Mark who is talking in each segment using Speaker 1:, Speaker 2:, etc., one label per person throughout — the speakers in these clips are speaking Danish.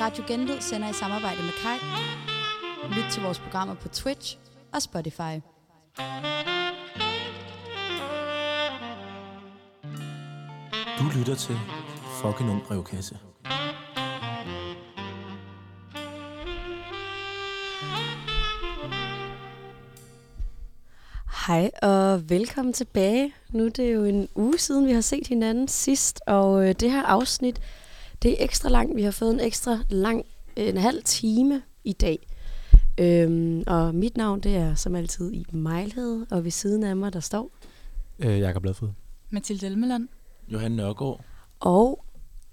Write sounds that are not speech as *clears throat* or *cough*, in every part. Speaker 1: Radio Genlyd sender i samarbejde med Kai. Lyt til vores programmer på Twitch og Spotify.
Speaker 2: Du lytter til fucking ung brevkasse.
Speaker 3: Hej og velkommen tilbage. Nu er det jo en uge siden, vi har set hinanden sidst, og øh, det her afsnit, det er ekstra langt. Vi har fået en ekstra lang, øh, en halv time i dag. Øhm, og mit navn, det er som altid Iben Mejlhed, og ved siden af mig, der står.
Speaker 4: Øh, Jakob Ladfod.
Speaker 5: Mathilde Elmeland.
Speaker 2: Johan Nørgaard.
Speaker 3: Og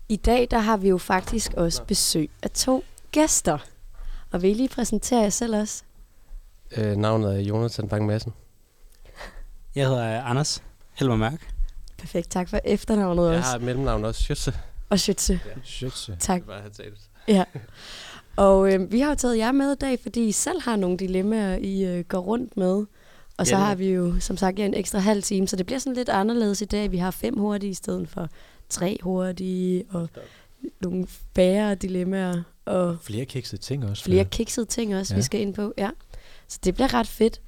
Speaker 3: i dag, der har vi jo faktisk også besøg af to gæster. Og vil I lige præsentere jer selv også?
Speaker 6: Øh, navnet er Jonathan Bang Madsen.
Speaker 4: Jeg hedder Anders Helmer Mærk.
Speaker 3: Perfekt, tak for efternavnet
Speaker 6: Jeg
Speaker 3: også.
Speaker 6: har et mellemnavn også, Schütze.
Speaker 3: Og Schütze,
Speaker 4: Shit.
Speaker 3: tak.
Speaker 6: var, han sagde det.
Speaker 3: Ja. Og øh, vi har jo taget jer med i dag, fordi I selv har nogle dilemmaer, I øh, går rundt med. Og så
Speaker 6: Ja, det-
Speaker 3: har vi jo, som sagt, ja, en ekstra halv time, så det bliver sådan lidt anderledes i dag. Vi har fem hurtige i stedet for tre hurtige, og nogle færre dilemmaer, og
Speaker 4: Flere kiksede ting også.
Speaker 3: flere kiksede ting også, ja. vi
Speaker 4: Ja.
Speaker 3: skal ind på. Ja. Så det bliver ret fedt.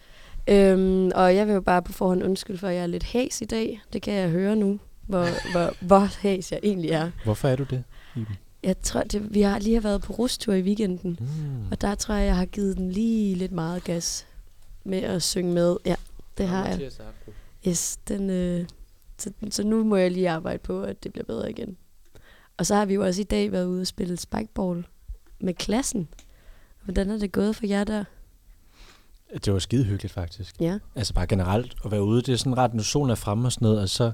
Speaker 3: Øhm, og jeg vil jo bare på forhånd undskylde for, at jeg er lidt hæs i dag. Det kan jeg høre nu, hvor, hvor, hvor hæs jeg egentlig er.
Speaker 4: Hvorfor er du det?
Speaker 3: Jeg tror, det, vi har lige har været på rustur i weekenden.
Speaker 4: Mm.
Speaker 3: Og der tror jeg, jeg har givet den lige lidt meget gas med at synge med. Ja, det har jeg. Yes, den, øh, så, så nu må jeg lige arbejde på, at det bliver bedre igen. Og så har vi jo også i dag været ude og spille spikeball med klassen. Hvordan er det gået for jer der?
Speaker 4: Det var skide hyggeligt faktisk.
Speaker 3: Ja,
Speaker 4: Altså bare generelt at være ude. Det er sådan ret, når solen er fremme og sådan noget, og så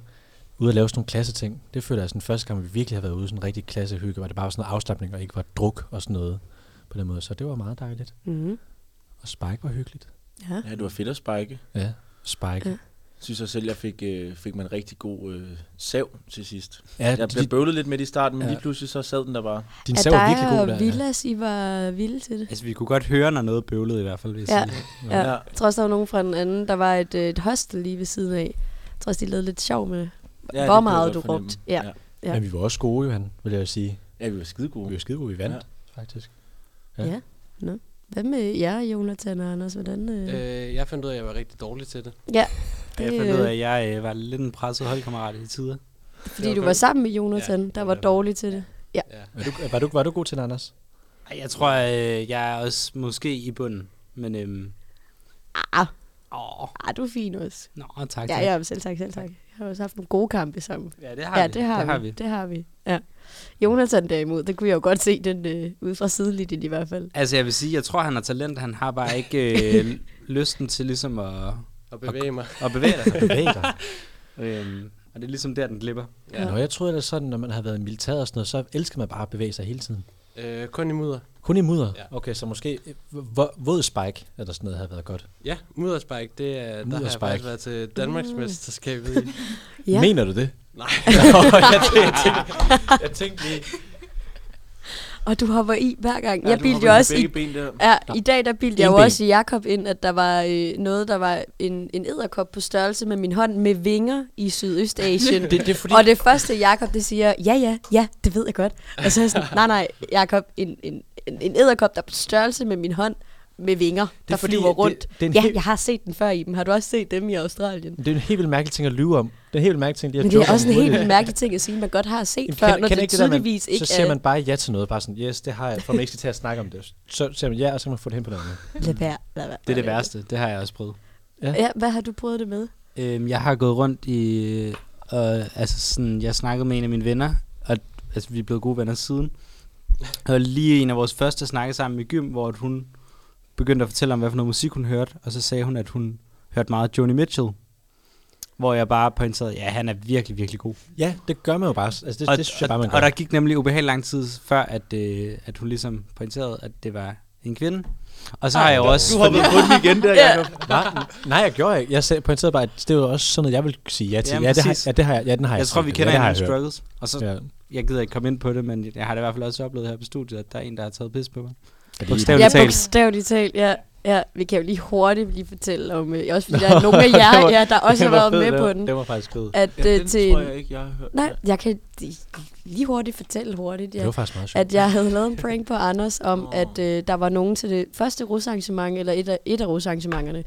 Speaker 4: ude og lave sådan nogle klasseting. Det føler jeg sådan første gang, vi virkelig har været ude sådan en rigtig klassehygge, hvor det bare var sådan noget afslappning og ikke var druk og sådan noget på den måde. Så det var meget dejligt.
Speaker 3: mm-hmm.
Speaker 4: Og Spike var hyggeligt.
Speaker 3: ja.
Speaker 2: Ja, det var fedt at spike.
Speaker 4: Ja, Spike.
Speaker 3: Ja.
Speaker 4: Ja,
Speaker 2: Synes jeg selv, jeg fik, øh, fik man en rigtig god øh, sav til sidst.
Speaker 4: ja
Speaker 2: Jeg blev
Speaker 4: din,
Speaker 2: bøvlet lidt med det i starten, men
Speaker 4: Ja.
Speaker 2: lige pludselig så sad den der bare.
Speaker 4: din
Speaker 3: Er
Speaker 4: sav var virkelig
Speaker 3: dig
Speaker 4: god
Speaker 3: og
Speaker 4: der.
Speaker 3: Villas, I var vilde til det?
Speaker 7: Altså, vi kunne godt høre, når noget bøvlede i hvert fald, hvis
Speaker 3: Ja.
Speaker 7: ja.
Speaker 3: Ja. Jeg tror også, der var nogen fra den anden. Der var et, øh, et hostel lige ved siden af. Jeg tror også, de lavede lidt sjov med det.
Speaker 2: det
Speaker 3: Hvor
Speaker 2: kunne
Speaker 3: meget
Speaker 2: jeg
Speaker 3: du
Speaker 2: godt fornemme.
Speaker 3: råbte. Ja.
Speaker 2: ja.
Speaker 4: Ja.
Speaker 3: Ja.
Speaker 4: Men vi var også gode, Johan, vil jeg sige.
Speaker 2: Ja, vi var skide gode.
Speaker 4: Vi var skide gode, vi vandt
Speaker 2: Ja.
Speaker 4: faktisk.
Speaker 3: Ja.
Speaker 4: Ja.
Speaker 3: ja. Nå. Hvad med jer, Jonathan og Anders? Hvordan, øh,
Speaker 6: Øh, jeg fandt ud af, at jeg var rigtig dårlig til det.
Speaker 7: Og jeg fandt ud af, at jeg øh, var lidt en presset holdkammerat i tider.
Speaker 3: Fordi du var sammen med Jonathan,
Speaker 7: Ja,
Speaker 3: der var
Speaker 7: det var-
Speaker 3: dårlig til det.
Speaker 7: Ja.
Speaker 4: Var du, var, du, var du god til det, Anders?
Speaker 7: Ej, Jeg tror, øh, jeg er også måske i bunden, men... Øhm,
Speaker 3: Ah,
Speaker 7: åh,
Speaker 3: ah, du er fin også.
Speaker 7: nå, tak, tak.
Speaker 3: Ja, ja, selv tak, selv tak. Jeg har også haft nogle gode kampe sammen.
Speaker 7: ja det har
Speaker 3: Ja,
Speaker 7: vi.
Speaker 3: det har,
Speaker 7: det
Speaker 3: vi.
Speaker 7: har vi.
Speaker 3: Det har vi. Ja. Jonathan derimod, det kunne jeg jo godt se den øh, ude fra sidelinjen i hvert fald.
Speaker 7: Altså, jeg vil sige, jeg tror, han har talent. Han har bare
Speaker 3: *laughs*
Speaker 7: ikke øh, lysten til ligesom at,
Speaker 6: Og bevæge mig.
Speaker 7: at bevæge dig.
Speaker 4: Bevæg dig.
Speaker 7: øhm, og det er ligesom der, den glipper.
Speaker 4: Ja. Nå, jeg troede, det er sådan, når man har været i militæret og sådan noget, så elsker man bare at bevæge sig hele tiden.
Speaker 6: Øh, kun i mudder.
Speaker 4: Kun i mudder?
Speaker 6: Ja.
Speaker 4: Okay, så måske øh, hvor- våd spike eller sådan noget havde været godt.
Speaker 6: Ja, mudderspike, det er, der har jeg
Speaker 4: Mudderspike.
Speaker 6: faktisk været til
Speaker 3: Mm.
Speaker 6: Danmarksmesterskabet *laughs* i.
Speaker 3: Ja.
Speaker 4: Mener du det?
Speaker 6: jeg tænkte lige,
Speaker 3: Og du hopper i hver gang.
Speaker 2: Ja,
Speaker 3: jeg
Speaker 2: du
Speaker 3: bildte
Speaker 2: hopper
Speaker 3: jo
Speaker 2: med
Speaker 3: også i...
Speaker 2: begge ben der.
Speaker 3: Ja, i dag der bildte jeg jo
Speaker 4: Ingen ben.
Speaker 3: også i Jakob ind, at der var øh, noget, der var en, en edderkop på størrelse med min hånd med vinger i Sydøstasien.
Speaker 4: *laughs* Det, det er fordi...
Speaker 3: Og det første, Jakob det siger, ja, ja, ja, det ved jeg godt. Og så er jeg
Speaker 4: *laughs*
Speaker 3: sådan, nej, nej, Jakob, en, en, en, en æderkop, der er på størrelse med min hånd, med vinger, der
Speaker 4: fordi,
Speaker 3: flyver
Speaker 4: det-
Speaker 3: rundt.
Speaker 4: det er en
Speaker 3: ja,
Speaker 4: hel-
Speaker 3: jeg har set den før, Iben. Har du også set dem i Australien?
Speaker 4: det er en helt vildt mærkelig ting at lyve om. Det er en helt vildt mærkelig ting, lige at
Speaker 3: Men det
Speaker 4: joke
Speaker 3: er
Speaker 4: om
Speaker 3: også en helt
Speaker 4: hurtigt.
Speaker 3: vildt mærkelig ting at sige, man godt har set
Speaker 4: Jamen,
Speaker 3: før,
Speaker 4: kender-
Speaker 3: når
Speaker 4: kender
Speaker 3: det
Speaker 4: der, man-
Speaker 3: tydeligvis ikke
Speaker 4: Så siger
Speaker 3: er...
Speaker 4: man bare ja til noget, bare sådan, yes, det har jeg, for man ikke skal til at snakke om det. Så siger man ja, og så kan man få det hen på den anden.
Speaker 3: Lad være, lad være,
Speaker 7: Det er det
Speaker 3: lad være.
Speaker 7: værste. Det har jeg også prøvet.
Speaker 3: Ja, hvad har du prøvet det med?
Speaker 7: Øhm, jeg har gået rundt i... Øh, altså sådan, jeg snakkede med en af mine venner, og altså, vi er blevet gode venner siden. Og lige en af vores første snakke sammen i gym, hvor at hun begyndte at fortælle om, hvad for noget musik hun hørte, og så sagde hun, at hun hørte meget Joni Mitchell. Hvor jeg bare pointerede, ja, han er virkelig, virkelig god.
Speaker 4: Ja, det gør man jo bare. Altså, det,
Speaker 7: og,
Speaker 4: det synes jeg bare, man
Speaker 7: og,
Speaker 4: gør.
Speaker 7: og der gik nemlig ubehageligt lang tid før, at, øh, at hun ligesom pointerede, at det var en kvinde. Og så har jeg jo også...
Speaker 2: bunden igen der, Jacob.
Speaker 4: nej, nej, jeg gjorde ikke. Jeg sagde- pointerede bare, at det var også sådan noget, jeg ville sige ja til.
Speaker 7: Jamen,
Speaker 4: ja, det har,
Speaker 7: præcis.
Speaker 4: ja, det har jeg, ja, den har jeg
Speaker 7: Jeg tror,
Speaker 4: set.
Speaker 7: vi
Speaker 4: ja,
Speaker 7: kender
Speaker 4: det har
Speaker 7: hinandens
Speaker 4: jeg hørt.
Speaker 7: struggles. Og så
Speaker 4: Ja.
Speaker 7: jeg gider ikke komme ind på det, men jeg har det i hvert fald også oplevet her på studiet, at der er en, der har taget pis på mig. det
Speaker 3: Ja,
Speaker 7: Bogstaveligt talt.
Speaker 3: bogstaveligt talt, ja. Ja, vi kan jo lige hurtigt lige fortælle om, øh, også fordi
Speaker 7: *laughs*
Speaker 3: der er nogle af jer, ja, der også har været med på den,
Speaker 7: Det var faktisk fed.
Speaker 3: at øh, til...
Speaker 2: tror jeg ikke, jeg har hørt.
Speaker 3: Nej, jeg kan lige- lige hurtigt fortælle hurtigt,
Speaker 4: Det
Speaker 3: ja,
Speaker 4: var faktisk meget sjovt.
Speaker 3: at jeg havde lavet en prank på Anders om, at øh, der var nogen til det første rusarrangement, eller et af, et af rusarrangementerne,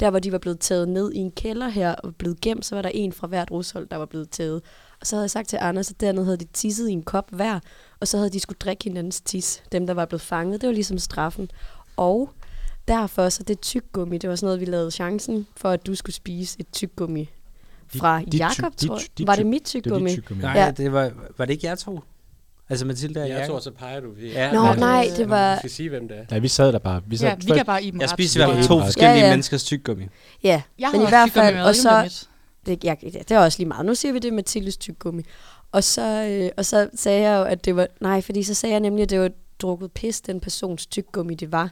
Speaker 3: der hvor de var blevet taget ned i en kælder her og blevet gemt, så var der en fra hvert rushold, der var blevet taget. Og så havde jeg sagt til Anders, at dernede havde de tisset i en kop hver, og så havde de skulle drikke hinandens tis, dem der var blevet fanget. Det var ligesom straffen. Og derfor så det tyggegummi, det var sådan noget, vi lavede chancen for, at du skulle spise et tyggegummi fra
Speaker 4: dit tyg-
Speaker 3: Jakob,
Speaker 4: dit
Speaker 3: tror
Speaker 4: tyg-
Speaker 3: jeg.
Speaker 4: dit
Speaker 3: Var det
Speaker 4: tyg-
Speaker 3: mit
Speaker 4: det var
Speaker 3: tyggegummi?
Speaker 4: dit tyggegummi.
Speaker 7: Nej,
Speaker 3: Ja.
Speaker 7: ja. det var, var det ikke jer to? Altså Mathilde og
Speaker 6: Jeg
Speaker 7: Jacob?
Speaker 6: tror, så peger du. fordi-
Speaker 7: Ja,
Speaker 3: Nå,
Speaker 4: nej,
Speaker 3: nej, det var-
Speaker 6: Du skal sige, hvem det er.
Speaker 4: Nej, vi sad der bare. Vi sad,
Speaker 5: Ja, vi kan bare i dem
Speaker 7: Jeg
Speaker 5: ret.
Speaker 7: spiste i hvert fald
Speaker 4: Ja.
Speaker 7: to
Speaker 4: Ja, ja.
Speaker 7: forskellige
Speaker 3: Ja, ja.
Speaker 7: menneskers tyggegummi.
Speaker 3: Ja, Men
Speaker 5: Jeg havde
Speaker 3: i
Speaker 5: også
Speaker 3: hvert
Speaker 5: tyggegummi,
Speaker 3: fald,
Speaker 5: men jeg ved
Speaker 3: og
Speaker 5: ikke, om
Speaker 3: så-
Speaker 5: det er mit.
Speaker 3: det, jeg, det er også lige meget. Nu siger vi det er Mathildes tyggegummi. Og så, øh, og så sagde jeg jo, at det var... Nej, fordi så sagde jeg nemlig, at det var drukket pis, den persons tyggegummi, det var.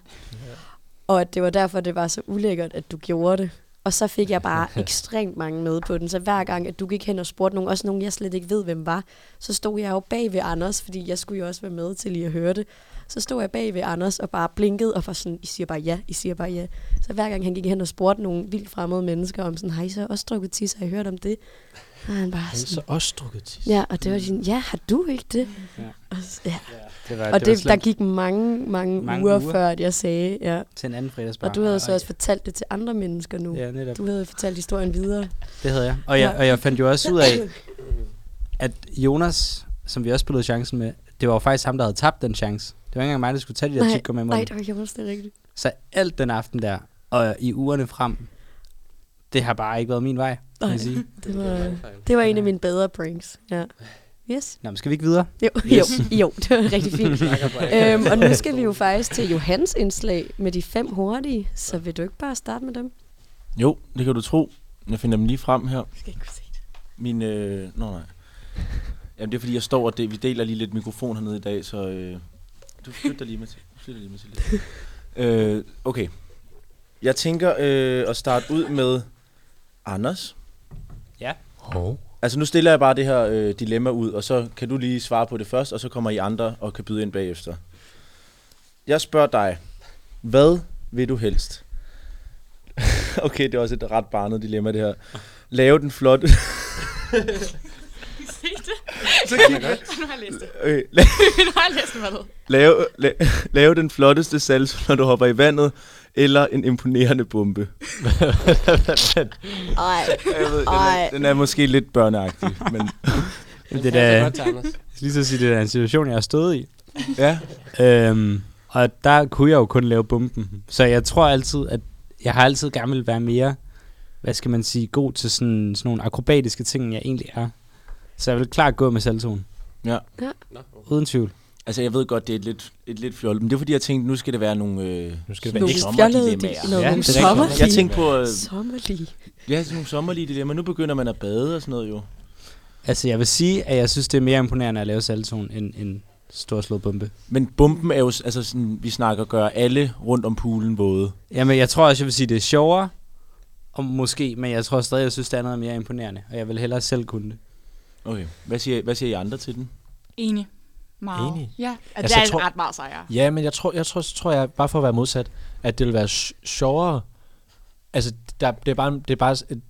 Speaker 3: Og at det var derfor, det var så ulækkert, at du gjorde det. Og så fik jeg
Speaker 7: *laughs*
Speaker 3: bare ekstremt mange med på den. Så hver gang, at du gik hen og spurgte nogen, også nogen, jeg slet ikke ved, hvem var, så stod jeg jo bag ved Anders, fordi jeg skulle jo også være med til lige at høre det. Så stod jeg bag ved Anders og bare blinkede og var sådan, I siger bare ja, I siger bare ja. Så hver gang han gik hen og spurgte nogle vildt fremmede mennesker om sådan, har I så også drukket tis, har I hørt om det? Og han bare
Speaker 4: Havde
Speaker 3: sådan,
Speaker 4: så også drukket tis.
Speaker 3: ja, og det var sådan, ja, har du ikke det?
Speaker 7: Ja.
Speaker 3: Og, s- ja.
Speaker 7: Det var,
Speaker 3: og
Speaker 7: var
Speaker 3: det, der
Speaker 7: slemt.
Speaker 3: gik mange, mange, mange
Speaker 7: Mange
Speaker 3: uger,
Speaker 7: uger.
Speaker 3: før, at jeg sagde, ja.
Speaker 7: til en anden fredagsbar.
Speaker 3: Og du havde så
Speaker 7: Ej.
Speaker 3: også fortalt det til andre mennesker nu.
Speaker 7: Ja, netop.
Speaker 3: Du havde fortalt historien videre.
Speaker 7: Det havde jeg. Og, jeg.
Speaker 3: Ja.
Speaker 7: og jeg fandt jo også ud af, at Jonas, som vi også spillede chancen med, det var jo faktisk ham, der havde tabt den chance. Det var ikke engang mig, der skulle tage de der tyk med
Speaker 3: nej,
Speaker 7: mig.
Speaker 3: det var Jonas, det er rigtigt.
Speaker 7: Så alt den aften der, og i ugerne frem, det har bare ikke været min vej, kan
Speaker 3: Nej.
Speaker 7: jeg sige.
Speaker 3: Det var,
Speaker 6: Det er en fejl.
Speaker 3: det var en af mine bedre pranks. Ja. Yes.
Speaker 7: Nå, men skal vi ikke videre?
Speaker 3: Jo,
Speaker 7: Yes.
Speaker 3: jo, jo, det var rigtig fint.
Speaker 6: Jakob og Jakob.
Speaker 3: øhm, og nu
Speaker 6: *laughs*
Speaker 3: skal vi jo faktisk til Johans indslag med de fem hurtige, så vil du ikke bare starte med dem?
Speaker 2: Jo, det kan du tro. Jeg finder dem lige frem her.
Speaker 3: Jeg skal ikke kunne se det.
Speaker 2: Min, øh, nå nej. Jamen det er fordi, jeg står og det, vi deler lige lidt mikrofon hernede i dag, så øh, du flytter lige med til. Flytter lige med til lidt. øh, okay. Jeg tænker øh, at starte ud med Anders.
Speaker 4: Oh.
Speaker 2: Altså nu stiller jeg bare det her øh, dilemma ud, og så kan du lige svare på det først, og så kommer I andre og kan byde ind bagefter. Jeg spørger dig, hvad vil du helst? *laughs* okay, det er også et ret barnet dilemma det her. Lave den *laughs* flotte...
Speaker 5: Så kig Nu har jeg læst det.
Speaker 2: Øh,
Speaker 5: Nu har jeg læst det, hvad det
Speaker 2: lave, la, lave den flotteste salto, når du hopper i vandet, eller en imponerende *laughs* bombe.
Speaker 3: Ej,
Speaker 2: Jeg ved, den,
Speaker 3: Ej.
Speaker 2: er, den er måske lidt børneagtig, men
Speaker 7: Det,
Speaker 6: Den
Speaker 7: det
Speaker 6: passer
Speaker 7: der,
Speaker 6: godt til Anders.
Speaker 7: lige så sige, det er en situation, jeg har stået i.
Speaker 2: ja.
Speaker 7: Øhm, og der kunne jeg jo kun lave bomben. Så jeg tror altid, at jeg har altid gerne vil være mere, hvad skal man sige, god til sådan, sådan nogle akrobatiske ting, end jeg egentlig er. Så jeg vil klart gå med saltoen.
Speaker 2: Ja.
Speaker 3: Ja.
Speaker 6: Nå, okay.
Speaker 7: Uden tvil.
Speaker 2: Altså, jeg ved godt, det er et lidt, et lidt fjollet, men det er fordi, jeg tænkte, nu skal det være nogle... Øh,
Speaker 4: Nu skal det
Speaker 2: sådan
Speaker 4: være
Speaker 3: nogle
Speaker 2: nogle
Speaker 3: fjollede
Speaker 2: sommerdilemmaer.
Speaker 3: noget,
Speaker 7: Ja,
Speaker 3: nogle
Speaker 7: det er rigtigt.
Speaker 3: sommerlige.
Speaker 2: Jeg tænkte på, øh,
Speaker 3: Sommerlige.
Speaker 2: ja, sådan nogle sommerlige dilemmaer. Nu begynder man at bade og sådan noget jo.
Speaker 7: Altså, jeg vil sige, at jeg synes, det er mere imponerende at lave saltoen end en storslået bombe.
Speaker 2: Men bomben er jo, s- altså sådan, vi snakker, gør alle rundt om poolen våde.
Speaker 7: Jamen, jeg tror også, jeg vil sige, det er sjovere, og måske, men jeg tror stadig, jeg synes, det andet er mere imponerende, og jeg vil hellere selv kunne det.
Speaker 2: Okay, hvad siger, hvad siger I andre til den?
Speaker 5: Enig. Meget.
Speaker 4: Enig.
Speaker 5: Ja, og
Speaker 4: Altså,
Speaker 5: det
Speaker 4: jeg
Speaker 5: er
Speaker 4: tror-
Speaker 5: ret meget sejere.
Speaker 4: Ja, men jeg tror, jeg tror, så tror jeg, bare for at være modsat, at det vil være sj- sjovere. Altså, der, det er bare, det er bare et,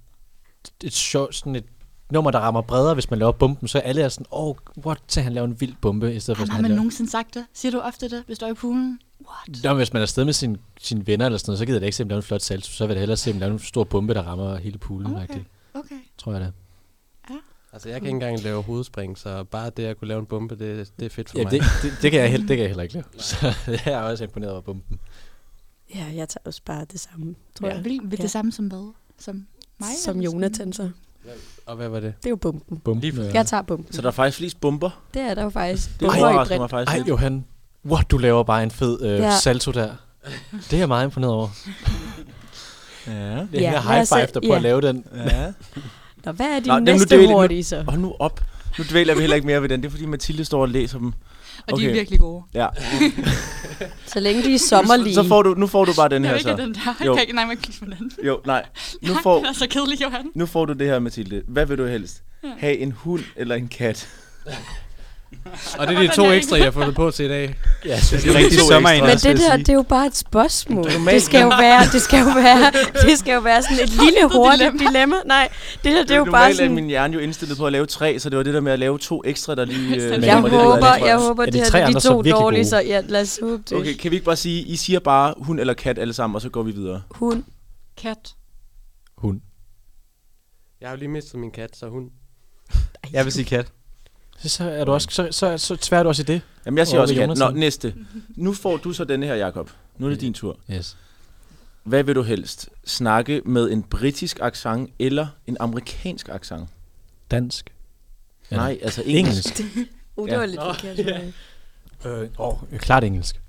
Speaker 4: et, sjov, sådan et nummer, der rammer bredere, hvis man laver bomben, så alle er sådan, åh, oh, what, til han laver en vild bombe, i stedet for
Speaker 5: Har
Speaker 4: sådan,
Speaker 5: man
Speaker 4: han
Speaker 5: men
Speaker 4: laver.
Speaker 5: nogensinde sagt det? Siger du ofte det, hvis du er i poolen? What?
Speaker 4: Nå, men hvis man er afsted med sin, sine venner eller sådan noget, så gider det ikke se, om der er en flot salto, så vil det hellere se, om der er en stor bombe, der rammer hele poolen,
Speaker 5: Okay.
Speaker 4: okay.
Speaker 5: Okay.
Speaker 4: tror jeg det.
Speaker 6: Altså, jeg kan ikke engang lave hovedspring, så bare det at kunne lave en bombe, det, det er fedt for
Speaker 4: Ja,
Speaker 6: mig.
Speaker 4: det, det, det, kan jeg heller, det kan jeg heller ikke lave. *laughs* Så jeg er også imponeret over bomben.
Speaker 3: Ja, jeg tager også bare det samme, tror
Speaker 5: Ja.
Speaker 3: jeg.
Speaker 5: Vil, vil
Speaker 3: Ja.
Speaker 5: det samme som hvad? Som mig?
Speaker 3: Som
Speaker 5: eller
Speaker 3: Jonathan så.
Speaker 6: Og hvad var
Speaker 3: *laughs*
Speaker 6: det?
Speaker 3: Det er jo bumpen.
Speaker 4: bomben
Speaker 6: Lige for-
Speaker 4: er-
Speaker 3: Jeg tager bumpen.
Speaker 2: Så der er faktisk flest bomber.
Speaker 3: Det er der jo faktisk.
Speaker 2: Det
Speaker 3: Bumper i
Speaker 2: overrasker
Speaker 3: bredt.
Speaker 2: mig faktisk.
Speaker 4: Ej,
Speaker 2: lidt.
Speaker 4: Johan. What, du laver bare en fed øh,
Speaker 3: Ja.
Speaker 4: ja. salto der. Det er jeg meget imponeret over.
Speaker 2: Ja.
Speaker 4: Det er
Speaker 3: Ja,
Speaker 4: ja, her
Speaker 3: lad
Speaker 4: high
Speaker 3: os se.
Speaker 4: five, der på
Speaker 3: Ja.
Speaker 4: at lave den.
Speaker 2: ja.
Speaker 3: Nå, hvad er din
Speaker 2: Nå, dem nu
Speaker 3: næste
Speaker 2: deler-
Speaker 3: hurtige så?
Speaker 2: Hold nu op. Nu dvæler vi heller ikke mere ved den. Det er fordi Mathilde står og læser dem.
Speaker 5: sådan? Og de er
Speaker 2: Okay.
Speaker 5: virkelig gode.
Speaker 2: Ja.
Speaker 3: Så længe de er sommerlige.
Speaker 2: *laughs* Så får du, nu får du bare den
Speaker 5: Det er
Speaker 2: her
Speaker 5: jo ikke
Speaker 2: så.
Speaker 5: den der.
Speaker 2: altså- Jo.
Speaker 5: *laughs* Jeg kan ikke, nej, man kan ikke på den.
Speaker 2: Jo, nej. Nu
Speaker 5: Nej,
Speaker 2: får,
Speaker 5: Den er så kedelig, Johan.
Speaker 2: nu får du det her, Mathilde. Hvad vil du helst? Have en hund eller en kat?
Speaker 6: Og det er de to ekstra, jeg har fundet på til i dag.
Speaker 7: Ja, jeg synes,
Speaker 6: Det er rigtig to
Speaker 7: sommerinde,
Speaker 6: ekstra.
Speaker 3: Men
Speaker 7: også,
Speaker 3: det
Speaker 7: vil
Speaker 3: der,
Speaker 7: jeg
Speaker 3: det er jo bare et spørgsmål.
Speaker 6: Normalt.
Speaker 3: Det skal jo være, det skal jo være, *laughs* det skal jo være sådan et lille hurtigt
Speaker 5: dilemma.
Speaker 3: dilemma. Nej, det der, det er jo bare
Speaker 2: Normalt er
Speaker 3: sådan...
Speaker 2: min hjerne jo indstillet på at lave tre, så det var det der med at lave to ekstra, der
Speaker 3: *laughs*
Speaker 2: lige... øh,
Speaker 5: Jeg
Speaker 2: kommer
Speaker 3: Jeg
Speaker 2: lidt
Speaker 3: håber,
Speaker 2: alene fra.
Speaker 3: jeg håber,
Speaker 4: Er
Speaker 3: det
Speaker 4: de
Speaker 3: her
Speaker 4: tre
Speaker 3: det er de
Speaker 4: andre så
Speaker 3: to
Speaker 4: virkelig
Speaker 3: dårlige,
Speaker 4: gode?
Speaker 3: så ja, lad os håbe det.
Speaker 2: Okay, kan vi ikke bare sige, I siger bare hun eller kat alle sammen, og så går vi videre.
Speaker 3: Hun.
Speaker 5: Kat.
Speaker 4: Hun.
Speaker 6: Jeg har jo lige mistet min kat, så hun...
Speaker 7: sige. Jeg vil sige kat.
Speaker 4: Så, så er du også, så, så, så tvær du også i det.
Speaker 2: Jamen, jeg siger
Speaker 4: Over
Speaker 2: også
Speaker 4: ved
Speaker 2: kat. Nå,
Speaker 4: Jonasen.
Speaker 2: næste. Nu får du så denne her, Jakob. Nu er det din tur.
Speaker 4: Yes.
Speaker 2: Hvad vil du helst? Snakke med en britisk accent eller en amerikansk accent?
Speaker 4: Dansk.
Speaker 2: Ja.
Speaker 4: Ja.
Speaker 2: Nej, altså engelsk.
Speaker 4: Engelsk.
Speaker 3: Uh,
Speaker 2: Ja.
Speaker 3: det var lidt forkert. Marie.
Speaker 4: Øh, åh, klart engelsk.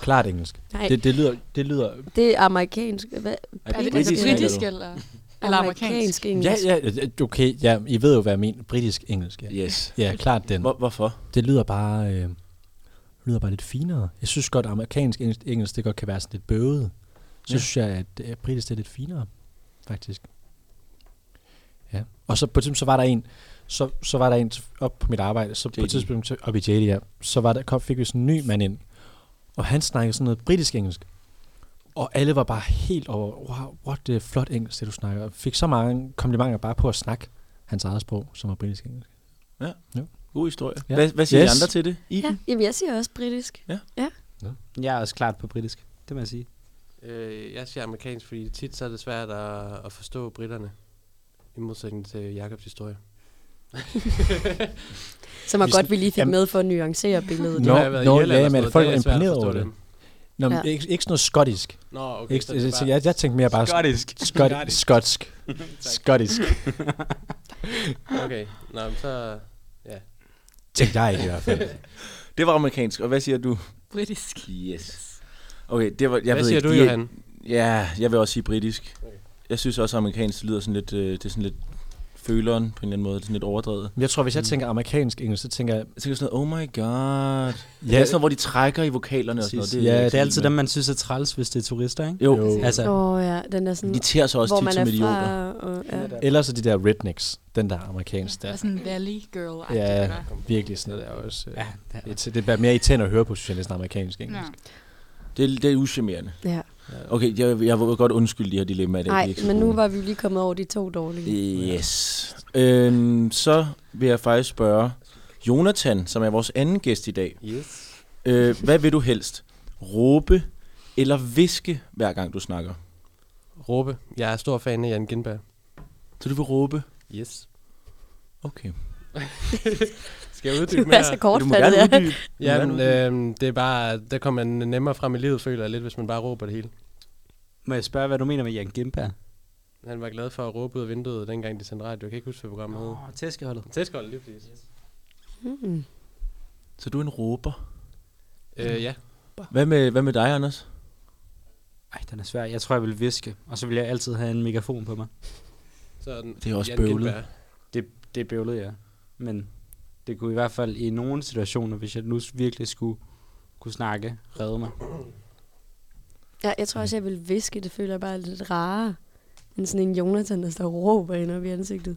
Speaker 4: Klart engelsk.
Speaker 3: Nej,
Speaker 4: Det, det lyder, det lyder
Speaker 3: det er amerikansk. Hvad?
Speaker 2: Ej,
Speaker 5: Er det
Speaker 2: britisk,
Speaker 5: altså
Speaker 2: mener
Speaker 5: britisk
Speaker 2: du?
Speaker 5: eller, eller amerikansk?
Speaker 4: Ja,
Speaker 3: engelsk.
Speaker 4: ja, øh, okay, ja, I ved jo, hvad jeg mener. Britisk engelsk, ja.
Speaker 2: Yes.
Speaker 4: Ja, klart den.
Speaker 2: Hvor, hvorfor?
Speaker 4: Det lyder bare, øh, lyder bare lidt finere. Jeg synes godt, at amerikansk engelsk, engelsk, det godt kan være sådan lidt bøvet. Så
Speaker 2: Ja.
Speaker 4: ja. synes jeg, at øh, britisk det er lidt finere, faktisk. Ja. Og så på et tidspunkt, så var der en, så, så var der en t- op på mit arbejde, så på
Speaker 2: JD.
Speaker 4: et tidspunkt, så- op i JD, ja, så var der, kom, fik vi sådan en ny mand ind, og han snakkede sådan noget britisk engelsk. Og alle var bare helt over, wow, what det er flot engelsk, det du snakker. Og Fik så mange komplimenter bare på at snakke hans eget sprog, som var britisk engelsk.
Speaker 2: God historie. Ja.
Speaker 4: Ja.
Speaker 2: Hvad, hvad siger yes. I
Speaker 4: Yes.
Speaker 2: andre til det? I?
Speaker 3: ja. Jamen, jeg siger også britisk.
Speaker 7: Jeg er også klart på britisk. Det må jeg sige.
Speaker 6: Øh, jeg siger amerikansk, fordi tit så er det svært at, at forstå britterne. I modsætning til Jakobs historie.
Speaker 3: Som er
Speaker 4: Vi
Speaker 3: godt,
Speaker 4: sn-
Speaker 3: vi lige fik
Speaker 4: Jamen-
Speaker 3: med for at nuancere billedet.
Speaker 4: Nå,
Speaker 6: Nu har jeg været i
Speaker 4: nå,
Speaker 6: Irland
Speaker 4: ja,
Speaker 6: og sådan
Speaker 4: men
Speaker 6: noget,
Speaker 4: folk
Speaker 6: der
Speaker 4: er
Speaker 6: det svært at
Speaker 4: imponeret
Speaker 6: forstå
Speaker 4: over det.
Speaker 6: dem.
Speaker 4: Nå, men
Speaker 3: Ja.
Speaker 4: ikke, ikke sådan noget skottisk.
Speaker 6: Nå, okay.
Speaker 4: Ikke,
Speaker 6: så det er
Speaker 4: så, så
Speaker 6: bare-
Speaker 4: jeg, jeg tænkte mere bare
Speaker 7: Skottisk.
Speaker 4: skot, skotsk. skotsk.
Speaker 6: Okay, Nå, men så... Ja.
Speaker 4: Tænkte jeg ikke i hvert fald.
Speaker 2: Det var amerikansk, og hvad siger du?
Speaker 5: Britisk.
Speaker 2: Yes. Okay, det var... Jeg
Speaker 6: Hvad
Speaker 2: ved
Speaker 6: siger
Speaker 2: ikke,
Speaker 6: du,
Speaker 2: de er-
Speaker 6: Johan?
Speaker 2: Ja, jeg vil også sige britisk. Jeg synes også, at amerikansk lyder sådan lidt... Øh, det er sådan lidt føleren på en eller anden måde. Det er sådan lidt overdrevet.
Speaker 4: Men jeg tror, hvis jeg tænker amerikansk engelsk, så tænker jeg...
Speaker 2: Så kan jeg sådan noget, oh my god. Ja, det
Speaker 4: Ja,
Speaker 2: er sådan noget, hvor de trækker i vokalerne og sådan noget.
Speaker 7: Det,
Speaker 2: jeg
Speaker 7: ja,
Speaker 2: ikke
Speaker 7: det er
Speaker 2: så
Speaker 7: altid
Speaker 2: vild
Speaker 7: dem,
Speaker 2: med.
Speaker 7: man synes er træls, hvis det er turister, ikke?
Speaker 2: Jo,
Speaker 4: jo.
Speaker 7: Altså,
Speaker 3: Åh oh, ja, den er sådan,
Speaker 2: de tærer sig også
Speaker 3: hvor
Speaker 2: tit
Speaker 3: man
Speaker 2: som
Speaker 3: er
Speaker 2: idioter.
Speaker 3: fra. Og, ja.
Speaker 4: Ellers er de der rednecks, den der amerikansk
Speaker 5: Det
Speaker 4: der.
Speaker 5: er sådan en valley girl
Speaker 4: Ja, virkelig sådan noget der også.
Speaker 7: ja,
Speaker 4: Ja.
Speaker 7: ja.
Speaker 4: Det, det er mere irriterende at høre på, synes jeg, næsten amerikansk engelsk.
Speaker 2: Det, er- det er uschammerende.
Speaker 3: ja.
Speaker 2: Okay, jeg, jeg vil godt undskylde de her dilemmaer. det er
Speaker 3: Nej,
Speaker 2: ikke så
Speaker 3: men nu
Speaker 2: gode.
Speaker 3: var vi lige kommet over de to *laughs* dårlige.
Speaker 2: Yes. Øhm, så vil jeg faktisk spørge Jonathan, som er vores anden gæst i dag.
Speaker 6: Yes.
Speaker 2: Øh, hvad vil du helst? Råbe eller viske, hver gang du snakker?
Speaker 6: Råbe. Jeg er stor fan af Jan Gindberg.
Speaker 2: Så du vil råbe?
Speaker 6: Yes.
Speaker 2: Okay.
Speaker 7: *laughs*
Speaker 6: Skal jeg uddybe
Speaker 3: Du er
Speaker 6: mere?
Speaker 3: så
Speaker 2: Du må gerne
Speaker 3: kortfattet, ja.
Speaker 2: uddybe. Du må gerne
Speaker 6: Jamen,
Speaker 2: uddybe.
Speaker 6: øh, det er bare, der kommer man nemmere frem i livet, føler jeg lidt, hvis man bare råber det hele.
Speaker 7: Må jeg spørge, hvad du mener med Jan Gimberg?
Speaker 6: Han var glad for at råbe ud af vinduet, dengang de sendte radio. Jeg kan ikke huske, hvad programmet hed.
Speaker 7: Åh, tæskeholdet.
Speaker 6: Tæskold, lige præcis.
Speaker 3: Mm.
Speaker 2: Så du er en råber.
Speaker 4: Mm.
Speaker 6: Øh, ja.
Speaker 2: øh, Hvad med, hvad med dig, Anders?
Speaker 7: Ej, den er svær. Jeg tror, jeg vil viske. Og så vil jeg altid have en mikrofon på mig.
Speaker 6: Så den,
Speaker 2: Det er også
Speaker 6: Jan
Speaker 2: bøvlet.
Speaker 6: Gindberg.
Speaker 7: Det, det bøvlede jeg. Men det kunne i hvert fald i nogle situationer, hvis jeg nu virkelig skulle kunne snakke, redde mig.
Speaker 3: Ja, jeg tror også, jeg vil viske. Det føler jeg bare er lidt rarere end sådan en Jonathan, der står og råber ind op i ansigtet.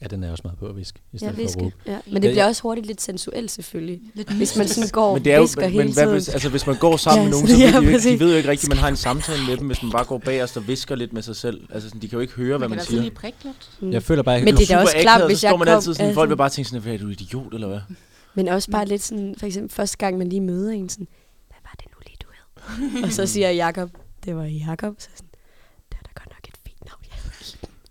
Speaker 4: Ja, den er også meget på at viske, i
Speaker 3: Ja,
Speaker 4: stedet for at
Speaker 3: viske.
Speaker 4: råbe.
Speaker 3: Ja. Men
Speaker 2: Ja,
Speaker 3: det
Speaker 2: ja.
Speaker 3: bliver også hurtigt lidt sensuelt, selvfølgelig.
Speaker 5: Lidt
Speaker 3: Hvis man sådan går og
Speaker 2: Men det er jo,
Speaker 3: visker
Speaker 2: men,
Speaker 3: hele
Speaker 2: men hvad hvis,
Speaker 3: tiden.
Speaker 2: altså, hvis man går sammen
Speaker 3: Ja,
Speaker 2: med
Speaker 3: *laughs*
Speaker 2: nogen, så
Speaker 3: så-
Speaker 2: ved de,
Speaker 3: ja,
Speaker 2: jo ikke, de
Speaker 3: præcis.
Speaker 2: ved jo ikke rigtigt, man har en samtale med dem, hvis man bare går bagerst og visker lidt med sig selv. Altså, sådan, de kan jo ikke høre, hvad man siger.
Speaker 5: Man kan altid lige prikke lidt.
Speaker 3: Mm.
Speaker 4: Jeg føler bare, at
Speaker 3: Men
Speaker 4: jeg
Speaker 2: Du
Speaker 3: det er
Speaker 2: super
Speaker 3: da også
Speaker 2: akavet,
Speaker 3: klart,
Speaker 2: så
Speaker 3: hvis
Speaker 2: står
Speaker 3: jeg
Speaker 2: man
Speaker 3: kom-
Speaker 2: altid sådan,
Speaker 3: altså-
Speaker 2: folk vil bare tænke sådan, hvad er du idiot, eller hvad?
Speaker 3: Men også bare lidt sådan, for eksempel første gang, man lige møder en sådan, hvad var det nu lige, du hed? og så siger Jakob, det var Jakob. Så sådan, det er da godt nok et fint navn, ja.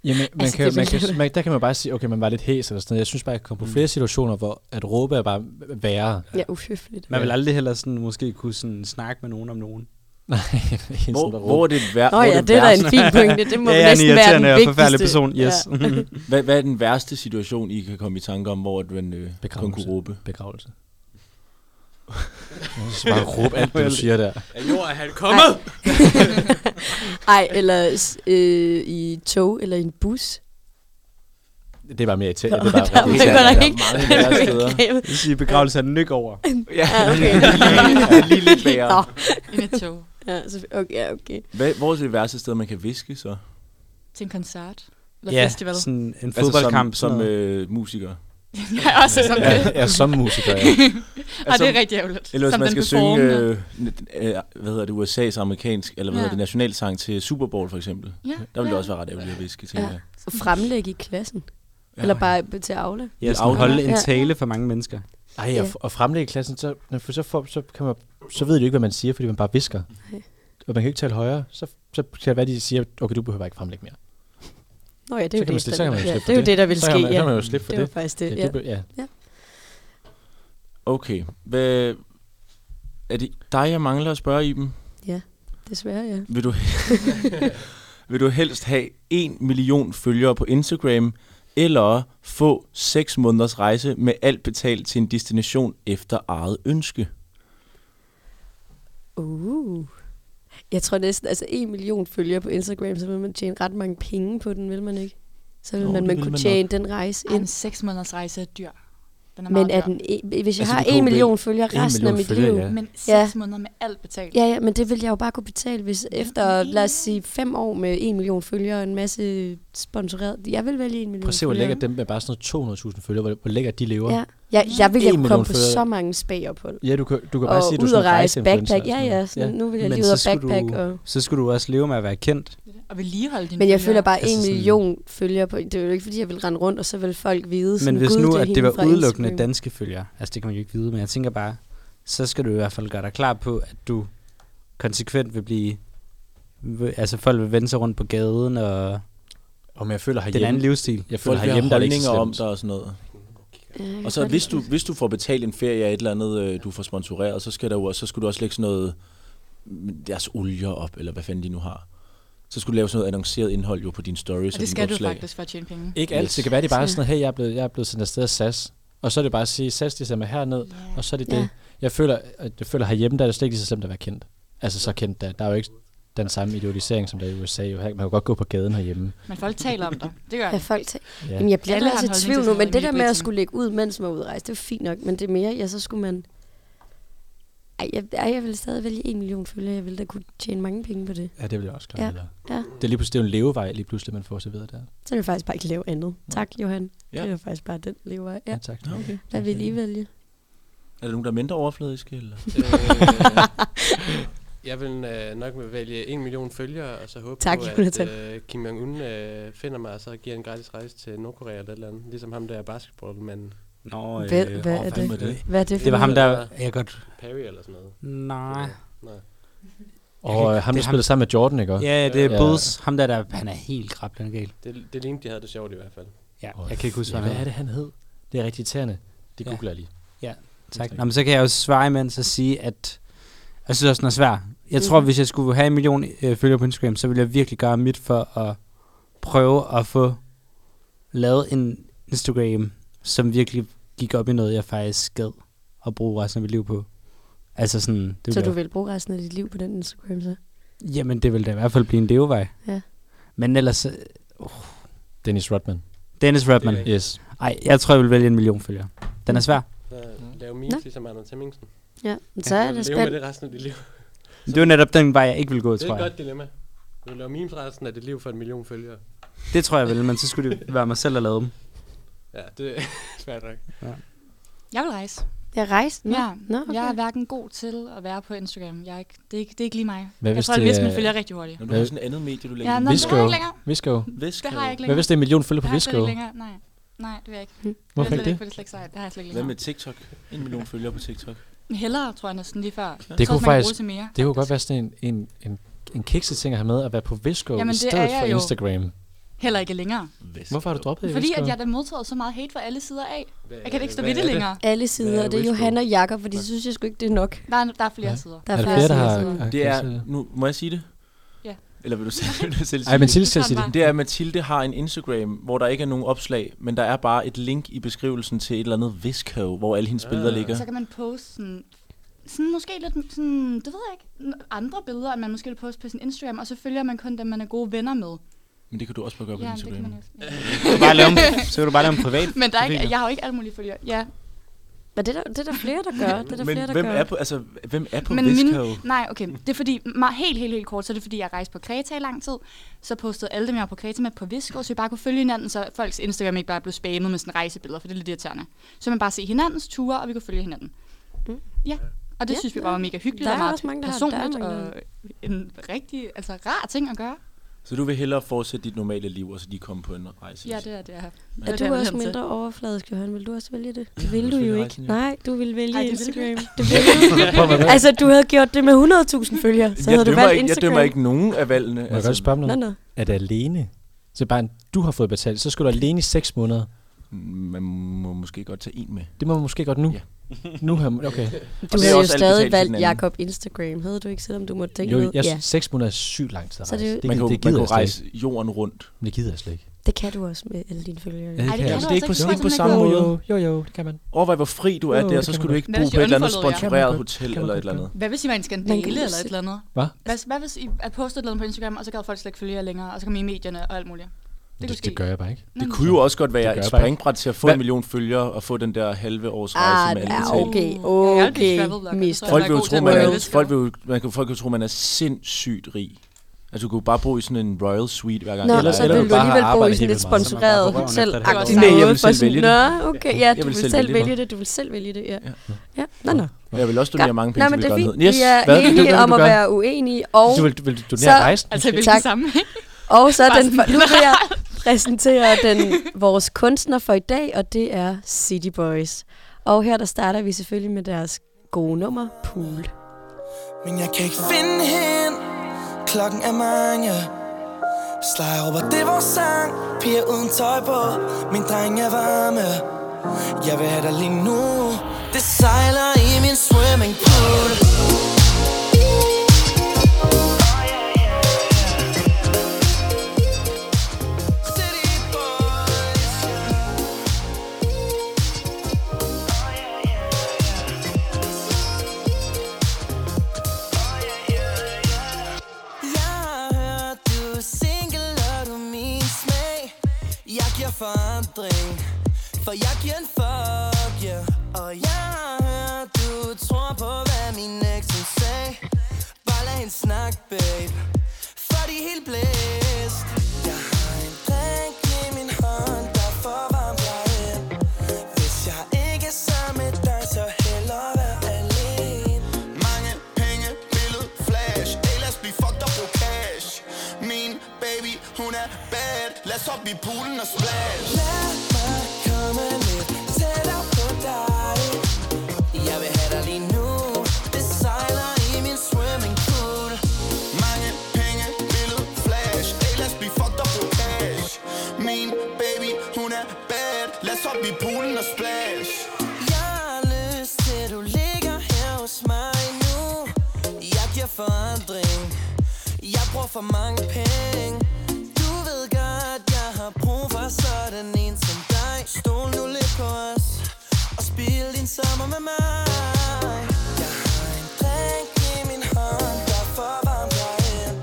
Speaker 4: Jamen, man
Speaker 3: Altså,
Speaker 4: altså, kan,
Speaker 3: det
Speaker 4: jo- man
Speaker 3: ville
Speaker 4: kan,
Speaker 3: jeg-
Speaker 4: man, der kan man bare sige, okay, man var lidt hæs eller sådan noget. Jeg synes bare, at jeg kom på flere situationer, hvor at råbe er bare værre. *laughs*
Speaker 3: Ja, uhøfligt.
Speaker 7: Man vil aldrig heller sådan, måske kunne sådan, snakke med nogen om nogen.
Speaker 4: Nej, sådan,
Speaker 2: Hvor,
Speaker 4: der
Speaker 2: hvor er det værd?
Speaker 3: Nå ja, det er da en fin pointe. Det må
Speaker 7: Ja,
Speaker 3: ja,
Speaker 7: jeg er en
Speaker 3: næsten være den
Speaker 7: irriterende og
Speaker 3: vigtigste.
Speaker 7: forfærdelig person, yes.
Speaker 3: Ja. *laughs*
Speaker 2: Hvad, hvad er den værste situation, I kan komme i tanke om, hvor at man øh, kun
Speaker 4: Begravelse.
Speaker 2: kunne råbe?
Speaker 4: *laughs* begravelse. Så bare råb alt, *laughs* hvad du siger der.
Speaker 6: Er jord, er han kommet?
Speaker 3: *laughs* Ej, eller s- øh, i et tog eller i en bus.
Speaker 4: Det er bare mere irriterende.
Speaker 3: Nå,
Speaker 4: Det er
Speaker 3: *laughs* der
Speaker 4: bare
Speaker 2: der er
Speaker 3: var godt nok
Speaker 4: irriterende.
Speaker 3: ikke.
Speaker 2: mange
Speaker 3: *laughs*
Speaker 2: værre steder.
Speaker 7: Det vil sige, begravelse er nyk over.
Speaker 2: Ja,
Speaker 4: *laughs*
Speaker 2: *laughs*
Speaker 3: okay.
Speaker 2: lige, lige lidt værre.
Speaker 3: *laughs* Nå.
Speaker 5: Ind i et tog.
Speaker 3: Ja, så, okay, ja, okay.
Speaker 2: Hvad, hvor er det værste sted, man kan viske så?
Speaker 5: Til en koncert. Eller festival. *laughs*
Speaker 7: sådan en fodboldkamp.
Speaker 5: Ah,
Speaker 2: altså, som, som øh, musiker.
Speaker 5: jeg er også sådan det.
Speaker 4: Ja, ja, som musiker, ja.
Speaker 5: Og det er rigtig ærgerligt.
Speaker 2: Altså, Eller hvis
Speaker 5: Som
Speaker 2: man
Speaker 5: den
Speaker 2: skal synge,
Speaker 5: performende.
Speaker 2: øh, øh, hvad hedder det, USA's amerikansk, eller hvad
Speaker 5: Ja.
Speaker 2: hedder det, nationalsang til Super Bowl for eksempel.
Speaker 5: Ja,
Speaker 2: Der ville
Speaker 5: ja.
Speaker 2: det også være ret ærgerligt, hvis vi skal tænke
Speaker 3: Ja. Fremlægge i klassen. Ja. Eller bare til Aula.
Speaker 7: Ja, sådan holde en tale for mange mennesker.
Speaker 4: Ej, og,
Speaker 3: Ja.
Speaker 4: og fremlægge klassen, så, når- for så, får, så, kan man, så ved de jo ikke, hvad man siger, fordi man bare visker.
Speaker 3: Nej.
Speaker 4: Og man kan ikke tale højere, så, så kan det være, de siger, okay, du behøver ikke fremlægge mere.
Speaker 3: Nå ja, det er jo
Speaker 4: så kan man,
Speaker 3: det,
Speaker 4: sli-
Speaker 3: der-
Speaker 4: så kan man jo
Speaker 3: ja,
Speaker 4: slippe
Speaker 3: det, er
Speaker 4: for
Speaker 3: jo det, der vil
Speaker 4: så
Speaker 3: ske.
Speaker 4: Kan man, så
Speaker 3: ja.
Speaker 4: kan man jo slippe for
Speaker 3: det
Speaker 4: det.
Speaker 3: var faktisk det,
Speaker 4: ja,
Speaker 3: ja.
Speaker 4: det be- ja.
Speaker 2: Okay, hvad, er det dig, jeg mangler at spørge, Iben?
Speaker 3: Desværre, ja.
Speaker 2: Vil du, *laughs* vil du helst have 1 million følgere på Instagram, eller få 6 måneders rejse med alt betalt til en destination efter eget ønske?
Speaker 3: Uh. Jeg tror næsten, altså en million følgere på Instagram, så vil man tjene ret mange penge på den, vil man ikke? Så vil
Speaker 4: Jo,
Speaker 3: man,
Speaker 4: det
Speaker 3: man
Speaker 4: vil
Speaker 3: kunne
Speaker 4: man
Speaker 3: tjene den rejse
Speaker 5: Ej,
Speaker 3: ind.
Speaker 5: en seks måneders rejse er dyr. Den er
Speaker 3: Men
Speaker 5: meget
Speaker 3: er
Speaker 5: dyr.
Speaker 3: den, e- hvis jeg
Speaker 2: Altså,
Speaker 3: har
Speaker 2: vi kan jo
Speaker 3: en
Speaker 2: vælge
Speaker 3: million følgere
Speaker 4: En
Speaker 3: resten af
Speaker 4: million
Speaker 3: mit
Speaker 4: følgere,
Speaker 3: liv,
Speaker 4: ja.
Speaker 5: Men seks
Speaker 3: Ja.
Speaker 5: måneder med alt betalt.
Speaker 3: Ja, ja, men det ville jeg jo bare kunne betale, hvis efter, lad os sige, fem år med en million følgere og en masse sponsoreret. Jeg vil vælge en million
Speaker 4: Prøv at se, hvor
Speaker 3: følgere.
Speaker 4: lækkert dem med bare sådan noget 200.000 følgere, hvor, hvor lækkert de lever.
Speaker 3: Ja. Jeg, jeg vil jeg
Speaker 4: En
Speaker 3: kunne
Speaker 4: million
Speaker 3: komme på
Speaker 4: følgere.
Speaker 3: så mange spagophold.
Speaker 4: ja du, kan, du kan bare
Speaker 3: Og
Speaker 4: sige, at du er
Speaker 3: ud
Speaker 4: sådan
Speaker 3: og
Speaker 4: en
Speaker 3: rejse,
Speaker 4: rejseinfluencer
Speaker 3: backpack. Ja,
Speaker 4: og sådan
Speaker 3: ja,
Speaker 4: noget.
Speaker 3: sådan, nu vil jeg
Speaker 7: Men
Speaker 3: lige ud og
Speaker 7: så skulle
Speaker 3: backpack.
Speaker 7: du-
Speaker 3: Og,
Speaker 7: Så skulle du også leve med at være kendt.
Speaker 5: Og vedligeholde dine
Speaker 3: men jeg føler bare,
Speaker 7: Altså
Speaker 3: en
Speaker 7: sådan-
Speaker 3: million følgere på... Det er jo ikke, fordi jeg vil rende rundt, og så vil folk vide...
Speaker 7: Men
Speaker 3: sådan,
Speaker 7: hvis
Speaker 3: "Gud,
Speaker 7: nu,
Speaker 3: er
Speaker 7: at
Speaker 3: hende
Speaker 7: det
Speaker 3: fra
Speaker 7: var udelukkende
Speaker 3: Instagram."
Speaker 7: danske følgere, altså det kan man jo ikke vide, men jeg tænker bare, så skal du i hvert fald gøre dig klar på, at du konsekvent vil blive, vil- altså folk vil vende sig rundt på gaden og
Speaker 4: Og men jeg føler
Speaker 7: den anden
Speaker 4: herhjemme,
Speaker 7: livsstil.
Speaker 4: jeg føler
Speaker 2: Folk vil have
Speaker 4: herhjemme, der er det ikke
Speaker 2: holdninger
Speaker 4: så
Speaker 2: om dig
Speaker 4: slemt.
Speaker 2: og sådan noget.
Speaker 3: Ja, jeg kan
Speaker 2: Og så
Speaker 3: godt
Speaker 2: hvis
Speaker 3: lide
Speaker 2: du,
Speaker 3: det.
Speaker 2: hvis du får betalt en ferie af et eller andet, øh, du får sponsoreret, så skal, der jo, så skulle du også lægge sådan noget mm, deres olier op, eller hvad fanden de nu har. Så skulle du lave sådan noget annonceret indhold jo på dine stories
Speaker 5: Og
Speaker 2: og,
Speaker 5: det
Speaker 2: dine
Speaker 5: skal du
Speaker 2: opslag.
Speaker 5: faktisk for at tjene penge.
Speaker 4: Ikke alt. Det kan være, det er bare sådan, hey, jeg er blevet, jeg er blevet sendt afsted af SAS. Og så er det bare at sige, SAS, de sender mig herned,
Speaker 5: Ja.
Speaker 4: og så er det
Speaker 3: Ja.
Speaker 4: det. Jeg føler, at jeg føler herhjemme, der er det slet ikke lige så slemt at være kendt. Altså så kendt, der, der er jo ikke den samme idealisering, som der er i USA. Jo, Her- Man kan jo godt gå på gaden herhjemme.
Speaker 5: Men folk taler om dig. Det gør
Speaker 3: Ja,
Speaker 5: det.
Speaker 3: folk tager...
Speaker 4: Ja.
Speaker 3: Jamen, jeg bliver
Speaker 5: Alle har
Speaker 3: ellers
Speaker 5: en
Speaker 3: i
Speaker 5: holdning
Speaker 3: tvivl
Speaker 5: til
Speaker 3: nu,
Speaker 5: sådan noget,
Speaker 3: men det
Speaker 5: Emilie
Speaker 3: der med at
Speaker 5: Blitzen.
Speaker 3: skulle lægge ud, mens man er ude at rejse, det er fint nok, men det er mere, ja, så skulle man... Ej, jeg, ej, jeg vil stadig vælge en million følgere, jeg ville da kunne tjene mange penge på det.
Speaker 4: Ja, det vil jeg også
Speaker 3: klart Ja.
Speaker 4: Ja.
Speaker 3: Ja.
Speaker 4: Det er lige pludselig det er jo en levevej, lige pludselig, man får så videre der.
Speaker 3: Så vil jeg faktisk bare ikke lave andet. Tak, Johan.
Speaker 2: Ja.
Speaker 3: Ja. Det er faktisk bare den lever af.
Speaker 4: Ja,
Speaker 3: Ja.
Speaker 4: tak.
Speaker 2: Nå, okay.
Speaker 3: Hvad vil I vælge?
Speaker 2: Er der nogen, der er mindre overfladiske? Eller?
Speaker 6: Øh, jeg vil øh, nok med vælge en million følgere, og så håbe
Speaker 3: Tak,
Speaker 6: på,
Speaker 3: Jonathan.
Speaker 6: at øh, Kim Jong-un øh, finder mig, og så giver en gratis rejse til Nordkorea eller et eller andet. Ligesom ham der basketballmanden
Speaker 7: Nå, øh,
Speaker 3: Hvad- hvad er det?
Speaker 7: var det?
Speaker 3: Hvad er det for
Speaker 7: Det var ham,
Speaker 3: noget?
Speaker 7: der... Jeg godt...
Speaker 6: Perry eller sådan noget.
Speaker 7: Nej.
Speaker 6: Nej.
Speaker 4: Og øh, ham,
Speaker 7: Det
Speaker 4: der
Speaker 7: er ham-
Speaker 4: spillede sammen med Jordan, ikke også?
Speaker 7: Ja, det er
Speaker 4: Ja.
Speaker 7: Bulls. Ham der, der... Han er helt grablende gal.
Speaker 6: Det, det lignede, de havde det sjovt i hvert fald.
Speaker 7: Ja,
Speaker 4: Og
Speaker 7: jeg kan ikke huske,
Speaker 4: ja,
Speaker 7: hvad han
Speaker 4: hvad er
Speaker 7: hedder.
Speaker 4: det, han hed? Det er rigtig irriterende. Det
Speaker 7: Ja.
Speaker 4: googler jeg lige.
Speaker 7: Tak. Nå, men så kan jeg jo svare imens og sige, at jeg synes også, den er svær. Jeg tror,
Speaker 3: Mhm.
Speaker 7: hvis jeg skulle have en million øh, følgere på Instagram, så ville jeg virkelig gøre mit for at prøve at få lavet en Instagram, som virkelig gik op i noget, jeg faktisk gad at bruge resten af mit liv på. Altså sådan, det ville
Speaker 3: Så
Speaker 7: jeg-
Speaker 3: du vil bruge resten af dit liv på den Instagram, så?
Speaker 7: Jamen, det vil da i hvert fald blive en levevej.
Speaker 3: Ja.
Speaker 7: Men ellers... øh,
Speaker 4: Dennis Rodman.
Speaker 7: Dennis Rodman.
Speaker 6: Det er
Speaker 4: Yes.
Speaker 7: Nej, jeg tror, jeg vil vælge en million følgere. Den er svær.
Speaker 6: Så
Speaker 4: Mm.
Speaker 6: lave memes
Speaker 3: Nå.
Speaker 6: ligesom Anders Hemmingsen.
Speaker 3: Ja, men så er det
Speaker 6: Leve med
Speaker 3: spændt.
Speaker 6: det resten af dit liv.
Speaker 7: Det var netop den vej, jeg ikke ville gå,
Speaker 6: Det er
Speaker 7: tror
Speaker 6: et
Speaker 7: jeg.
Speaker 6: godt dilemma. Du vil lave memes resten af dit liv for en million følgere.
Speaker 7: Det tror jeg vel, men så skulle det jo være mig selv, der lavede dem.
Speaker 6: Ja, det er *laughs* svært nok.
Speaker 5: Jeg vil rejse.
Speaker 3: Jeg rejser. Nå.
Speaker 5: Ja.
Speaker 3: Nå,
Speaker 5: Okay. Jeg er
Speaker 3: okay.
Speaker 5: hverken god til at være på Instagram. Jeg er ikke, det, er ikke, det er ikke lige mig.
Speaker 4: Hvad
Speaker 5: jeg
Speaker 4: hvis
Speaker 5: tror, det
Speaker 4: det
Speaker 5: hvis man
Speaker 4: er-
Speaker 5: følger rigtig hurtigt.
Speaker 2: Når du har sådan et andet medie, du lægger
Speaker 5: Ja,
Speaker 2: ind.
Speaker 5: nå, men det har jeg
Speaker 4: Visco.
Speaker 5: ikke længere.
Speaker 4: Visco.
Speaker 2: Visk,
Speaker 5: Det har jeg ikke
Speaker 4: Hvad
Speaker 5: længere.
Speaker 4: hvis det er en million følger
Speaker 5: det
Speaker 4: på
Speaker 5: har jeg slet
Speaker 4: Visco?
Speaker 5: ikke længere. Nej, nej, det vil jeg ikke.
Speaker 3: Hm.
Speaker 4: Hvorfor
Speaker 5: det vil jeg
Speaker 4: ikke det?
Speaker 5: slet For det er slet ikke sejt. Det har jeg slet ikke
Speaker 2: Hvad med
Speaker 5: længere.
Speaker 2: TikTok? En
Speaker 5: *laughs*
Speaker 2: million følgere på TikTok.
Speaker 5: Hellere, tror jeg næsten lige før.
Speaker 4: Det
Speaker 5: Det så,
Speaker 4: kunne
Speaker 5: kunne man faktisk...
Speaker 4: faktisk-
Speaker 5: Bruge til mere.
Speaker 4: Det kunne godt være sådan en, en, en, en kikset ting at have med at være på Visco
Speaker 5: Jamen,
Speaker 4: Jamen, i
Speaker 5: det er
Speaker 4: stedet
Speaker 5: jeg
Speaker 4: for
Speaker 5: jo.
Speaker 4: Instagram.
Speaker 5: Heller ikke længere.
Speaker 4: Hvorfor har du droppet det?
Speaker 5: Fordi
Speaker 4: Visco?
Speaker 5: at jeg da modtaget så meget hate fra alle sider af.
Speaker 6: Hvad,
Speaker 5: Jeg kan da ikke stå
Speaker 6: hvad
Speaker 5: ved det
Speaker 6: er
Speaker 5: længere.
Speaker 3: Alle sider,
Speaker 6: er
Speaker 3: det er
Speaker 6: Rigsgaard?
Speaker 3: Johan og Jakob, for de synes jeg sgu ikke, det er nok.
Speaker 5: Der er, der er flere sider.
Speaker 3: Der
Speaker 4: er
Speaker 3: er,
Speaker 4: der flere, der
Speaker 3: sider.
Speaker 4: har...
Speaker 3: sådan.
Speaker 4: har
Speaker 2: Det
Speaker 4: kikset
Speaker 2: er, nu må jeg sige det?
Speaker 5: Ja.
Speaker 2: Eller vil du selv, *laughs* vil du selv sige
Speaker 4: Ej, men
Speaker 2: det?
Speaker 4: Tilly skal
Speaker 5: Det
Speaker 4: sige
Speaker 5: tager
Speaker 4: det.
Speaker 2: Det er, at Mathilde har en Instagram, hvor der ikke er nogen opslag, men der er bare et link i beskrivelsen til et eller andet Visco, hvor alle hendes
Speaker 6: Ah.
Speaker 2: billeder ligger.
Speaker 5: Så kan man poste sådan, sådan måske lidt sådan, det ved jeg ikke, n- andre billeder, end man måske vil poste på sin Instagram, og så følger man kun dem, man er gode venner med.
Speaker 2: Men det kan du også bare gøre på
Speaker 5: ja, det kan
Speaker 2: Instagram.
Speaker 5: man jo. Ja.
Speaker 7: Så kan du bare lave dem, så kan du bare lave dem privat.
Speaker 5: Men der er
Speaker 7: Det
Speaker 5: ikke,
Speaker 7: fint.
Speaker 5: jeg har jo ikke alle mulige følgere. Ja,
Speaker 3: Men det er der, det er der flere, der gør. Det er der
Speaker 2: Men
Speaker 3: flere, der
Speaker 2: hvem
Speaker 3: gør.
Speaker 2: er, på, altså, hvem er på
Speaker 5: Men
Speaker 2: Risco?
Speaker 5: mine- Nej, okay. Det er fordi, meget, helt, helt, helt kort, så er det fordi, jeg rejste på Kreta i lang tid. Så postede alle dem, jeg var på Kreta med på Visco, så vi bare kunne følge hinanden, så folks Instagram ikke bare blev spammet med sådan rejsebilleder, for det er lidt irriterende. Så man bare se hinandens ture, og vi kunne følge hinanden.
Speaker 3: Mm.
Speaker 5: Ja, og det
Speaker 3: Ja,
Speaker 5: ja, synes vi
Speaker 3: ja.
Speaker 5: bare var mega hyggeligt
Speaker 3: Der er
Speaker 5: og meget
Speaker 3: også mange, der har- der er
Speaker 5: personligt,
Speaker 3: mange, der-
Speaker 5: og en rigtig altså, rar ting at gøre.
Speaker 2: Så du vil hellere fortsætte dit normale liv, og så lige komme på en rejse?
Speaker 5: Ja, det er det, jeg har.
Speaker 3: Er
Speaker 5: det, jeg
Speaker 3: du
Speaker 5: vil
Speaker 3: også
Speaker 5: hen til.
Speaker 3: mindre overfladisk, Johan? Vil du også vælge det?
Speaker 2: jeg
Speaker 3: Det vil
Speaker 2: vil
Speaker 3: du jo
Speaker 2: selvfølgelig
Speaker 3: ikke.
Speaker 2: rejsen, ja.
Speaker 3: Nej, du vil vælge
Speaker 5: Ej, det vil
Speaker 3: Instagram.
Speaker 5: jeg
Speaker 3: Det vil du. altså, du havde gjort det med 100.000 følgere, så
Speaker 2: jeg,
Speaker 3: havde du
Speaker 2: dømmer
Speaker 3: valgt
Speaker 2: ikke, jeg
Speaker 3: Instagram.
Speaker 2: dømmer ikke nogen af valgene. Altså,
Speaker 4: Må jeg godt spørge om
Speaker 7: Altså,
Speaker 3: Nå,
Speaker 4: noget?
Speaker 3: nå.
Speaker 4: Er det alene? Så bare, du har fået betalt, så skal du alene i 6 måneder.
Speaker 2: man må måske godt tage en med.
Speaker 4: Det må man måske godt nu.
Speaker 2: Ja.
Speaker 4: *laughs* nu her,
Speaker 3: Du
Speaker 4: okay.
Speaker 2: det er
Speaker 3: havde jo
Speaker 2: også alt betalt
Speaker 3: stadig
Speaker 2: til
Speaker 3: valgt
Speaker 2: den anden.
Speaker 3: Jakob Instagram, havde du ikke, selvom du måtte tænke
Speaker 4: Jo,
Speaker 3: noget?
Speaker 4: jeg,
Speaker 3: Ja,
Speaker 4: 6 måneder er sygt lang tid at
Speaker 3: Så er
Speaker 4: rejse.
Speaker 3: det jo-
Speaker 4: Det,
Speaker 2: Man kan, jo,
Speaker 4: det
Speaker 2: man
Speaker 4: gider
Speaker 2: kan
Speaker 4: jeg
Speaker 2: jo
Speaker 4: slet ikke.
Speaker 2: rejse jorden rundt.
Speaker 4: Men Det gider jeg slet ikke.
Speaker 3: det kan du også med alle dine følgere.
Speaker 4: Ja,
Speaker 5: Ej, det
Speaker 4: jeg
Speaker 5: kan
Speaker 4: ikke.
Speaker 5: du
Speaker 2: det er ikke på,
Speaker 5: altså
Speaker 2: det er ikke på
Speaker 5: ikke.
Speaker 2: samme
Speaker 4: jo,
Speaker 2: måde.
Speaker 4: jo, jo, jo, det kan man.
Speaker 2: Overvej, hvor fri du er
Speaker 4: Jo,
Speaker 2: der, og
Speaker 4: det
Speaker 2: så
Speaker 4: kan
Speaker 2: skulle
Speaker 4: man
Speaker 2: du ikke
Speaker 5: godt.
Speaker 2: bo
Speaker 5: Det er
Speaker 2: på et eller andet
Speaker 5: unfollowed, ja.
Speaker 2: sponsoreret
Speaker 4: Kan man
Speaker 2: hotel
Speaker 4: godt.
Speaker 2: eller et eller andet.
Speaker 5: Hvad hvis I var en
Speaker 3: Man kan
Speaker 5: skandale
Speaker 3: jo
Speaker 5: eller et
Speaker 3: se-
Speaker 5: eller andet?
Speaker 4: Hvad?
Speaker 5: Hvad, hvad hvis I at postede noget på Instagram, og så gad folk slet ikke følge jer længere, og så kom I i medierne og alt muligt?
Speaker 4: Det,
Speaker 5: kunne
Speaker 4: det,
Speaker 5: ske.
Speaker 4: det gør jeg bare ikke.
Speaker 2: Det kunne jo også godt
Speaker 4: Det
Speaker 2: være
Speaker 4: gør
Speaker 2: et
Speaker 4: jeg bare
Speaker 2: springbræt til at få
Speaker 4: Hvad-
Speaker 2: en million følgere og få den der halve års rejse
Speaker 3: Ah,
Speaker 2: med alle
Speaker 3: ja,
Speaker 2: betalt.
Speaker 3: okay,
Speaker 5: Jeg er lidt
Speaker 3: okay,
Speaker 5: travel blogger,
Speaker 3: mister.
Speaker 5: tror jeg,
Speaker 2: Folk
Speaker 5: der
Speaker 2: vil jo
Speaker 5: god til
Speaker 2: tro,
Speaker 5: at
Speaker 2: man
Speaker 5: være
Speaker 2: er,
Speaker 5: lidt
Speaker 2: folk vil,
Speaker 5: skæv.
Speaker 2: jo- man kan, folk vil jo tro, man er sindssygt rig. Altså, du kunne jo bare bo i sådan en royal suite hver gang.
Speaker 3: Nå,
Speaker 4: Eller-
Speaker 3: så
Speaker 4: eller
Speaker 3: ville du
Speaker 4: du bare
Speaker 3: alligevel
Speaker 4: har
Speaker 3: bo i
Speaker 4: arbejdet
Speaker 3: sådan
Speaker 4: helt
Speaker 3: lidt
Speaker 4: vildt meget, så
Speaker 7: man bare
Speaker 3: sponsoreret
Speaker 7: går røven efter det.
Speaker 3: hotel-agtigt
Speaker 5: Nej, jeg
Speaker 2: ville
Speaker 3: noget. for
Speaker 2: selv
Speaker 3: sådan-
Speaker 2: vælge det.
Speaker 3: Nå, okay, ja, du
Speaker 2: ville
Speaker 3: vil
Speaker 2: selv
Speaker 3: selv
Speaker 2: vælge det.
Speaker 3: vælge det, du vil selv vælge det, ja.
Speaker 2: Ja.
Speaker 3: Ja, nå, nå.
Speaker 2: Jeg vil også donere mange
Speaker 3: Nej,
Speaker 2: penge
Speaker 3: men
Speaker 2: til
Speaker 3: det er fint.
Speaker 2: velgørenhed. Yes,
Speaker 3: Vi er
Speaker 2: hvad?
Speaker 4: Det er
Speaker 3: enige
Speaker 4: det,
Speaker 3: om
Speaker 4: du
Speaker 3: at
Speaker 4: gør.
Speaker 3: være uenige, og,
Speaker 4: Altså, Du vil, vil du donere
Speaker 3: Så-
Speaker 4: rejsen?
Speaker 5: Altså, i hvilken
Speaker 3: Tak.
Speaker 5: sammenhæng?
Speaker 3: og så
Speaker 5: Bare
Speaker 3: den,
Speaker 5: sådan
Speaker 3: nu vil jeg præsentere den, vores kunstner for i dag, og det er City Boys. Og her der starter vi selvfølgelig med deres gode nummer, Pool.
Speaker 8: Men jeg kan ikke finde hende Klokken er mange Slager over, det er vores sang Piger uden tøj på Min dreng er varme Jeg vil have dig lige nu Det sejler i min swimming pool City boys. Jeg har hørt, du er single, og du er min smag Jeg giver forandring, for jeg giver en fuck, yeah Og jeg har hørt, du tror på, hvad min ex hun sagde Bare lad hende snakke, babe For de er helt blæst Jeg har en drink i min hånd, der er for varm plejen Hvis jeg ikke er sammen med dig, så hellere være alene
Speaker 9: Mange penge, billede, flash Ellers bliv fucked up på cash Min baby, hun er bad Lad os hoppe i poolen og splash
Speaker 8: Lad mig komme lidt tættere på dig. Jeg vil have dig lige nu. Det sejler i min swimming pool.
Speaker 9: Mange penge, billede, flash Ellers bliv fucked up på cash Min baby, hun er bad Lad os hoppe i poolen og splash
Speaker 8: Jeg har lyst til, du ligger her hos mig nu. Jeg giver forandring. Jeg bruger for mange penge. Du ved godt, jeg har brug for sådan en som dig. Stol nu lidt på os og spil din sommer med mig. Jeg har en drink i min hånd, der forvarmer dig ind.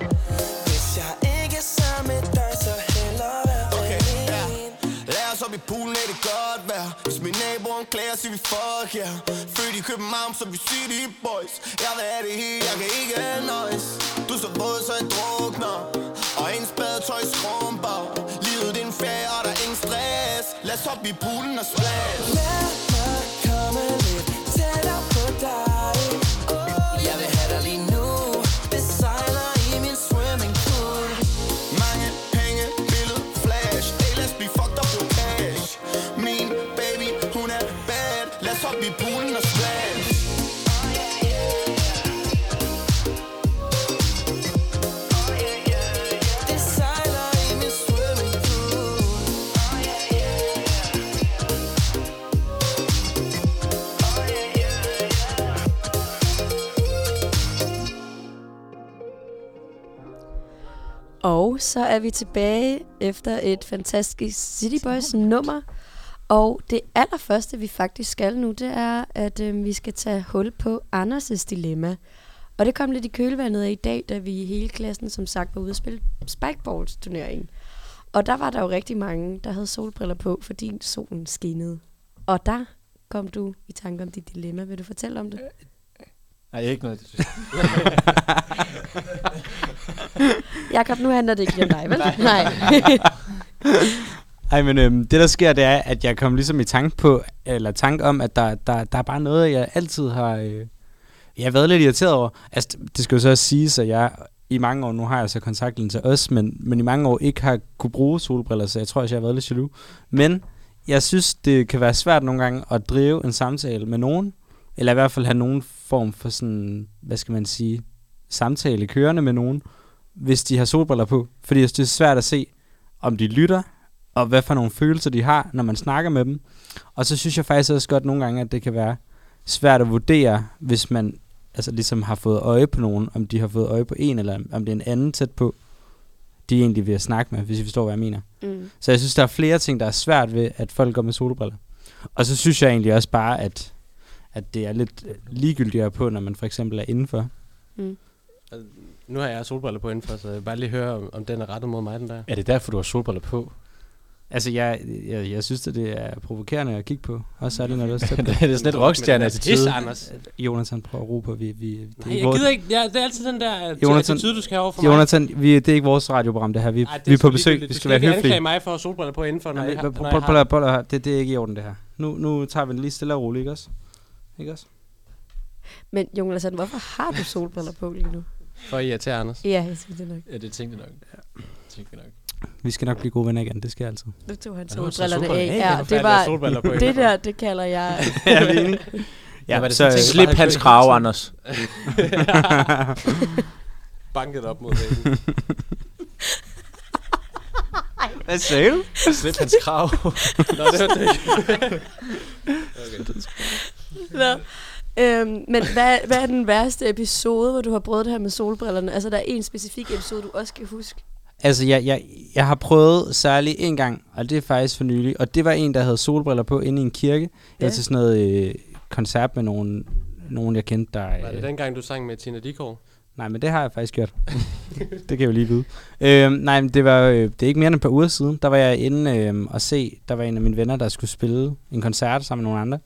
Speaker 8: Hvis jeg ikke er sammen med dig, så hellere være
Speaker 9: Okay, ja.
Speaker 8: alene.
Speaker 9: Lad os op i poolen, er det godt vejr Hvis min naboen klager, siger vi fuck ja yeah. Født i København, så vi city boys Jeg vil have det hele, jeg kan ikke nøjes Du er så våd, så jeg drukner Og ens badetøj skrumper Livet det er en ferie, og der er ingen stress Lad os op i poolen og splash
Speaker 8: Lad mig komme lidt tættere på dig. Oh, Jeg vil have dig lige nu. Det sejler i min swimming pool.
Speaker 9: Mange penge, billede, flash Ellers bliv fucked up på cash Min baby, hun er bad Lad os op i poolen og splash
Speaker 8: Oh, Oh, Det sejler i min swimming pool. Oh,
Speaker 3: Og så er vi tilbage efter et fantastisk City Boys nummer. Og det allerførste, vi faktisk skal nu, det er, at øh, vi skal tage hul på Anders' dilemma. Og det kom lidt i kølvandet af i dag, da vi i hele klassen som sagt var ude at spille spikeballs turneringen. Og der var der jo rigtig mange, der havde solbriller på, fordi solen skinnede. Og der kom du i tanke om dit dilemma? Vil du fortælle om det?
Speaker 4: Nej, ikke noget.
Speaker 7: *laughs*
Speaker 3: Jakob, nu handler det ikke lige om dig, vel? *laughs* Nej.
Speaker 7: Ej, men øhm, det der sker, det er, at jeg kom ligesom i tanke på, eller tanke om, at der, der, der er bare noget, jeg altid har... Øh, jeg har været lidt irriteret over. Altså, det- det skal jo så også siges, at jeg i mange år, nu har jeg så kontaktlinsen til os, men, men i mange år ikke har kunne bruge solbriller, så jeg tror også, jeg har været lidt jaloux. Men jeg synes, det kan være svært nogle gange at drive en samtale med nogen, eller i hvert fald have nogen form for sådan, hvad skal man sige, samtale kørende med nogen, hvis de har solbriller på. Fordi jeg synes, det er svært at se, om de lytter, og hvad for nogle følelser de har, når man snakker med dem. Og så synes jeg faktisk også godt nogle gange, at det kan være svært at vurdere, hvis man altså ligesom har fået øje på nogen, om de har fået øje på en, eller om det er en anden tæt på, de egentlig vil snakke med, hvis I forstår, hvad jeg mener.
Speaker 3: Mm.
Speaker 7: Så jeg synes, der er flere ting, der er svært ved, at folk går med solbriller. Og så synes jeg egentlig også bare, at, at det er lidt øh, ligegyldigt at have på, når man for eksempel er indenfor.
Speaker 6: Nu har jeg solbriller på indenfor, så jeg vil bare lige høre, om, om den er rettet mod mig, den der.
Speaker 4: er det derfor, du har solbriller *laughs* på?
Speaker 7: Altså, jeg, jeg, jeg synes, at det er provokerende at kigge på. Også særligt, når det er
Speaker 6: *laughs*
Speaker 7: tæt på.
Speaker 4: det er sådan lidt rockstjerne
Speaker 6: Pis,
Speaker 4: attitude.
Speaker 6: Anders.
Speaker 7: Jonathan, prøv at råbe på, vi, vi, det er
Speaker 6: Nej,
Speaker 7: ikke
Speaker 6: jeg
Speaker 7: vores-
Speaker 6: gider ikke. Ja, det er altid den der
Speaker 7: Jonathan-
Speaker 6: Jonathan, attitude, du skal have over for mig.
Speaker 7: Jonathan, vi, det er ikke vores radioprogram, det her. Vi, Ej,
Speaker 6: Ej,
Speaker 7: det vi er på besøg. Vi
Speaker 6: Det
Speaker 7: skal være høflige.
Speaker 6: anklage mig for at have solbriller på indenfor, når,
Speaker 7: Nej,
Speaker 6: jeg, har-
Speaker 7: prøv-
Speaker 6: når
Speaker 7: prøv-
Speaker 6: jeg har...
Speaker 7: prøv- prøv- prøv- Det, det er ikke i orden, det her. Nu, nu tager vi den lige stille og roligt, ikke også? Ikke også?
Speaker 3: Men Jonathan, hvorfor har du solbriller på lige nu?
Speaker 6: For at irritere Anders.
Speaker 3: *laughs* Ja, jeg synes det nok.
Speaker 4: Ja, det tænkte jeg nok. Tænkte jeg nok.
Speaker 7: Vi skal nok blive gode venner igen, det skal jeg altid.
Speaker 3: Nu tog han
Speaker 4: tager
Speaker 3: solbrillerne af.
Speaker 4: solbrillerne af,
Speaker 3: Ja, det var det der, det kalder
Speaker 4: *laughs*
Speaker 3: jeg...
Speaker 7: er vi enige?
Speaker 4: Ja, var det
Speaker 7: så,
Speaker 4: sådan,
Speaker 7: øh,
Speaker 4: tænkte-
Speaker 2: Slip hans krave, Anders.
Speaker 6: *laughs* Banket op mod væggen.
Speaker 7: Hvad sagde du?
Speaker 4: Slip hans krav.
Speaker 6: Nå, det var det.
Speaker 3: *laughs* Nå. Øhm, men hvad, hvad er den værste episode, hvor du har prøvet det her med solbrillerne? Altså, der er en specifik episode, du også kan huske.
Speaker 7: Altså, jeg, jeg, jeg har prøvet særlig en gang, og det er faktisk for nylig. Og det var en, der havde solbriller på inde i en kirke. Jeg var
Speaker 3: Ja.
Speaker 7: til sådan noget øh, koncert med nogen, nogen, jeg kendte, der...
Speaker 6: Var
Speaker 7: øh,
Speaker 6: det dengang, du sang med Tina Dikov?
Speaker 7: Nej, men det har jeg faktisk gjort. *laughs* det kan jeg jo lige vide. Øhm, nej, men det var øh, det er ikke mere end et par uger siden. Der var jeg inde øhm, og se, der var en af mine venner, der skulle spille en koncert sammen med nogle andre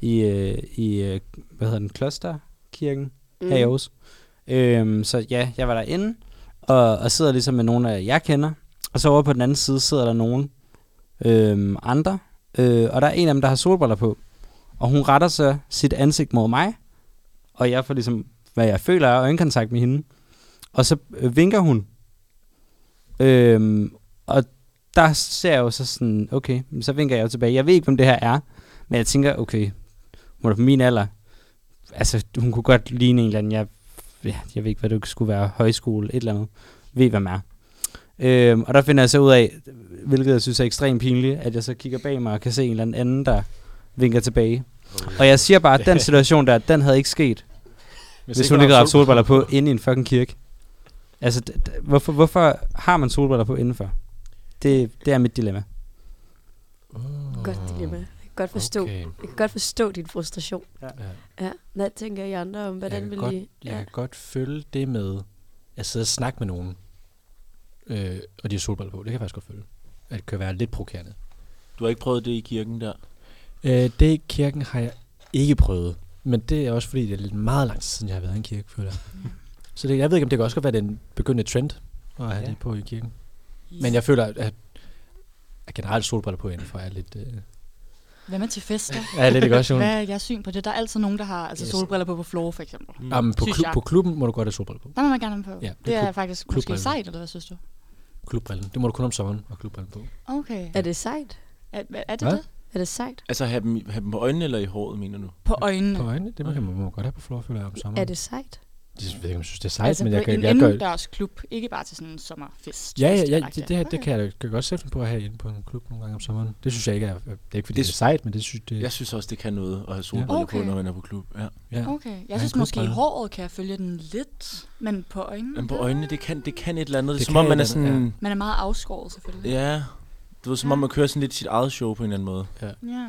Speaker 7: i, øh, i øh, hvad hedder den, Klosterkirken mm. her i Aarhus. Øhm, så ja, jeg var derinde og, og sidder ligesom med nogle af jeg kender. Og så over på den anden side sidder der nogle øhm, andre, øh, og der er en af dem, der har solbriller på. Og hun retter så sit ansigt mod mig, og jeg får ligesom hvad jeg føler er øjenkontakt med hende. Og så øh, vinker hun. Øhm, og der ser jeg jo så sådan, okay, men så vinker jeg jo tilbage. Jeg ved ikke, hvem det her er, men jeg tænker, okay, hun er på min alder. Altså, hun kunne godt ligne en eller anden, jeg, ja, jeg ved ikke, hvad det skulle være, højskole, et eller andet. Ved, hvem er. Øhm, og der finder jeg så ud af, hvilket jeg synes er ekstremt pinligt, at jeg så kigger bag mig og kan se en eller anden anden, der vinker tilbage. Og jeg siger bare, at den situation der, den havde ikke sket, hvis, hvis hun ikke havde haft solbriller på inde i en fucking kirke. Altså, d- d- hvorfor, hvorfor har man solbriller på indenfor? Det, det er mit dilemma.
Speaker 3: Godt dilemma. Jeg kan godt forstå, okay.
Speaker 4: Okay.
Speaker 3: jeg kan godt forstå din frustration.
Speaker 4: Ja.
Speaker 3: Ja, hvad tænker I andre om? Hvordan
Speaker 4: jeg
Speaker 3: vil
Speaker 4: kan godt,
Speaker 3: I...
Speaker 4: Jeg
Speaker 3: Ja.
Speaker 4: kan godt følge det med at sidde og snakke med nogen, øh, og de har solbriller på. Det kan jeg faktisk godt følge. At det kan være lidt provokerende.
Speaker 2: Du har ikke prøvet det i kirken der?
Speaker 4: Øh, det i kirken har jeg ikke prøvet. Men det er også fordi, det er lidt meget lang tid siden, jeg har været i en kirke, føler jeg. Så det, jeg ved ikke, om det kan også godt være den begyndende trend at have
Speaker 7: Ja.
Speaker 4: ja. det på i kirken. Men jeg føler, at, at generelt solbriller på indenfor er lidt... Øh,
Speaker 5: Hvad med til fester?
Speaker 4: er lidt ikke også, Jon?
Speaker 5: Hvad er jeres syn på det? Der er altid nogen, der har altså,
Speaker 4: Yes.
Speaker 5: solbriller på på floor, for eksempel.
Speaker 4: Jamen, på,
Speaker 5: Synes
Speaker 4: klub,
Speaker 5: jeg.
Speaker 4: på klubben må du godt have solbriller på.
Speaker 5: Der må man gerne have dem på.
Speaker 4: Ja,
Speaker 5: det
Speaker 4: det
Speaker 5: er,
Speaker 4: er klub-
Speaker 5: faktisk måske
Speaker 4: klubbrillen.
Speaker 5: sejt, eller hvad synes du?
Speaker 4: Klubbrillen. Det må du kun om sommeren og klubbrillen på.
Speaker 5: Mm. Okay.
Speaker 3: Er det sejt?
Speaker 5: Er, er det
Speaker 4: Hvad?
Speaker 5: det?
Speaker 3: Er det sejt?
Speaker 2: Altså have dem, have dem på øjnene eller i håret, mener du?
Speaker 5: På øjnene.
Speaker 4: På øjnene, det man, man må godt have på floor, føler jeg, om sommeren.
Speaker 3: Er det sejt?
Speaker 4: Jeg ved ikke, om jeg synes, det er sejt,
Speaker 5: altså
Speaker 4: men jeg
Speaker 5: på
Speaker 4: kan,
Speaker 5: en
Speaker 4: jeg gør,
Speaker 5: indendørs klub, ikke bare til sådan en sommerfest.
Speaker 4: Ja, ja, ja
Speaker 5: festivalagtig.
Speaker 4: det, det, her, det
Speaker 5: Okay.
Speaker 4: kan jeg da- kan jeg godt sætte mig på at have inde på en klub nogle gange om sommeren. Det synes jeg ikke er, det er ikke fordi
Speaker 2: Det
Speaker 4: det, det er
Speaker 2: sy-
Speaker 4: sejt, men det synes det,
Speaker 2: Jeg synes også, det kan noget at have solbriller okay. på,
Speaker 5: Okay.
Speaker 2: når man er på klub. Ja.
Speaker 4: ja.
Speaker 5: Okay, jeg
Speaker 4: en
Speaker 5: synes måske i
Speaker 4: klubbrille.
Speaker 5: håret kan jeg følge den lidt, men på øjnene.
Speaker 2: Men på øjnene, det kan, det kan et eller andet. Det
Speaker 4: Det
Speaker 2: som
Speaker 4: kan
Speaker 2: om man
Speaker 4: et
Speaker 2: er
Speaker 4: eller andet,
Speaker 2: sådan...
Speaker 5: Man er meget afskåret selvfølgelig.
Speaker 2: Ja. ja. Du ved, som om man kører sådan lidt sit eget show på en eller anden måde.
Speaker 5: Ja.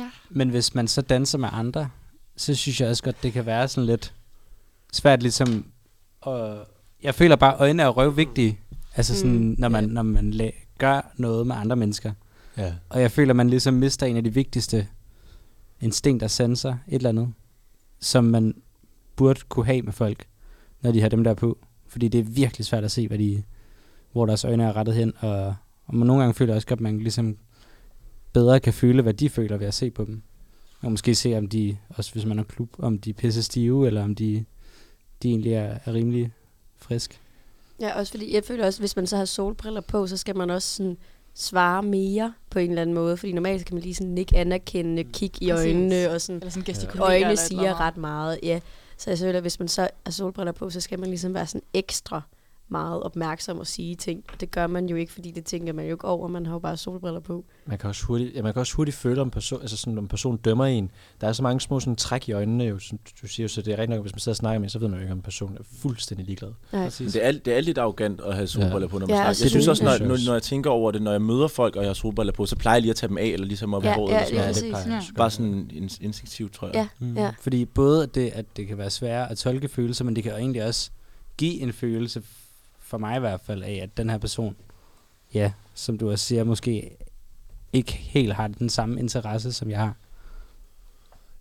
Speaker 5: ja.
Speaker 7: Men hvis man så danser med andre, så synes jeg også godt, det kan være sådan lidt svært ligesom... Og jeg føler bare, at øjnene er røvvigtige. Altså sådan,
Speaker 3: Mm,
Speaker 7: mm, når man,
Speaker 4: ja.
Speaker 7: når man la- gør noget med andre mennesker.
Speaker 4: ja.
Speaker 7: Og jeg føler, man ligesom mister en af de vigtigste instinkt og sensor, et eller andet, som man burde kunne have med folk, når de har dem der på. Fordi det er virkelig svært at se, hvad de, hvor deres øjne er rettet hen, og, og man nogle gange føler også godt, at man ligesom bedre kan føle, hvad de føler ved at se på dem. Og måske se, om de, også hvis man er klub, om de er pisse stive, eller om de, de egentlig er, er rimelig frisk.
Speaker 3: Ja, også fordi jeg føler også, hvis man så har solbriller på, så skal man også sådan svare mere på en eller anden måde. Fordi normalt kan man lige sådan nikke anerkendende, kigge i
Speaker 5: Mm, Præcis.
Speaker 3: øjnene, og sådan
Speaker 5: Eller sådan gestikulere. eller
Speaker 3: øjne
Speaker 5: et eller
Speaker 3: siger
Speaker 5: andet.
Speaker 3: ret meget. Ja. Så jeg føler, at hvis man så har solbriller på, så skal man ligesom være sådan ekstra meget opmærksom og sige ting. Og det gør man jo ikke, fordi det tænker man jo ikke over. Man har jo bare solbriller på.
Speaker 4: Man kan også hurtigt, ja, man kan også hurtigt føle, om person, altså sådan, om personen dømmer en. Der er så mange små sådan, træk i øjnene, jo, som du siger, jo, så det er rent nok, hvis man sidder og snakker med en, så ved man jo ikke, om personen er fuldstændig ligeglad.
Speaker 2: Men Det er, alt- det er lidt arrogant at have solbriller på, når man
Speaker 3: Ja, altså
Speaker 2: ja,
Speaker 3: og
Speaker 2: snakker. Jeg synes
Speaker 3: sådan-
Speaker 2: også, når,
Speaker 4: Ja.
Speaker 2: når, når jeg tænker over det, når jeg møder folk, og jeg har solbriller på, så plejer jeg lige at tage dem af, eller lige tage dem op
Speaker 3: Ja,
Speaker 2: i håret.
Speaker 3: ja,
Speaker 2: eller sådan
Speaker 3: lige
Speaker 2: noget.
Speaker 3: præcis.
Speaker 4: plejer jeg
Speaker 5: Ja.
Speaker 4: også at gøre.
Speaker 2: Bare sådan in- instinktivt, tror jeg.
Speaker 3: Ja, mm. ja.
Speaker 7: Fordi både det, at det kan være svært at tolke følelser, men det kan jo egentlig også give en følelse, for mig i hvert fald, af, at den her person, ja, som du også siger, måske ikke helt har den samme interesse, som jeg har.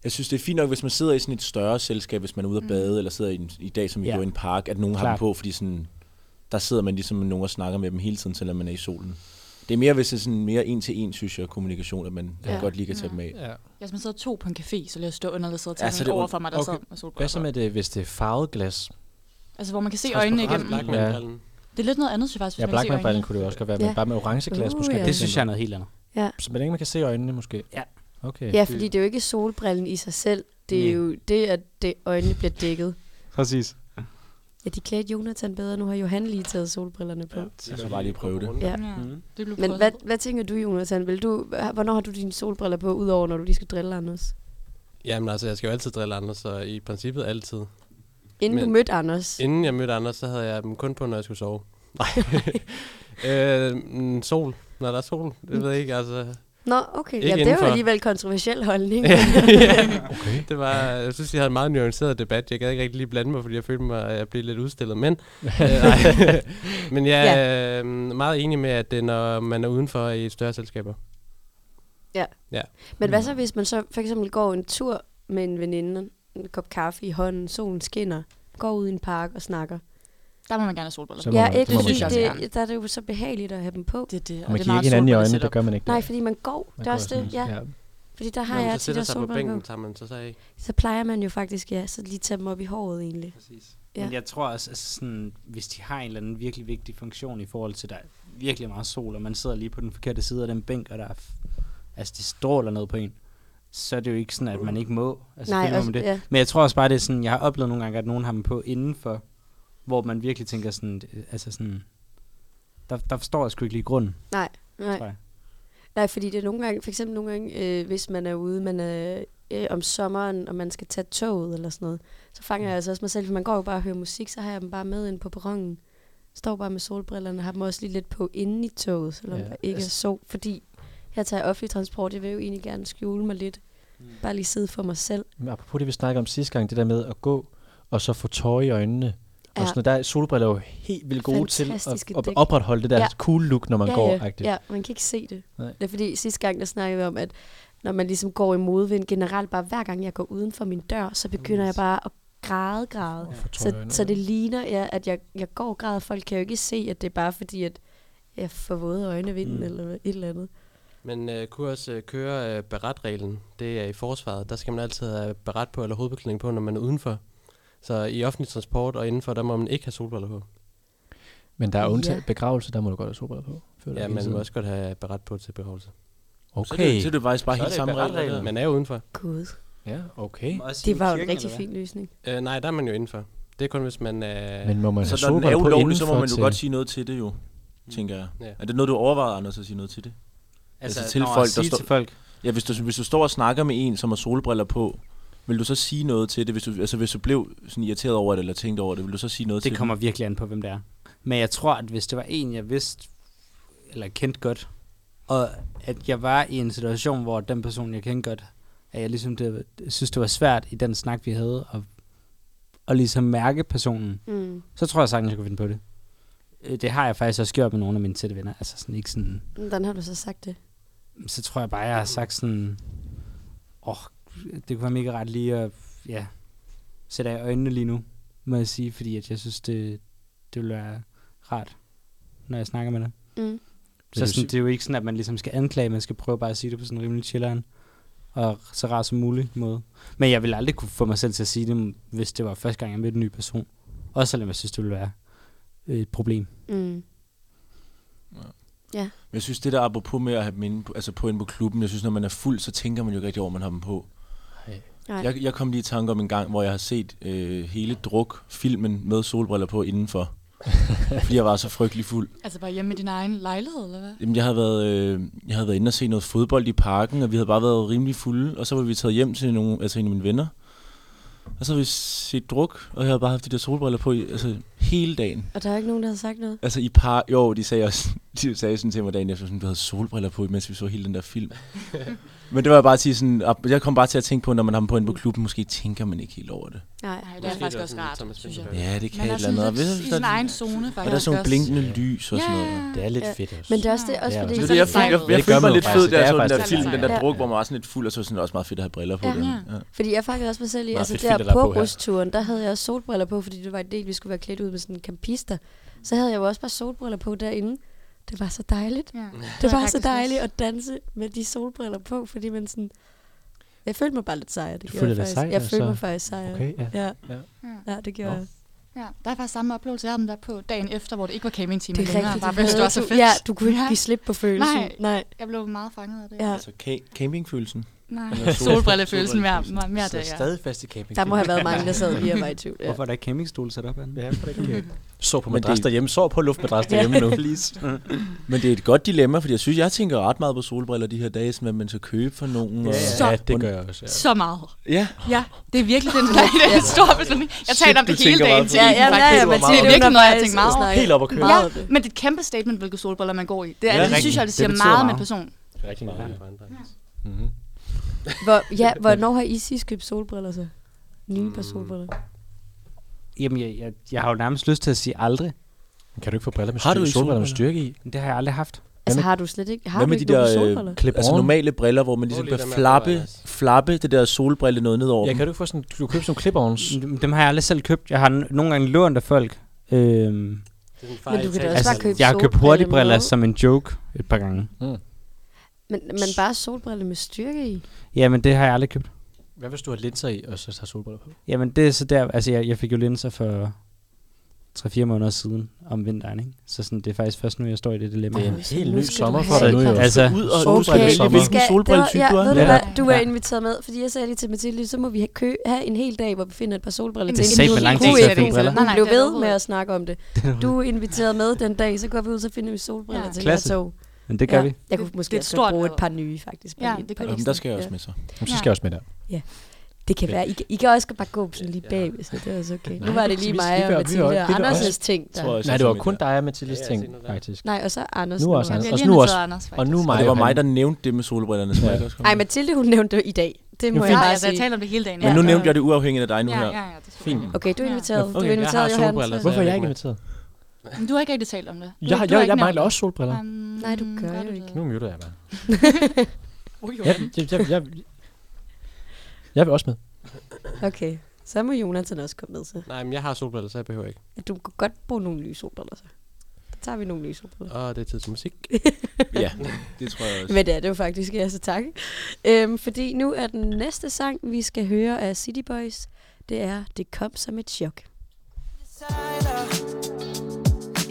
Speaker 2: Jeg synes, det er fint nok, hvis man sidder i sådan et større selskab, hvis man er ude at
Speaker 3: Mm.
Speaker 2: bade, eller sidder i, en, i dag, som vi
Speaker 7: Ja.
Speaker 2: ja. gjorde i en park, at nogen har dem
Speaker 7: Klart.
Speaker 2: på, fordi sådan, der sidder man ligesom med nogen og snakker med dem hele tiden, selvom man er i solen. Det er mere, hvis det er sådan mere en-til-en, synes jeg, kommunikation, at man
Speaker 3: Ja. Mm.
Speaker 2: ja. godt lige kan tage dem af.
Speaker 4: Ja.
Speaker 5: Hvis man sidder to på en café, så lader jeg stå under, der sidder
Speaker 2: Ja, så er
Speaker 5: til
Speaker 2: det
Speaker 5: over
Speaker 2: ondt.
Speaker 5: for mig, der
Speaker 4: Okay.
Speaker 5: sidder med solbriller.
Speaker 4: Hvad så med det, hvis det er farvet glas?
Speaker 5: Altså, hvor man kan se øjnene igennem.
Speaker 6: Blackman,
Speaker 4: Ja.
Speaker 6: kalder den.
Speaker 5: Det er lidt noget andet, synes jeg faktisk, hvis
Speaker 4: Ja,
Speaker 5: man kan se
Speaker 4: Blackman-brillen
Speaker 5: øjnene.
Speaker 4: kunne det jo også godt være, men
Speaker 3: Ja.
Speaker 4: bare med orange glas
Speaker 3: Uh,
Speaker 4: måske.
Speaker 3: ja.
Speaker 7: Det synes jeg er noget helt andet.
Speaker 4: Så man ikke man kan se øjnene måske.
Speaker 7: Ja.
Speaker 4: Okay.
Speaker 3: ja, fordi det er jo ikke solbrillen i sig selv. Det er
Speaker 7: Nej.
Speaker 3: jo det, at det øjnene bliver dækket.
Speaker 7: Præcis.
Speaker 3: Ja, de klædte Jonathan bedre. Nu har Johan lige taget solbrillerne på. Ja.
Speaker 2: Så kan jeg bare lige prøve det.
Speaker 3: Ja.
Speaker 5: Ja, det blev
Speaker 3: Men
Speaker 5: prøvet.
Speaker 3: hvad, hvad tænker du, Jonathan? Vil du, hvornår har du dine solbriller på, udover når du lige skal drille Anders?
Speaker 6: Jamen altså, jeg skal jo altid drille andre, så i princippet altid.
Speaker 3: Inden Men, du
Speaker 6: Men-
Speaker 3: mødte Anders?
Speaker 6: Inden jeg mødte Anders, så havde jeg dem kun på, når jeg skulle sove. Nej. *laughs* øh, mm, sol. Når der er sol. Det ved jeg ikke,
Speaker 3: *laughs*
Speaker 6: altså.
Speaker 3: Nå, okay.
Speaker 6: Ikke
Speaker 3: Ja, det er
Speaker 6: indenfor.
Speaker 3: jo alligevel en kontroversiel holdning.
Speaker 4: Okay.
Speaker 6: Det var, jeg synes, jeg havde en meget nuanceret debat. Jeg gad ikke rigtig lige blande mig, fordi jeg følte mig, at jeg blev lidt udstillet. Men, øh, nej. *laughs* men jeg er øh, meget enig med, at det, er, når man er udenfor i større selskaber.
Speaker 3: *laughs* Men hvad så, hvis man så for eksempel går en tur med en veninde, en kop kaffe i hånden, solen skinner, går ud i en park og snakker?
Speaker 5: Der må man gerne have solbriller.
Speaker 4: Så må
Speaker 3: Ja,
Speaker 4: man-
Speaker 3: ikke
Speaker 4: så må man
Speaker 3: fordi
Speaker 4: gerne.
Speaker 3: det, der er det jo så behageligt at have dem på.
Speaker 5: Det er det,
Speaker 4: Og man kigger ikke hinanden i øjnene, det gør man ikke.
Speaker 3: Nej,
Speaker 4: der.
Speaker 3: fordi man går.
Speaker 4: Man
Speaker 3: det er
Speaker 4: går
Speaker 3: også det,
Speaker 4: sådan-
Speaker 3: ja. Fordi der har
Speaker 6: Når man
Speaker 3: jeg tit
Speaker 6: så sætter
Speaker 3: der
Speaker 6: sig på bænken,
Speaker 3: solbriller på.
Speaker 6: tager man så sig ikke.
Speaker 3: Så plejer man jo faktisk, ja, så lige tage dem op i håret egentlig.
Speaker 7: Præcis.
Speaker 3: Ja.
Speaker 7: Ja. Men jeg tror også, altså sådan, hvis de har en eller anden virkelig vigtig funktion i forhold til, der er virkelig meget sol, og man sidder lige på den forkerte side af den bænk, og der er, f- altså det stråler ned på en, så er det jo ikke sådan, at man ikke må. Altså,
Speaker 3: Nej,
Speaker 7: selvfølgelig må
Speaker 3: også-
Speaker 7: man det.
Speaker 3: ja.
Speaker 7: Men jeg tror også bare, det er sådan, jeg har oplevet nogle gange, at nogen har dem på indenfor, hvor man virkelig tænker sådan, øh, altså sådan, der, der forstår jeg sgu ikke lige grunden,
Speaker 3: Nej,
Speaker 7: tror
Speaker 3: nej.
Speaker 7: jeg.
Speaker 3: Nej, fordi det er nogle gange, for eksempel nogle gange, øh, hvis man er ude, man er øh, om sommeren, og man skal tage toget eller sådan noget, så fanger
Speaker 4: Mm.
Speaker 3: jeg altså også mig selv, for man går jo bare og hører musik, så har jeg dem bare med ind på perronen. Står bare med solbrillerne, har dem også lige lidt på inde i toget, selvom ja,
Speaker 4: Ja,
Speaker 3: der ikke er
Speaker 4: altså-
Speaker 3: sol, fordi her tager jeg offentlig transport, jeg vil jo egentlig gerne skjule mig lidt.
Speaker 4: Mm.
Speaker 3: Bare lige sidde for mig selv.
Speaker 4: Men apropos det, vi snakkede om sidste gang, det der med at gå og så få tårer i øjnene.
Speaker 3: Ja.
Speaker 4: Og sådan, noget, der er solbriller jo helt vildt gode til at,
Speaker 3: Fantastiske
Speaker 4: at
Speaker 3: dæk.
Speaker 4: opretholde det der
Speaker 3: Ja.
Speaker 4: ja. cool look, når man
Speaker 3: ja,
Speaker 4: går.
Speaker 3: ja,
Speaker 4: agtigt.
Speaker 3: ja, man kan ikke se det.
Speaker 4: Nej.
Speaker 3: Det er fordi sidste gang, der snakkede vi om, at når man ligesom går i modvind generelt, bare hver gang jeg går uden for min dør, så
Speaker 4: Mm.
Speaker 3: begynder jeg bare at græde, græde.
Speaker 4: Og få tårer i
Speaker 3: Så,
Speaker 4: øjnene.
Speaker 3: så det ligner, ja, at jeg, jeg går og græder. Folk kan jo ikke se, at det er bare fordi, at jeg får våde øjne af vinden mm. eller et eller andet.
Speaker 6: Men øh, kunne også øh, køre øh, beretreglen. Det er i forsvaret. Der skal man altid have beret på eller hovedbeklædning på, når man er udenfor. Så i offentlig transport og indenfor, der må man ikke have solbriller på.
Speaker 4: Men der er undtag
Speaker 3: Ja.
Speaker 4: ja. begravelse, der må du godt have solbriller på. føler jeg
Speaker 6: Ja,
Speaker 4: hele
Speaker 6: man
Speaker 4: tiden.
Speaker 6: må også godt have beret på til begravelse.
Speaker 2: Så, er det,
Speaker 4: Okay.
Speaker 2: jo- så er det jo faktisk bare
Speaker 6: Så
Speaker 2: helt
Speaker 6: er det
Speaker 2: samme
Speaker 6: beretreglen.
Speaker 2: regler.
Speaker 6: Man er jo udenfor.
Speaker 3: Gud,
Speaker 4: Ja, okay.
Speaker 3: det var jo en rigtig fin løsning.
Speaker 6: Øh, nej, der er man jo indenfor. Det er kun, hvis man... Øh,
Speaker 4: Men må man have
Speaker 2: Så når den er
Speaker 4: solbriller på
Speaker 2: ulovlig, så må
Speaker 4: indenfor
Speaker 2: man jo
Speaker 4: til-
Speaker 2: godt sige noget til det jo, tænker jeg.
Speaker 6: Ja.
Speaker 2: Er det noget, du overvejer, Anders, at sige noget til det? Altså, til
Speaker 7: når
Speaker 2: folk,
Speaker 7: at
Speaker 2: der
Speaker 7: sige
Speaker 2: står-
Speaker 7: til folk.
Speaker 2: Ja, hvis du, hvis du står og snakker med en, som har solbriller på, vil du så sige noget til det? Hvis du, altså, hvis du blev sådan irriteret over det, eller tænkte over det, vil du så sige noget til
Speaker 7: Det kommer virkelig an på, hvem det er. Men jeg tror, at hvis det var en, jeg vidste, eller kendte godt, og at jeg var i en situation, hvor den person, jeg kendte godt, at jeg ligesom det, synes, det var svært i den snak, vi havde, at, at ligesom mærke personen,
Speaker 3: Mm.
Speaker 7: så tror jeg sagtens, jeg kunne finde på det. Øh, Det har jeg faktisk også gjort med nogle af mine tætte venner. Altså sådan ikke sådan...
Speaker 3: Hvordan har du så sagt det?
Speaker 7: Så tror jeg bare, jeg har sagt sådan... Åh, oh, det kunne være mega ret lige at ja, sætte af øjnene lige nu, må jeg sige, fordi at jeg synes, det, det ville være rart, når jeg snakker med dig.
Speaker 3: Mm.
Speaker 4: du
Speaker 7: Så sådan,
Speaker 4: sige-
Speaker 7: det er jo ikke sådan, at man ligesom skal anklage, man skal prøve bare at sige det på sådan en rimelig chilleren og så rar som mulig måde. Men jeg ville aldrig kunne få mig selv til at sige det, hvis det var første gang, jeg mødte en ny person. Også selvom jeg synes, det ville være et problem.
Speaker 3: Mm.
Speaker 2: Men jeg synes, det der apropos med at have dem inde på, altså på inde på klubben, jeg synes, når man er fuld, så tænker man jo ikke rigtig over, at man har dem på.
Speaker 3: Nej.
Speaker 2: Jeg, jeg kom lige i tanke om en gang, hvor jeg har set øh, hele druk-filmen med solbriller på indenfor. fordi jeg var så frygtelig fuld.
Speaker 5: Altså bare hjemme i din egen lejlighed, eller hvad?
Speaker 2: Jamen, jeg havde været, øh, jeg havde været inde og se noget fodbold i parken, og vi havde bare været rimelig fulde. Og så var vi taget hjem til nogle, altså en af mine venner. Og så havde vi set druk, og jeg havde bare haft de der solbriller på i, altså, hele dagen.
Speaker 3: Og der er ikke nogen, der har sagt noget?
Speaker 2: Altså i par... Jo, de sagde, også, *laughs* de sagde sådan til mig dagen efter, sådan, du havde solbriller på, mens vi så hele den der film. Men det var bare at sige sådan... op- Jeg kom bare til at tænke på, når man har dem på inde på klubben, måske tænker man ikke helt over det.
Speaker 3: Nej.
Speaker 5: Nej, det er
Speaker 6: Måske
Speaker 5: faktisk
Speaker 6: det er
Speaker 5: også
Speaker 6: sådan
Speaker 5: rart,
Speaker 6: Thomas
Speaker 5: synes jeg.
Speaker 6: Vinterberg.
Speaker 2: Ja, det kan
Speaker 5: Man
Speaker 2: et
Speaker 5: er
Speaker 2: eller
Speaker 5: sådan
Speaker 2: andet. Og,
Speaker 5: lidt
Speaker 2: ved,
Speaker 5: i sin
Speaker 2: der,
Speaker 5: egen zone, faktisk.
Speaker 2: og der er sådan nogle
Speaker 5: også.
Speaker 2: blinkende lys og sådan
Speaker 5: Ja,
Speaker 2: noget.
Speaker 5: ja.
Speaker 4: Det er lidt
Speaker 3: Ja,
Speaker 4: fedt også.
Speaker 3: Men det er også, det, også
Speaker 4: Ja,
Speaker 3: fordi...
Speaker 4: det
Speaker 2: Det
Speaker 4: er
Speaker 2: er det, jeg, jeg, jeg, jeg
Speaker 4: Det
Speaker 2: følte
Speaker 4: gør
Speaker 2: mig
Speaker 4: man
Speaker 2: lidt
Speaker 4: jo
Speaker 2: fed,
Speaker 4: faktisk.
Speaker 2: da
Speaker 4: Det
Speaker 2: jeg
Speaker 4: er
Speaker 2: så den der
Speaker 4: faktisk
Speaker 2: film,
Speaker 5: lidt
Speaker 2: den der
Speaker 5: sejt.
Speaker 2: druk, hvor man var sådan lidt fuld, og så var sådan, det var også meget fedt at have briller på.
Speaker 3: Ja.
Speaker 2: Den.
Speaker 5: Ja.
Speaker 2: Ja.
Speaker 3: Fordi jeg fangede også mig selv i,
Speaker 4: Meget
Speaker 3: altså
Speaker 4: fedt filter,
Speaker 3: der
Speaker 4: der er
Speaker 3: på
Speaker 4: på her.
Speaker 3: rusturen, der havde jeg også solbriller på, fordi det var en del, vi skulle være klædt ud med sådan en campister. Så havde jeg jo også bare solbriller på derinde. Det var så dejligt.
Speaker 5: Ja.
Speaker 3: Det var
Speaker 5: faktisk
Speaker 3: så
Speaker 5: også.
Speaker 3: dejligt at danse med de solbriller på, fordi man sådan... Jeg følte mig bare lidt sejr, det
Speaker 4: Du
Speaker 3: gjorde
Speaker 4: følte
Speaker 3: jeg
Speaker 4: dig
Speaker 3: faktisk.
Speaker 4: sej,
Speaker 3: jeg
Speaker 4: og
Speaker 3: følte
Speaker 4: så-
Speaker 3: mig faktisk sejr.
Speaker 4: Okay, ja.
Speaker 3: Ja.
Speaker 4: Ja.
Speaker 3: ja, det gjorde
Speaker 4: Nå.
Speaker 3: jeg.
Speaker 5: Ja, der er faktisk samme oplevelse, jeg havde dem der på dagen efter, hvor det ikke var campingtime
Speaker 3: Det er
Speaker 5: længere.
Speaker 3: rigtigt.
Speaker 5: Bare fordi det var så
Speaker 3: du,
Speaker 5: fedt.
Speaker 3: ja, du kunne ikke
Speaker 5: Ja.
Speaker 3: give slip på følelsen.
Speaker 5: Nej.
Speaker 3: Nej.
Speaker 5: Jeg blev meget fanget af det.
Speaker 3: Ja.
Speaker 2: Altså ca- campingfølelsen.
Speaker 5: Nej,
Speaker 2: Eller sol-
Speaker 5: solbrillefølelsen mere, mere, mere det,
Speaker 4: Sidder
Speaker 5: ja.
Speaker 4: stadig fast i camping.
Speaker 3: Der må have været mange, der sad lige og var i tvivl. Ja.
Speaker 7: Hvorfor er der ikke campingstol sat op af den?
Speaker 4: Ja, for det ikke. Så på
Speaker 2: Men det-
Speaker 4: madras derhjemme, så på luftmadras derhjemme nu.
Speaker 2: Mm.
Speaker 4: Please.
Speaker 2: Men det er et godt dilemma, fordi jeg synes, jeg tænker ret meget på solbriller de her dage, sådan hvad man skal købe for nogen. Og,
Speaker 5: Så-
Speaker 4: Ja, det gør jeg også. Ja.
Speaker 5: Så meget.
Speaker 2: Ja,
Speaker 5: Ja, det er virkelig den der, det er en stor beslutning. Jeg
Speaker 2: Shit,
Speaker 5: taler om
Speaker 2: du
Speaker 5: det hele
Speaker 2: tænker
Speaker 5: dagen
Speaker 2: meget
Speaker 5: til
Speaker 2: på
Speaker 5: ja, ja, ja, ja, men
Speaker 3: Mathilde,
Speaker 5: det er virkelig
Speaker 3: hun
Speaker 5: noget, jeg
Speaker 3: faktisk
Speaker 5: tænker meget over.
Speaker 3: snakket
Speaker 4: Helt op at køre.
Speaker 3: meget om
Speaker 5: Ja,
Speaker 3: det.
Speaker 5: men det er et kæmpe statement, hvilke solbriller man går i. Det,
Speaker 2: Ja,
Speaker 5: er, det, det
Speaker 2: rigtigt.
Speaker 5: synes jeg, det
Speaker 7: Det
Speaker 5: siger
Speaker 7: betyder
Speaker 5: meget om en
Speaker 7: meget.
Speaker 5: person.
Speaker 4: Rigtig meget. Mm-hmm.
Speaker 3: Hvor, ja, hvornår har I sidst købt solbriller så? Nye
Speaker 4: Mm.
Speaker 3: par solbriller.
Speaker 7: Jamen, jeg, jeg, jeg har jo nærmest lyst til at sige aldrig.
Speaker 4: Kan du ikke få briller med
Speaker 2: Har du
Speaker 4: styrke,
Speaker 2: ikke
Speaker 4: solbriller med styrke i?
Speaker 7: Men det har jeg aldrig haft.
Speaker 3: Altså har du slet ikke, har
Speaker 2: Hvad
Speaker 3: du
Speaker 2: med
Speaker 3: ikke
Speaker 2: de
Speaker 3: nogen
Speaker 2: der, øh,
Speaker 3: solbriller?
Speaker 4: Klip
Speaker 2: altså
Speaker 4: on.
Speaker 2: normale briller, hvor man ligesom
Speaker 6: Hvor er
Speaker 2: kan
Speaker 6: det dem, jeg
Speaker 2: flappe,
Speaker 6: bruger,
Speaker 2: flappe det der solbrille noget ned over
Speaker 4: Ja,
Speaker 2: dem.
Speaker 4: kan du ikke få sådan, du købe sådan nogle clip-ons?
Speaker 7: Dem- Dem har jeg aldrig selv købt. Jeg har n- nogle gange lånt af folk. Øhm, altså,
Speaker 6: Det er sådan en far
Speaker 3: Men du
Speaker 6: i
Speaker 3: kan da
Speaker 6: etagen.
Speaker 3: også bare købe
Speaker 7: jeg har købt
Speaker 3: solbriller
Speaker 7: hurtigbriller
Speaker 3: med-
Speaker 7: som en joke et par gange.
Speaker 3: Men, men bare solbriller med styrke i?
Speaker 7: Jamen, det har jeg aldrig købt.
Speaker 4: Hvad hvis du har linser i, og så tager solbriller på?
Speaker 7: Jamen det er så der, altså jeg, jeg fik jo linser for 3-4 måneder siden om vinteren, ikke? Så sådan, det er faktisk først nu, jeg står i det dilemma.
Speaker 4: Det er en
Speaker 7: her.
Speaker 4: helt
Speaker 3: nu
Speaker 4: ny
Speaker 3: skal du
Speaker 4: sommer
Speaker 3: have-
Speaker 4: for dig nu, jo.
Speaker 7: Altså,
Speaker 2: ud og
Speaker 4: Okay,
Speaker 2: udbrille
Speaker 4: vi
Speaker 2: sommer.
Speaker 4: skal-
Speaker 2: Hvilken solbrilletype
Speaker 3: det
Speaker 2: du
Speaker 3: var-
Speaker 2: er.
Speaker 3: ved
Speaker 7: Ja.
Speaker 3: hvad, Du er
Speaker 7: Ja.
Speaker 3: inviteret med, fordi jeg sagde lige til Mathilde, så må vi have, kø, have en hel dag, hvor vi finder et par solbriller
Speaker 5: En
Speaker 3: til.
Speaker 5: sæt
Speaker 3: hende.
Speaker 7: med
Speaker 3: Hun
Speaker 7: lang
Speaker 3: kunne
Speaker 7: tid til at
Speaker 3: ikke-
Speaker 7: finde briller.
Speaker 3: Hun
Speaker 5: Nej, nej,
Speaker 3: blev
Speaker 5: det er
Speaker 3: ved
Speaker 5: overhovedet
Speaker 3: med at snakke om det. Du er inviteret med den dag, så går vi ud, så finder vi solbriller
Speaker 5: Ja.
Speaker 3: til
Speaker 7: Klasse.
Speaker 3: hver tog.
Speaker 7: Men det gør
Speaker 3: ja.
Speaker 7: vi.
Speaker 3: Jeg kunne
Speaker 5: Det-
Speaker 3: måske
Speaker 5: det er et
Speaker 3: også
Speaker 5: stort
Speaker 3: godt bruge et
Speaker 5: bryllup.
Speaker 3: par nye, faktisk.
Speaker 5: Ja,
Speaker 3: Bare
Speaker 5: det
Speaker 3: lige-
Speaker 5: kunne
Speaker 2: Jamen, der skal jeg også med så.
Speaker 4: Jamen, så skal jeg også med der.
Speaker 3: Det kan være. I, kan- I kan også bare gå sådan lige bag, så det er også okay. Nu
Speaker 4: Nej,
Speaker 3: var det
Speaker 4: så
Speaker 3: lige
Speaker 4: vi-
Speaker 3: mig
Speaker 4: vi
Speaker 3: og
Speaker 4: gør- vi
Speaker 3: Mathilde
Speaker 4: gør- det er
Speaker 3: og
Speaker 4: da
Speaker 3: Anders'
Speaker 4: også-
Speaker 3: ting.
Speaker 2: Tror
Speaker 3: Der.
Speaker 2: jeg,
Speaker 4: Nej,
Speaker 2: så
Speaker 4: det var
Speaker 2: med
Speaker 4: kun
Speaker 2: der.
Speaker 4: dig og Mathildes
Speaker 6: Ja, jeg
Speaker 4: ting,
Speaker 6: tænker, der er-
Speaker 4: faktisk.
Speaker 3: Nej, og så Anders.
Speaker 4: Nu også,
Speaker 5: Jeg
Speaker 4: Anders.
Speaker 5: bliver
Speaker 4: Og
Speaker 5: lige
Speaker 4: nu
Speaker 5: inviteret
Speaker 4: også.
Speaker 5: af Anders, faktisk.
Speaker 4: Og nu
Speaker 2: Og
Speaker 4: mig
Speaker 2: det var
Speaker 4: og
Speaker 2: mig, der
Speaker 4: Hanne.
Speaker 2: nævnte det med solbrillerne, som
Speaker 4: Ja.
Speaker 2: jeg ikke også kom
Speaker 3: Nej,
Speaker 2: med.
Speaker 3: Mathilde, hun nævnte det i dag. Det må
Speaker 5: Ja,
Speaker 3: jeg
Speaker 5: ja,
Speaker 3: bare
Speaker 5: altså, jeg
Speaker 3: sige.
Speaker 5: taler om det hele dagen.
Speaker 2: Men nu nævnte jeg det uafhængigt af dig nu
Speaker 5: ja,
Speaker 2: her.
Speaker 5: ja, ja, det er
Speaker 2: Fint.
Speaker 5: super.
Speaker 3: Okay, du er
Speaker 5: Ja.
Speaker 3: inviteret. Du
Speaker 6: Okay,
Speaker 3: er
Speaker 6: jeg har
Speaker 3: inviteret, Johan.
Speaker 6: solbriller,
Speaker 3: så-
Speaker 6: så-
Speaker 4: Hvorfor er jeg
Speaker 6: ikke
Speaker 4: ikke
Speaker 6: med.
Speaker 4: inviteret?
Speaker 5: Men du har ikke rigtig talt om det. Du-
Speaker 4: Jeg,
Speaker 5: du har
Speaker 4: jeg,
Speaker 5: ikke
Speaker 4: jeg
Speaker 5: nævnt
Speaker 4: mangler
Speaker 5: det.
Speaker 4: også solbriller.
Speaker 5: Um,
Speaker 3: Nej, du gør jo ikke.
Speaker 4: Nu muter jeg bare.
Speaker 5: Ui,
Speaker 4: Ja,
Speaker 5: Johan.
Speaker 4: jeg, jeg, jeg, jeg vil også med.
Speaker 3: Okay, så må Jonathan også komme med, så.
Speaker 6: Nej, men jeg har solbriller, så jeg behøver ikke.
Speaker 3: At du kan godt bruge nogle nye solbriller, så. Så tager vi nogle nye solbriller.
Speaker 6: Og det er tid til musik.
Speaker 2: Ja, *laughs* det tror jeg også.
Speaker 3: Men det er det jo faktisk, ja, så tak. Øhm, fordi nu er den næste sang, vi skal høre af City Boys, det er Det kom som et chok.
Speaker 8: sejler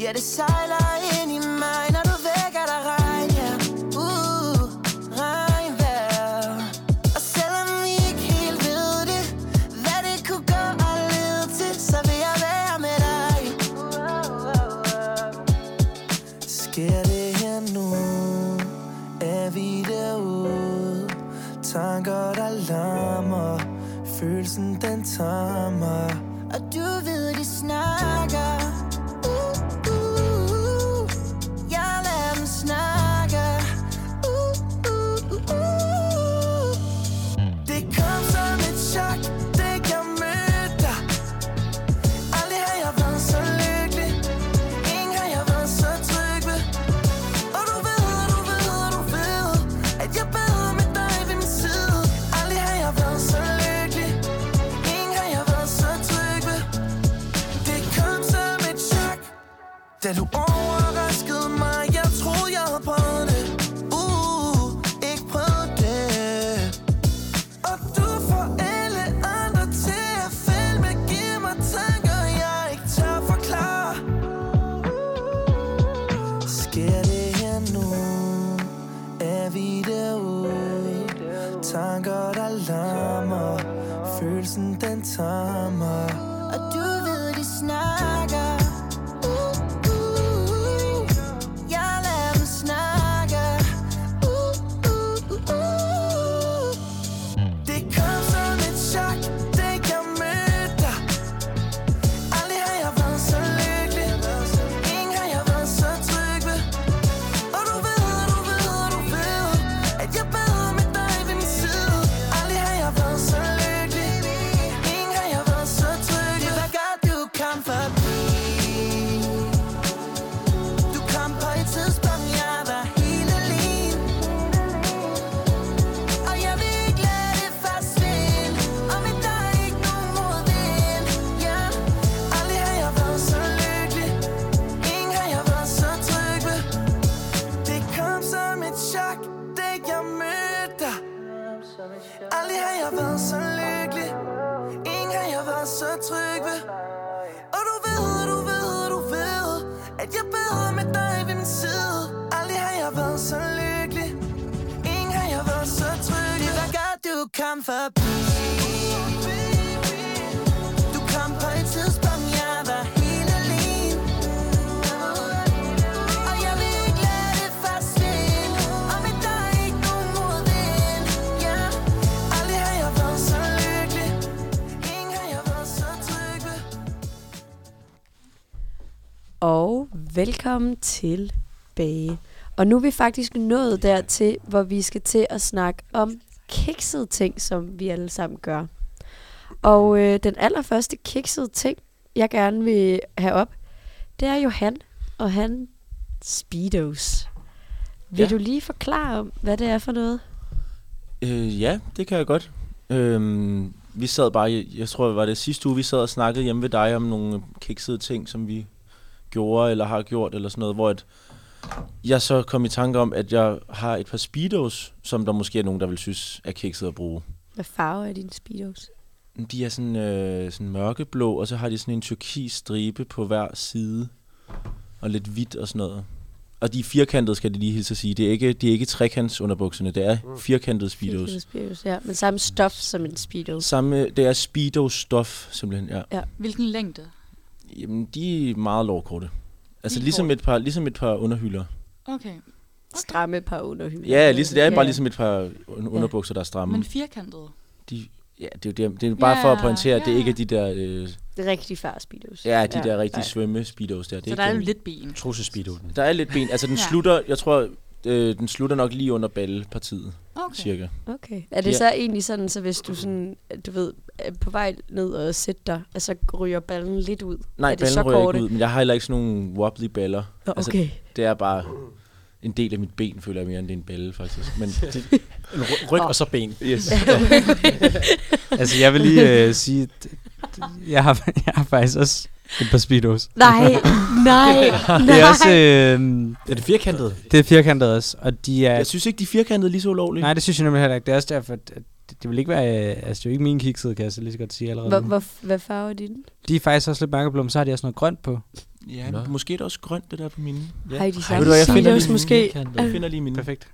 Speaker 8: Ja, det sejler ind i mig Når du vækker der regn, ja uh, Regnvejr Og selvom vi ikke helt ved det Hvad det kunne gå og lede til Så vil jeg være med dig Sker det her nu? Er vi derude? Tanker, der larmer Følelsen, den tager mig Og du ved, de snakker uh, uh, uh. Jeg lader dem snakke uh, uh, uh, uh. Det kom som et chok, det jeg mødte dig Aldrig har jeg været så lykkelig Ingen har jeg været så tryg ved og du ved, og du ved, og du ved, at jeg bedre med dig ved min side. Aldrig har jeg været Da du overraskede mig, jeg troede, jeg havde prøvet det. Uh, ikke prøvet det. Og du får alle andre til at fælde med, giver mig tanker, jeg ikke tør forklare. Sker det her nu? Er vi derude? Tanker, der larmer. Følelsen, den tager mig.
Speaker 10: Og du ved, de snakker. Uh, uh, uh. Jeg lader dem snakke. Uh, uh, uh, uh.
Speaker 8: Det kom som et chok, da jeg mødte dig Aldrig har jeg været så lykkelig Ingen har jeg været så tryg ved Og du ved, og du ved, og du ved At jeg bedre med dig ved min side Aldrig har jeg været så lykkelig Ingen har jeg været så tryg ved Det var godt, du kom forbi Du kom på et tidspunkt, jeg var helt alene og jeg vil ikke lade det forsvinde. Og med dig er ikke nogen modvind. Ja, aldrig har jeg været så lykkelig. Ingen har jeg været så tryg ved. Det kom som et chok, da jeg mødte dig. Aldrig har jeg været så lykkelig. Ingen har jeg været så tryg ved. Og du ved, og du ved, og du ved, at jeg er bedre med dig ved min side. Aldrig har jeg været så lykkelig. Ingen har jeg været så tryg Det var godt, du kom forbi Du kom på et tidspunkt, jeg var helt alene Og jeg vil ikke lade det forsvinde Og med dig er ikke nogen modvind Ja, aldrig har jeg været så lykkelig Ingen har jeg været så tryg ved
Speaker 3: Og velkommen tilbage. Og nu er vi faktisk nået dertil, hvor vi skal til at snakke om kiksede ting, som vi alle sammen gør. Og øh, den allerførste kiksede ting, jeg gerne vil have op, det er jo han, og han Speedos. Vil
Speaker 2: Ja.
Speaker 3: ja. du lige forklare om, hvad det er for noget?
Speaker 2: Øh, ja, det kan jeg godt. Øhm, vi sad bare, jeg, jeg tror, det var det sidste uge, vi sad og snakkede hjemme ved dig om nogle kiksede ting, som vi gjorde eller har gjort eller sådan noget, hvor at jeg så kom i tanke om, at jeg har et par speedos, som der måske er nogen, der vil synes er kiksede at bruge.
Speaker 3: Hvad farve er dine Speedos?
Speaker 2: De er sådan, øh, sådan mørkeblå, og så har de sådan en turkis stribe på hver side, og lidt hvidt og sådan noget. Og de er firkantede, skal de lige hilse at sige. Det er ikke, de er ikke trekants underbukserne, det er firkantede speedos.
Speaker 3: Firkantede Speedos, ja. Men samme stof som en Speedo.
Speaker 2: Samme, det er Speedo-stof, simpelthen, ja.
Speaker 5: Hvilken længde?
Speaker 2: Jamen, de er meget lårkorte. Altså
Speaker 5: Vildt
Speaker 2: ligesom
Speaker 5: korte.
Speaker 2: et, par, ligesom et par underhylder.
Speaker 5: Okay.
Speaker 3: Stramme par underhylder.
Speaker 2: Ja, ligesom, det er bare
Speaker 3: Ja.
Speaker 2: ligesom et par un- underbukser, der er stramme.
Speaker 5: Men firkantet?
Speaker 2: de, ja, det er, jo det, det er bare for at pointere, at det
Speaker 5: ja.
Speaker 2: ikke er de der, øh,
Speaker 3: Det er rigtig far Speedos.
Speaker 2: ja, de der rigtige
Speaker 3: nej.
Speaker 2: svømme speedos der. Det
Speaker 5: Så
Speaker 2: ikke
Speaker 5: der er jo
Speaker 2: dem.
Speaker 5: lidt ben.
Speaker 4: Trussespeedo.
Speaker 2: der er lidt ben. Altså, den
Speaker 5: Ja.
Speaker 2: slutter, jeg tror, øh, den slutter nok lige under ballepartiet, okay.
Speaker 5: Okay.
Speaker 2: cirka.
Speaker 3: Okay. Er det
Speaker 2: Ja.
Speaker 3: ja. så egentlig sådan, så hvis du sådan, du ved, er på vej ned og sætter dig, at så ryger ballen lidt ud?
Speaker 2: Nej,
Speaker 3: er det
Speaker 2: ballen
Speaker 3: så
Speaker 2: rører ikke
Speaker 3: korte?
Speaker 2: ud, men jeg har heller ikke sådan nogle wobbly baller.
Speaker 3: Nå,
Speaker 2: Altså,
Speaker 3: Okay.
Speaker 2: Det er bare en del af mit ben, føler jeg mere, end det er en balle, faktisk. *laughs* Men det,
Speaker 4: Ryg og så ben.
Speaker 2: yes.
Speaker 7: Altså, jeg vil lige
Speaker 3: *laughs*
Speaker 7: øh, sige, at d- jeg har, jeg har faktisk også et par speedos.
Speaker 3: Nej, nej, nej.
Speaker 7: *laughs* Det er også, øh,
Speaker 4: Er det firkantet?
Speaker 7: det er firkantet også, og de er...
Speaker 2: Jeg synes ikke, de firkantede er lige så ulovlige.
Speaker 7: Nej, det synes jeg nemlig heller ikke. Det er også derfor, at at det, det vil ikke være... øh, Altså, det er jo ikke min kiksede, kan jeg så lige så godt sige allerede.
Speaker 3: Hvor,
Speaker 7: nu.
Speaker 3: hvor, hvad farve er din?
Speaker 7: De er faktisk også lidt mørkeblå, men så har de også noget grønt på.
Speaker 2: Ja,
Speaker 4: Nå.
Speaker 2: men måske er det også grønt, det der på mine.
Speaker 4: Ja.
Speaker 3: Har I de
Speaker 2: Ved
Speaker 3: samme
Speaker 2: du hvad, jeg finder
Speaker 3: speedos
Speaker 2: lige
Speaker 3: måske?
Speaker 2: Jeg finder lige mine.
Speaker 7: Perfekt.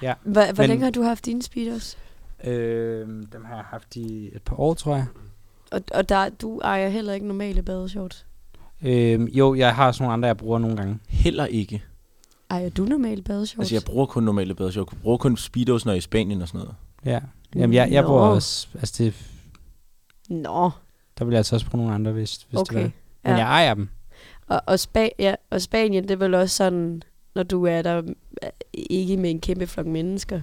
Speaker 3: Hvor, hvor
Speaker 7: Men-
Speaker 3: længe har du haft dine speedos?
Speaker 7: Øh, dem har jeg haft i et par år, tror jeg.
Speaker 3: Og, og der, du ejer heller ikke normale badeshorts.
Speaker 7: Øh, jo, jeg har sådan nogle andre, jeg bruger nogle gange.
Speaker 2: Heller ikke.
Speaker 3: Ejer du normale badeshorts?
Speaker 2: Altså, jeg bruger kun normale baders. Jeg bruger kun speedos, når jeg er i Spanien og sådan noget.
Speaker 7: Ja. Jamen, jeg, jeg
Speaker 3: Nå.
Speaker 7: bruger også... Altså, det,
Speaker 3: Nå,
Speaker 7: der vil jeg altså også bruge nogle andre, hvis, hvis det
Speaker 3: okay.
Speaker 7: var. Men
Speaker 3: Ja.
Speaker 7: jeg ejer dem.
Speaker 3: Og, og, Spa- ja, og Spanien, det er vel også sådan, når du er der øh, ikke med en kæmpe flok mennesker.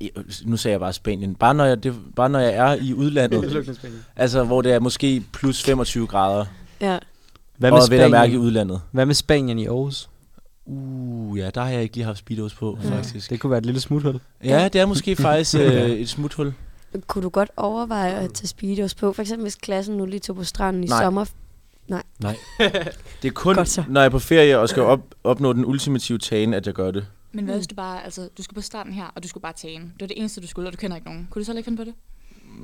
Speaker 2: I- Nu sagde jeg bare Spanien. Bare når jeg, det, bare når jeg er i *laughs* udlandet. altså, hvor det er måske plus 25 grader.
Speaker 3: Ja.
Speaker 7: Hvad med,
Speaker 2: og ved at mærke i
Speaker 7: Spanien?
Speaker 2: udlandet.
Speaker 7: Hvad med Spanien i Aarhus?
Speaker 2: Uh, ja, der har jeg ikke lige haft speedos på,
Speaker 3: Ja.
Speaker 2: faktisk.
Speaker 7: Det kunne være et lille smuthul.
Speaker 2: Ja, det er
Speaker 3: *laughs*
Speaker 2: måske faktisk øh, et smuthul.
Speaker 3: Kunne du godt overveje at tage speedos på? For eksempel hvis klassen nu lige tog på stranden i
Speaker 2: Nej.
Speaker 3: sommer. Nej.
Speaker 4: Nej.
Speaker 2: Det er kun,
Speaker 3: Godt så.
Speaker 2: når jeg er på ferie og skal op, opnå den ultimative tagen, at jeg gør det.
Speaker 5: Men hvad hvis du bare, altså, du skulle på stranden her, og du skulle bare tage Det var det eneste, du skulle, og du kender ikke nogen. Kunne du så heller ikke finde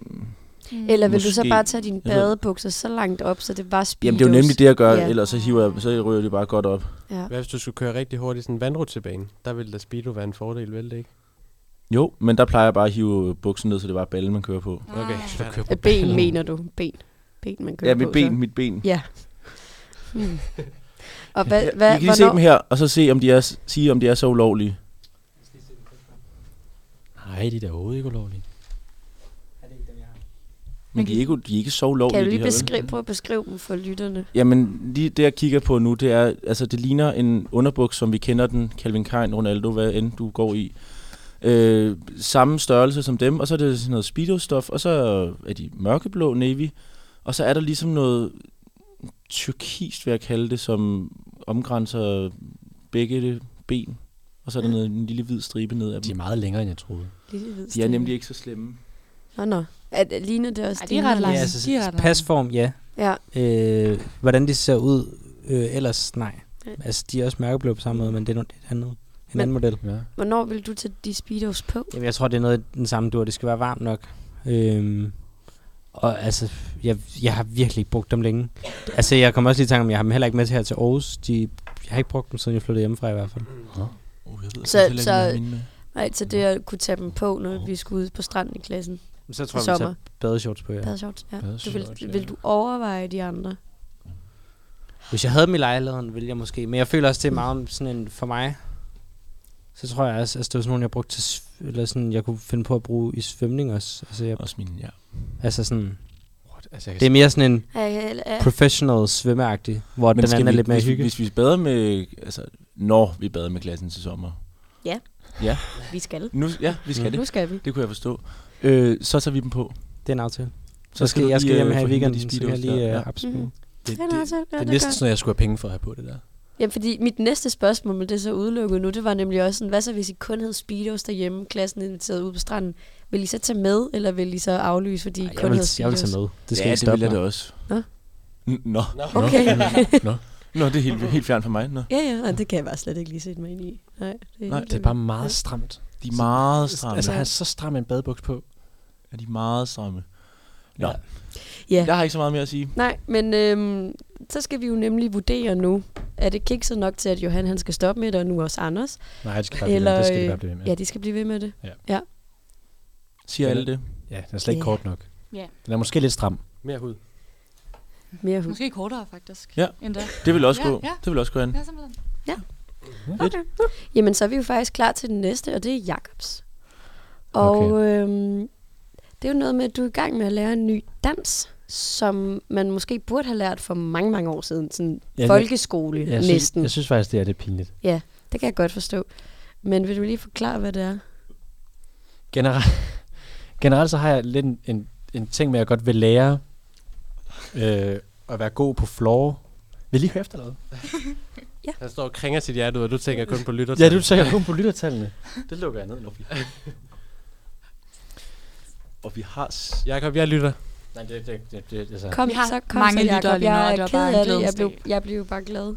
Speaker 5: på det?
Speaker 3: Eller vil du så
Speaker 2: Måske.
Speaker 3: bare tage dine
Speaker 2: Jeg ved-
Speaker 3: badebukser så langt op, så det bare speedos?
Speaker 2: Jamen, det er jo nemlig det, jeg gør,
Speaker 3: Ja.
Speaker 2: ja. ellers så, hiver jeg, så ryger de bare godt op.
Speaker 3: Ja.
Speaker 6: Hvad hvis du skulle køre rigtig hurtigt sådan en vandrutsjebane? Der ville da Speedo være en fordel, vel det ikke?
Speaker 2: Jo, men der plejer jeg bare at hive buksen ned, så det bare er ballen, man kører på.
Speaker 6: Okay. fair nok.
Speaker 3: Øh, Ben, mener du? Ben. Ben, man kører
Speaker 2: Ja, mit
Speaker 3: på,
Speaker 2: ben,
Speaker 3: Så.
Speaker 2: mit ben.
Speaker 3: Ja. Hmm. Og hvad,
Speaker 2: Hva,
Speaker 3: hvad,
Speaker 2: I kan lige se dem
Speaker 3: hvornår,
Speaker 2: her, og så se, om de er, sige, om de er så ulovlige.
Speaker 4: Nej, de er da overhovedet ikke ulovlige.
Speaker 2: Men de er ikke, de er ikke så ulovlige,
Speaker 3: kan du lige
Speaker 2: de her, vel?
Speaker 3: beskrive, prøve at beskrive dem for lytterne?
Speaker 2: Jamen, lige det, jeg kigger på nu, det er, altså, det ligner en underbuks, som vi kender den, Calvin Klein, Ronaldo, hvad end du går i. Øh, samme størrelse som dem, og så er det sådan noget speedo-stof, og så er de mørkeblå navy, og så er der ligesom noget tyrkist, vil jeg kalde det, som omgrænser begge ben, og
Speaker 3: Mm.
Speaker 2: så er der noget, en lille hvid stribe ned af
Speaker 4: De er
Speaker 2: dem.
Speaker 4: meget længere, end jeg troede.
Speaker 3: Lille hvid
Speaker 2: De er
Speaker 3: sten.
Speaker 2: nemlig ikke så slemme.
Speaker 3: Nå, nå. Er, det- ligner det også
Speaker 5: Ej, de er ret
Speaker 3: dine?
Speaker 5: lange.
Speaker 7: Ja, altså,
Speaker 5: de er ret
Speaker 7: pasform, ja.
Speaker 3: Ja.
Speaker 7: Øh, hvordan de ser ud øh, ellers, nej.
Speaker 3: Nej.
Speaker 7: Altså, de er også mørkeblå på samme måde, men det er noget lidt andet. En
Speaker 3: Men-
Speaker 7: anden model.
Speaker 4: Ja.
Speaker 3: Hvornår vil du tage de speedos på?
Speaker 7: Jamen, jeg tror, det er noget i den samme dur. Det skal være varmt nok. Øhm, og altså, jeg, jeg har virkelig ikke brugt dem længe. Altså, jeg kommer også lige i tanke om, jeg har dem heller ikke med til her til Aarhus. De, jeg har ikke brugt dem, siden jeg flyttede hjemmefra i hvert fald.
Speaker 3: Så- heller ikke, så- hvad jeg Nej, så det at kunne tage dem på, når vi skulle ud på stranden i klassen.
Speaker 7: Så tror
Speaker 3: Til
Speaker 7: jeg, jeg
Speaker 3: sommer.
Speaker 7: tager badeshorts på, ja.
Speaker 3: Badeshorts, ja. Du
Speaker 4: Badeshorts, ja.
Speaker 3: vil, vil du overveje de andre?
Speaker 7: Hvis jeg havde dem i lejligheden, ville jeg måske. Men jeg føler også, det er meget om sådan en, for mig, så tror jeg også, at det var sådan nogle, jeg brugte til, sv- eller sådan, jeg kunne finde på at bruge i svømning også. Altså, jeg,
Speaker 2: Også min, ja.
Speaker 7: altså sådan,
Speaker 4: What? Altså, jeg
Speaker 7: det er
Speaker 4: kan
Speaker 7: mere sådan en
Speaker 3: Ja, ja, ja.
Speaker 7: professional svømmeagtig, hvor
Speaker 2: Men
Speaker 7: den
Speaker 2: skal
Speaker 7: anden er
Speaker 2: vi,
Speaker 7: lidt mere
Speaker 2: hvis, vi-
Speaker 7: hygge.
Speaker 2: Hvis vi bader med, altså, når vi bader med klassen til sommer.
Speaker 3: Vi skal.
Speaker 2: Nu, ja, vi skal mm.
Speaker 3: Nu
Speaker 2: det.
Speaker 3: skal vi.
Speaker 2: Det kunne jeg forstå. Øh, så tager vi dem på.
Speaker 7: Det er en aftale. Så,
Speaker 2: skal
Speaker 7: skal,
Speaker 2: du
Speaker 7: jeg skal
Speaker 2: lige,
Speaker 7: hjem
Speaker 2: øh,
Speaker 7: her i
Speaker 2: få hentet
Speaker 7: weekenden,
Speaker 2: de
Speaker 7: så kan jeg
Speaker 2: speedos
Speaker 7: lige
Speaker 2: der,
Speaker 7: øh,
Speaker 2: ja.
Speaker 7: absolude.
Speaker 3: Mhm.
Speaker 4: det,
Speaker 3: Ja, nej,
Speaker 4: det,
Speaker 3: så- ja,
Speaker 4: det er
Speaker 3: det
Speaker 4: næsten
Speaker 3: gør-
Speaker 4: sådan, at jeg skulle have penge for at have på det der.
Speaker 3: Jamen, fordi mit næste spørgsmål, men det er så udelukket nu, det var nemlig også sådan, hvad så hvis I kun havde Speedos derhjemme, klassen inviteret ud på stranden? Vil I så tage med, eller vil I så aflyse, fordi I
Speaker 7: Ej,
Speaker 3: kun
Speaker 7: jeg, vil,
Speaker 3: havde
Speaker 7: jeg vil
Speaker 3: Speedos?
Speaker 7: tage med. Det skal
Speaker 2: ja,
Speaker 7: ikke
Speaker 2: det vil
Speaker 7: stoppe
Speaker 2: jeg da
Speaker 7: mig.
Speaker 2: også.
Speaker 3: Nå.
Speaker 2: N- Nå.
Speaker 3: Okay.
Speaker 2: Nå, det er helt, helt fjernt for mig. Nå.
Speaker 3: *laughs* ja, ja, og det kan jeg bare slet ikke lige sætte mig ind i. Nej, det er,
Speaker 2: Nej,
Speaker 3: helt
Speaker 4: Det er bare meget stramt.
Speaker 2: De er meget stramme. Altså,
Speaker 4: Altså, han har så stram en badebuks på.
Speaker 2: er de er meget stramme. Nå.
Speaker 4: Ja.
Speaker 2: Ja.
Speaker 3: Ja.
Speaker 2: Jeg har ikke så meget mere at sige.
Speaker 3: Nej, men øhm, så skal vi jo nemlig vurdere nu, er det kikset nok til, at Johan han skal stoppe med det, og nu også Anders?
Speaker 4: Nej, det skal bare blive ved. Det skal det
Speaker 3: øh,
Speaker 4: bare blive ved med.
Speaker 3: Ja, de skal blive ved med det.
Speaker 2: Siger alle det?
Speaker 4: Ja, den er slet ikke
Speaker 3: Ja.
Speaker 4: kort nok.
Speaker 5: Ja.
Speaker 4: Den er måske lidt stram.
Speaker 6: Mere hud.
Speaker 3: Mere hus.
Speaker 5: Måske kortere, faktisk.
Speaker 2: Ja.
Speaker 5: Endda.
Speaker 2: Det vil også
Speaker 5: Ja,
Speaker 2: gå.
Speaker 5: ja.
Speaker 2: Det vil også gå an.
Speaker 5: Ja, simpelthen.
Speaker 3: Jamen, så er vi jo faktisk klar til den næste, og det er Jakobs. Og okay. øhm, det er jo noget med, at du er i gang med at lære en ny dans, som man måske burde have lært for mange, mange år siden. Sådan
Speaker 4: Ja,
Speaker 3: ja, folkeskole
Speaker 4: Jeg,
Speaker 3: ja,
Speaker 4: jeg, synes,
Speaker 3: næsten.
Speaker 4: jeg synes faktisk, det er lidt pinligt.
Speaker 3: Det kan jeg godt forstå. Men vil du lige forklare, hvad det er?
Speaker 4: Generelt, generelt så har jeg lidt en, en, en ting med, at jeg godt vil lære øh, at være god på floor. Vil I lige høre efter noget?
Speaker 6: Han står og kringer sit hjerte ud, og du tænker kun på lytter.
Speaker 4: Ja, du tænker kun på lyttertallene. Det lukker jeg ned,
Speaker 3: *laughs*
Speaker 4: Luffy.
Speaker 2: Og vi har... s-
Speaker 6: Jakob, jeg lytter.
Speaker 4: Nej, det, det, det, det altså.
Speaker 3: Kom,
Speaker 5: Vi har
Speaker 3: så, kom
Speaker 5: mange
Speaker 3: så,
Speaker 5: lyttere
Speaker 3: Jacob.
Speaker 5: lige nu, og
Speaker 3: Jeg
Speaker 5: det
Speaker 3: er
Speaker 5: var
Speaker 3: ked
Speaker 5: bare en
Speaker 3: af det. Jeg
Speaker 5: glædens
Speaker 3: blev,
Speaker 5: dag.
Speaker 3: jeg blev bare glad.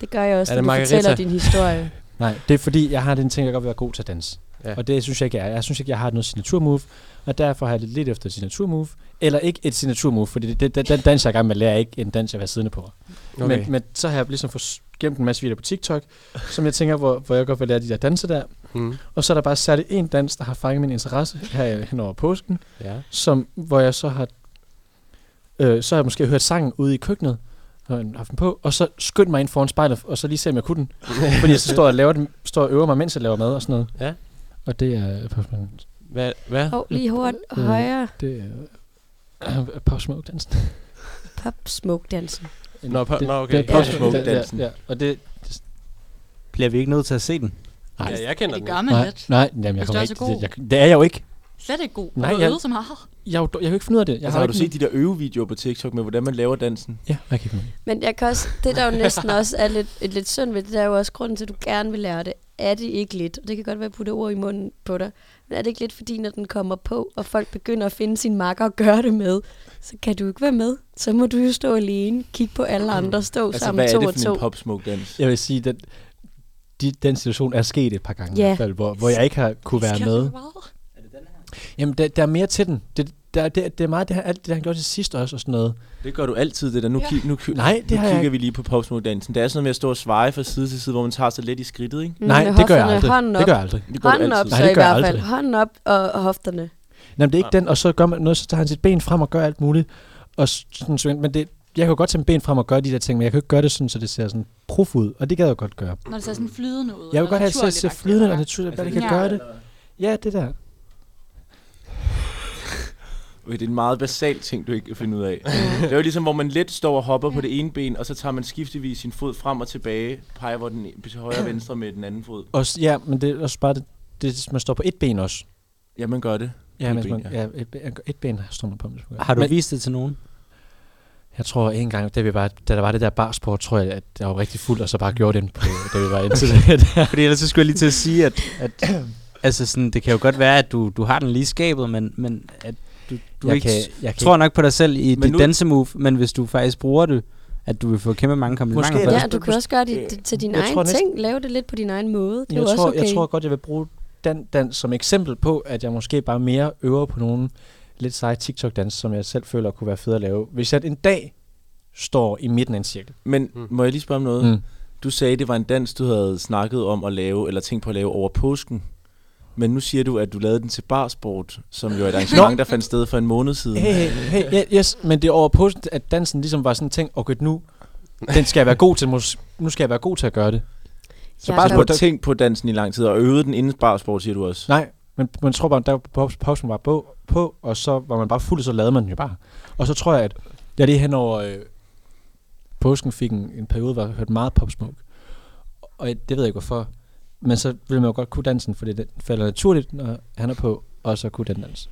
Speaker 3: Det gør jeg også,
Speaker 6: Er
Speaker 3: når
Speaker 6: det
Speaker 3: du
Speaker 6: Margarita?
Speaker 3: fortæller din historie.
Speaker 4: Nej, det er fordi, jeg har den ting, jeg godt vil være god til at danse. Ja.
Speaker 6: Ja.
Speaker 4: Og det synes jeg ikke, jeg er. Jeg synes ikke, jeg har noget signaturmove, og derfor har jeg lidt lidt efter et signaturmove. Eller ikke et signaturmove, fordi det, det, den- den dans, jeg er i gang med at lære, er ikke en dans, jeg vil være siddende på. Okay. Men, men så har jeg ligesom fået gemt en masse videoer på TikTok, som jeg tænker, hvor, hvor jeg godt vil lære de der danser der.
Speaker 6: Mm.
Speaker 4: Og så er der bare særligt en dans, der har fanget min interesse her øh, hen over påsken,
Speaker 6: Ja.
Speaker 4: som, hvor jeg så har, øh, så har jeg måske hørt sangen ude i køkkenet, og haft den på, og så skyndte mig ind foran spejlet, og så lige se, om jeg kunne den. *laughs* fordi jeg så står og, laver den, står og øver mig, mens jeg laver mad og sådan noget.
Speaker 6: Ja.
Speaker 4: Og det er øh, Postmodern.
Speaker 6: Hvad? Hvad?
Speaker 3: Hov, lige hurtigt
Speaker 4: Øh.
Speaker 3: højere.
Speaker 4: Det øh, er Postmodern dansen.
Speaker 3: Pop smoke dansen.
Speaker 6: Nå, på,
Speaker 4: det,
Speaker 6: nå okay.
Speaker 4: Det er
Speaker 2: Pop Smoke
Speaker 4: Postmodern dansen.
Speaker 2: dansen.
Speaker 4: Ja, ja, og det,
Speaker 7: Bliver vi ikke nødt til at se den?
Speaker 4: nej,
Speaker 6: Ja, jeg kender
Speaker 5: Det
Speaker 6: den.
Speaker 5: gør man
Speaker 4: nej,
Speaker 5: lidt.
Speaker 4: nej, jamen, jeg
Speaker 5: Hvis
Speaker 4: kommer
Speaker 5: du er så
Speaker 4: ikke, det,
Speaker 5: god.
Speaker 4: jeg, det er jeg jo ikke.
Speaker 5: Slet ikke god.
Speaker 4: Nej,
Speaker 5: Nej,
Speaker 4: jeg-
Speaker 5: jeg... som har.
Speaker 4: Jeg, har jo- jeg kan jo ikke finde ud af det. Jeg
Speaker 2: Altså, har
Speaker 4: jo
Speaker 2: du
Speaker 4: ikke
Speaker 2: set de der øvevideoer på TikTok med, hvordan man laver dansen?
Speaker 4: Ja, jeg kan ikke finde ud af det.
Speaker 3: Men jeg kan også, det der jo næsten også er lidt, et lidt synd ved, det der er jo også grunden til, at du gerne vil lære det, er det ikke lidt, og det kan godt være, at jeg putter ord i munden på dig, men er det ikke lidt, fordi når den kommer på, og folk begynder at finde sin makker og gøre det med, så kan du ikke være med. Så må du jo stå alene, kigge på alle andre, stå
Speaker 2: Altså,
Speaker 3: sammen
Speaker 2: hvad
Speaker 3: to
Speaker 2: er
Speaker 3: og
Speaker 2: det for
Speaker 3: to.
Speaker 2: en popsmoke dans?
Speaker 4: Jeg vil sige, den, de, den situation er sket et par gange
Speaker 3: Ja.
Speaker 4: i hvert fald, hvor, hvor jeg ikke har kunne være med. Jamen, der, der er mere til den. Det, der, det, det er meget det, her, alt det, der han gjorde til sidst også og sådan noget.
Speaker 2: Det gør du altid, det der. Nu, ja. nu, ki-
Speaker 4: Nej, det
Speaker 2: nu
Speaker 4: har jeg
Speaker 2: kigger
Speaker 4: ikke.
Speaker 2: vi lige på popsmoke dansen. Det er sådan noget med at stå og sveje fra side til side, hvor man tager sig lidt i skridtet, ikke?
Speaker 3: Mm,
Speaker 4: Nej,
Speaker 3: med
Speaker 4: det gør jeg
Speaker 3: hofterne.
Speaker 4: aldrig.
Speaker 3: Hånden op.
Speaker 4: Det gør jeg aldrig.
Speaker 2: Det gør du
Speaker 3: Hånden op,
Speaker 2: altid.
Speaker 4: Nej,
Speaker 3: så
Speaker 4: det
Speaker 3: i
Speaker 4: gør jeg
Speaker 3: hvert fald.
Speaker 4: aldrig.
Speaker 3: Hånden op og, og hofterne.
Speaker 4: Nej, men det er ikke den, og så gør man noget, så tager han sit ben frem og gør alt muligt. Og s- sådan, så, men det, jeg kan jo godt tage mit ben frem og gøre de der ting, men jeg kan jo ikke gøre det sådan, så det ser sådan prof ud, og det gad jeg godt gøre.
Speaker 5: Når det ser sådan flydende ud.
Speaker 4: Jeg vil
Speaker 5: eller
Speaker 4: godt have, at det ser- ser
Speaker 5: naturligt-agtigt,
Speaker 4: flydende og
Speaker 5: eller?
Speaker 4: naturligt, at jeg
Speaker 5: det
Speaker 4: kan
Speaker 5: der,
Speaker 4: gøre Altså, det. Ja, det der.
Speaker 2: Okay, det er en meget basal ting, du ikke kan finde ud af. det er jo ligesom, hvor man lidt står og hopper på det ene ben, og så tager man skiftevis sin fod frem og tilbage, peger hvor den e- til højre og venstre med den anden fod.
Speaker 4: Og, s- ja, men det er også bare, det, det, man står på et ben også.
Speaker 2: Ja, man gør det.
Speaker 4: Ja,
Speaker 2: Et
Speaker 4: mens
Speaker 2: ben,
Speaker 4: man, ja. et, ben- et ben står man på. mens man gør.
Speaker 7: Har du
Speaker 4: men,
Speaker 7: vist det til nogen?
Speaker 4: Jeg tror en gang, da, vi var, da der var det der barsport, tror jeg, at jeg var rigtig fuld, og så bare gjorde den, på, da vi var *laughs* inde til det.
Speaker 7: *laughs* Fordi ellers så skulle jeg lige til at sige, at, *clears throat* at altså sådan, det kan jo godt være, at du, du har den lige i skabet, men, men at du, du
Speaker 4: Jeg
Speaker 7: ikke
Speaker 4: kan-
Speaker 7: s-
Speaker 4: jeg kan
Speaker 7: tror nok på dig selv i
Speaker 2: Men
Speaker 7: dit
Speaker 2: nu-
Speaker 7: dansemove, men hvis du faktisk bruger det, at du vil få kæmpe mange komplimenter.
Speaker 4: Måske
Speaker 7: for
Speaker 4: er
Speaker 7: det.
Speaker 4: det-
Speaker 3: Ja, du kan også gøre det det til din
Speaker 4: Jeg
Speaker 3: egen
Speaker 4: tror næsten-
Speaker 3: ting. Lave det lidt på din egen måde. Det er
Speaker 4: jeg,
Speaker 3: jo
Speaker 4: tror,
Speaker 3: også okay.
Speaker 4: jeg tror godt, jeg vil bruge den dans som eksempel på, at jeg måske bare mere øver på nogle lidt seje TikTok-dans, som jeg selv føler kunne være fed at lave. Hvis jeg en dag står i midten af en cirkel.
Speaker 2: Men
Speaker 6: Mm.
Speaker 2: mm. må jeg lige spørge om noget?
Speaker 4: Mm.
Speaker 2: Mm. Du sagde, det var en dans, du havde snakket om at lave, eller tænkt på at lave over påsken. Men nu siger du, at du lavede den til barsport, som jo er et
Speaker 4: *laughs*
Speaker 2: arrangement, der fandt sted for en måned siden.
Speaker 4: Hey, hey, hey, yeah, yes, men det er over påsken, at dansen ligesom var sådan en ting, okay, nu, den skal jeg være god til, mås- nu skal jeg være god til at gøre det.
Speaker 3: Ja,
Speaker 2: Bare
Speaker 3: der-
Speaker 2: du har tænkt på dansen i lang tid, og øvet den inden barsport, siger du også.
Speaker 4: Nej, men man tror bare, der var pausen var på, på, og så var man bare fuld, og så lavede man den jo bare. Og så tror jeg, at jeg lige hen over øh, påsken fik en, en periode, hvor jeg hørte meget popsmoke. Og jeg, det ved jeg ikke hvorfor. Men så ville man jo godt kunne dansen, fordi den falder naturligt, når han er på, og så kunne den danse.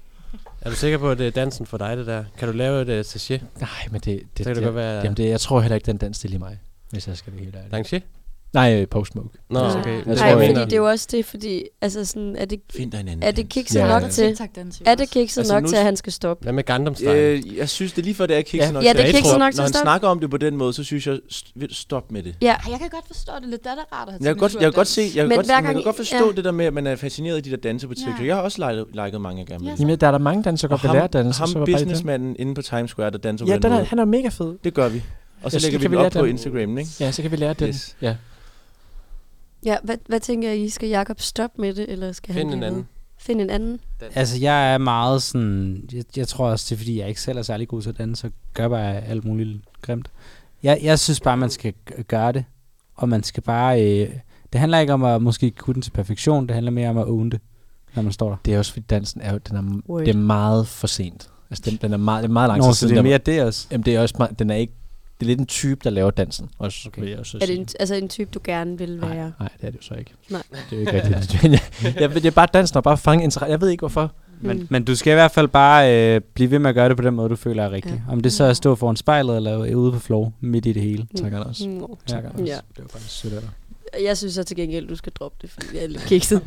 Speaker 6: Er du sikker på, at det er dansen for dig, det der? Kan du lave et uh, sachet?
Speaker 4: Nej, men det,
Speaker 6: Så
Speaker 4: det,
Speaker 6: kan det godt være-
Speaker 4: jamen det, jeg tror heller ikke, den dans det er lige mig, hvis jeg skal være helt ærlig.
Speaker 6: Lanchet?
Speaker 4: Nej, øh, popsmoke.
Speaker 6: Nå,
Speaker 3: Ja.
Speaker 6: okay. Det
Speaker 2: Jeg
Speaker 3: Nej,
Speaker 2: tror,
Speaker 6: jeg
Speaker 3: fordi
Speaker 6: mener.
Speaker 3: det er jo også det, fordi altså sådan, er det,
Speaker 2: Find dig en anden
Speaker 3: er det
Speaker 2: dans.
Speaker 3: kikset
Speaker 4: Ja,
Speaker 3: nok
Speaker 4: ja.
Speaker 3: til? Er det kikset
Speaker 2: Altså,
Speaker 3: nok
Speaker 2: nu-
Speaker 3: til, at han skal stoppe?
Speaker 6: Hvad med Gundam Style?
Speaker 2: Øh, jeg synes, det er lige før, det er kikset
Speaker 4: Ja.
Speaker 2: nok
Speaker 3: Ja,
Speaker 2: til.
Speaker 3: det er
Speaker 2: Jeg
Speaker 3: kikset
Speaker 2: tror,
Speaker 3: nok til
Speaker 2: Når han
Speaker 3: stop.
Speaker 2: snakker om det på den måde, så synes jeg, st- ved- stop med det.
Speaker 3: Ja,
Speaker 5: Ej, jeg kan godt forstå det lidt. Det er da rart at have
Speaker 2: Jeg kan, godt, jeg kan godt se, jeg kan
Speaker 3: Men
Speaker 2: godt,
Speaker 3: hver
Speaker 2: jeg kan
Speaker 3: gang-
Speaker 2: godt forstå
Speaker 3: ja.
Speaker 2: det der med, at man er fascineret af de der danse på TikTok.
Speaker 5: Ja.
Speaker 2: Jeg har også liket, liket mange af gamle.
Speaker 5: Ja,
Speaker 4: Jamen, der er der mange danser, der
Speaker 2: Og
Speaker 4: godt kan lære at danse.
Speaker 2: ham
Speaker 4: så var bare det der.
Speaker 2: businessmanden inde på Times Square, der danser
Speaker 4: Ja,
Speaker 2: på den
Speaker 4: den er,
Speaker 2: måde.
Speaker 4: han er mega fed.
Speaker 2: Det gør vi. Og så
Speaker 4: Ja, så
Speaker 2: lægger vi den
Speaker 4: kan vi
Speaker 2: op
Speaker 4: lære
Speaker 2: på
Speaker 4: den.
Speaker 2: Instagram, ikke?
Speaker 4: Ja, så kan vi lære den.
Speaker 2: Yes.
Speaker 4: Ja.
Speaker 3: ja hvad, hvad tænker I? Skal Jakob stoppe med det, eller skal han
Speaker 6: Find
Speaker 3: blive
Speaker 6: en
Speaker 3: ved?
Speaker 6: anden.
Speaker 3: Find en anden.
Speaker 7: Altså, jeg er meget sådan... Jeg, jeg tror også, det er, fordi jeg ikke selv er særlig god til at danse, så gør bare alt muligt grimt. Jeg, jeg synes bare, man skal g- gøre det, og man skal bare... Øh, det handler ikke om at måske kunne den til perfektion, det handler mere om at own det, når man står der.
Speaker 4: Det er også fordi dansen er, jo- den er,
Speaker 3: Word.
Speaker 4: det er meget for sent. Altså den, den er meget, det er meget lang
Speaker 7: Nå,
Speaker 4: tid
Speaker 7: så
Speaker 4: siden.
Speaker 7: det er
Speaker 4: der-
Speaker 7: mere det også.
Speaker 4: jamen, det er også meget, den er ikke, det er lidt en type, der laver dansen. Også,
Speaker 7: Okay.
Speaker 4: okay. vil jeg også
Speaker 3: Er det en, altså en type, du gerne vil
Speaker 4: Nej,
Speaker 3: være?
Speaker 4: nej, det er det jo så ikke.
Speaker 3: Nej.
Speaker 4: Det er jo ikke rigtigt. Men jeg, jeg, det er bare dansen og bare fange interesse. Jeg ved ikke hvorfor.
Speaker 3: Mm.
Speaker 7: Men, men du skal i hvert fald bare øh, blive ved med at gøre det på den måde, du føler er rigtig. Ja. Om det så er at stå foran spejlet eller ude på floor midt i det hele.
Speaker 4: Tak, Anders.
Speaker 3: Mm. Mm.
Speaker 4: Tak, Anders.
Speaker 3: Ja.
Speaker 4: Det var faktisk sødt af dig.
Speaker 3: Jeg synes så til gengæld, du skal droppe det, fordi jeg er
Speaker 2: *laughs*
Speaker 3: lidt kikset.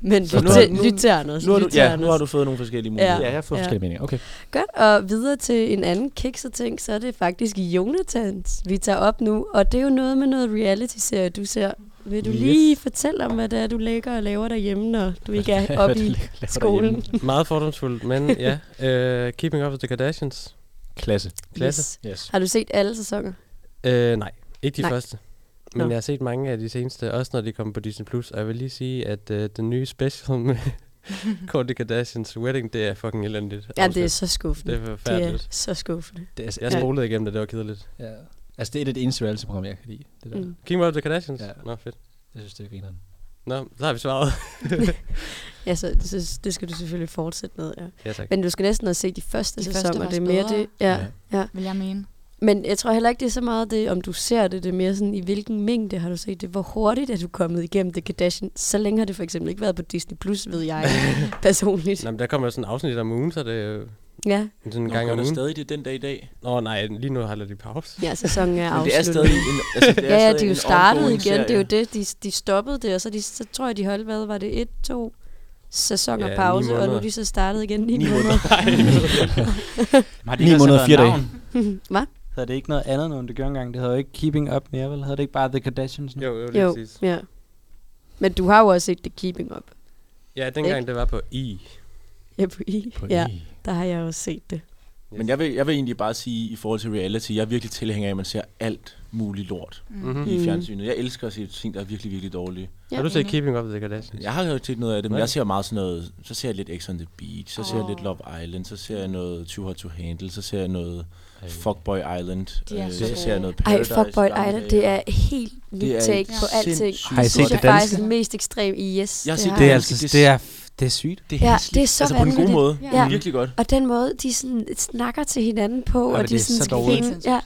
Speaker 3: Men
Speaker 2: Så
Speaker 3: lyt
Speaker 2: nu har-
Speaker 3: til,
Speaker 2: nu-
Speaker 3: lyt til Anders.
Speaker 2: Nu har, du,
Speaker 3: lyt til
Speaker 2: ja,
Speaker 3: Anders.
Speaker 2: nu har du fået nogle forskellige muligheder.
Speaker 4: Ja, jeg har fået
Speaker 3: Ja.
Speaker 4: ja. forskellige meninger. Okay.
Speaker 3: Godt, og videre til en anden kikset ting, så er det faktisk Jonathans, vi tager op nu. Og det er jo noget med noget reality-serie, du ser. Vil du yes.
Speaker 4: Yes.
Speaker 3: lige fortælle om, hvad det er, du lægger og laver derhjemme, når du
Speaker 2: *laughs*
Speaker 3: ikke er
Speaker 4: Hvad
Speaker 3: oppe
Speaker 4: du
Speaker 3: i
Speaker 4: laver
Speaker 3: skolen?
Speaker 4: derhjemme.
Speaker 6: Meget fordomsfuldt, men ja. Uh, keeping Up with the Kardashians.
Speaker 4: Klasse.
Speaker 6: Klasse.
Speaker 3: Yes.
Speaker 4: Yes.
Speaker 3: Har du set alle sæsoner?
Speaker 6: Øh, nej, ikke de
Speaker 3: Nej.
Speaker 6: nej. første. Men
Speaker 3: Nå.
Speaker 6: jeg har set mange af de seneste, også når de kom på Disney+. Plus. Og jeg vil lige sige, at øh, den nye
Speaker 3: *laughs*
Speaker 6: special med Kourtney Kardashians wedding, det er fucking elendigt.
Speaker 3: Ja, det er
Speaker 6: afsnit.
Speaker 3: så skuffende.
Speaker 6: det er
Speaker 3: det er
Speaker 6: forfærdeligt.
Speaker 3: så skuffende.
Speaker 4: Det, er- altså,
Speaker 6: Jeg
Speaker 4: jeg,
Speaker 6: spolede igennem det, det var kedeligt.
Speaker 4: ja. altså, det er det, det eneste reality-program, jeg kan lide. Det der.
Speaker 3: Mm.
Speaker 4: Mm.
Speaker 6: King of the Kardashians?
Speaker 4: Ja.
Speaker 6: Ja. Nå, fedt.
Speaker 4: Jeg synes, det er grineren.
Speaker 6: Nå, så har vi
Speaker 2: *laughs*
Speaker 6: svaret.
Speaker 3: Ja, så det, synes- det skal du selvfølgelig fortsætte med, ja.
Speaker 6: ja, tak.
Speaker 3: Men du skal næsten også se de første
Speaker 5: De første
Speaker 3: sæsoner.
Speaker 5: var
Speaker 3: det er
Speaker 5: også
Speaker 3: mere
Speaker 5: bedre.
Speaker 3: det. Ja. ja.
Speaker 5: Vil jeg mene.
Speaker 3: Men jeg tror heller ikke, det er så meget det, om du ser det. Det er mere sådan, i hvilken mængde har du set det? Hvor hurtigt er du kommet igennem det Kardashian? Så længe har
Speaker 2: *laughs*
Speaker 3: det for eksempel ikke været på Disney+, Plus, ved jeg *laughs* personligt.
Speaker 6: Nå, men der kommer jo sådan en afsnit om ugen, så det,
Speaker 3: Ja,
Speaker 6: Men Sådan en
Speaker 2: Nå,
Speaker 6: gang
Speaker 2: gør
Speaker 6: om
Speaker 2: der
Speaker 6: ugen.
Speaker 2: stadig det den dag i dag.
Speaker 6: Nå nej, lige nu holder de
Speaker 3: *laughs*
Speaker 6: pause.
Speaker 3: ja sæsonen er
Speaker 2: Men
Speaker 3: afsluttet.
Speaker 2: det er stadig en, altså, det er
Speaker 3: ja, ja,
Speaker 2: stadig
Speaker 3: de er jo
Speaker 2: en
Speaker 3: startet
Speaker 2: ongoing
Speaker 3: igen. Serie. Det er jo
Speaker 2: serie.
Speaker 3: det, de, de stoppede det, og så, de, så tror jeg, de holdt, hvad var det, et, to sæsoner
Speaker 6: Ja,
Speaker 3: ja,
Speaker 6: ni
Speaker 3: pause, og nu
Speaker 6: måneder.
Speaker 3: er de så startet igen ni,
Speaker 2: Ni
Speaker 3: måneder.
Speaker 7: Men har det
Speaker 4: Ni
Speaker 7: ikke også
Speaker 4: måneder og
Speaker 7: været
Speaker 4: fire dage.
Speaker 7: navn?
Speaker 3: *laughs* Hvad?
Speaker 7: Havde det ikke noget andet, end det gjorde engang? Det havde jo ikke Keeping Up mere, vel? Havde det ikke bare The Kardashians? nu?
Speaker 6: *laughs* Jo, jo, lige
Speaker 3: Jo,
Speaker 6: præcis.
Speaker 3: ja. Men du har jo også set The Keeping Up.
Speaker 6: Ja, dengang det var på I.
Speaker 3: Ja, på E. I.
Speaker 4: På
Speaker 3: ja,
Speaker 4: I.
Speaker 3: der har jeg også set det.
Speaker 2: Men jeg vil, jeg vil egentlig bare sige, i forhold til reality, jeg er virkelig tilhænger af, at man ser alt muligt lort
Speaker 6: Mm-hmm.
Speaker 2: i
Speaker 3: Mm.
Speaker 2: fjernsynet. Jeg elsker at se ting, der er virkelig, virkelig dårlige.
Speaker 3: Ja,
Speaker 6: Har du set
Speaker 5: enig.
Speaker 6: Keeping Up with the Kardashians?
Speaker 2: Jeg har jo set noget af det, men
Speaker 6: Hvad?
Speaker 2: jeg ser meget sådan noget, så ser jeg lidt X on the Beach, så ser jeg lidt
Speaker 5: Åh.
Speaker 2: Love Island, så ser jeg noget Too Hot to Handle, så ser jeg noget
Speaker 4: Ej.
Speaker 2: Fuckboy Island,
Speaker 5: De er
Speaker 2: øh,
Speaker 5: så
Speaker 2: så
Speaker 5: gode.
Speaker 2: ser jeg noget
Speaker 3: Ej,
Speaker 2: Paradise.
Speaker 3: Fuckboy
Speaker 2: i gamle
Speaker 3: Island,
Speaker 2: dage.
Speaker 3: det er helt
Speaker 2: Det
Speaker 3: nyt
Speaker 2: er
Speaker 3: take på alting.
Speaker 2: sindssygt
Speaker 7: Har I
Speaker 3: Det
Speaker 7: set
Speaker 3: synes
Speaker 7: det
Speaker 3: jeg faktisk
Speaker 7: danske?
Speaker 3: er den mest ekstrem i Yes.
Speaker 2: Jeg har set
Speaker 3: har
Speaker 7: Det
Speaker 2: det
Speaker 7: er
Speaker 2: er-
Speaker 7: altså,
Speaker 2: det-
Speaker 7: det er, det er sygt.
Speaker 2: Det
Speaker 3: Ja,
Speaker 2: hæsligt.
Speaker 3: det er så
Speaker 2: altså, på en god
Speaker 3: vanvittigt.
Speaker 2: måde.
Speaker 5: Ja.
Speaker 2: Ja. Det er virkelig godt.
Speaker 3: Og den måde, de sådan snakker til hinanden på,
Speaker 7: Ja,
Speaker 3: og
Speaker 7: men
Speaker 3: de
Speaker 7: det er
Speaker 3: sådan
Speaker 7: så
Speaker 3: skal
Speaker 7: dårligt.
Speaker 3: finde, ja,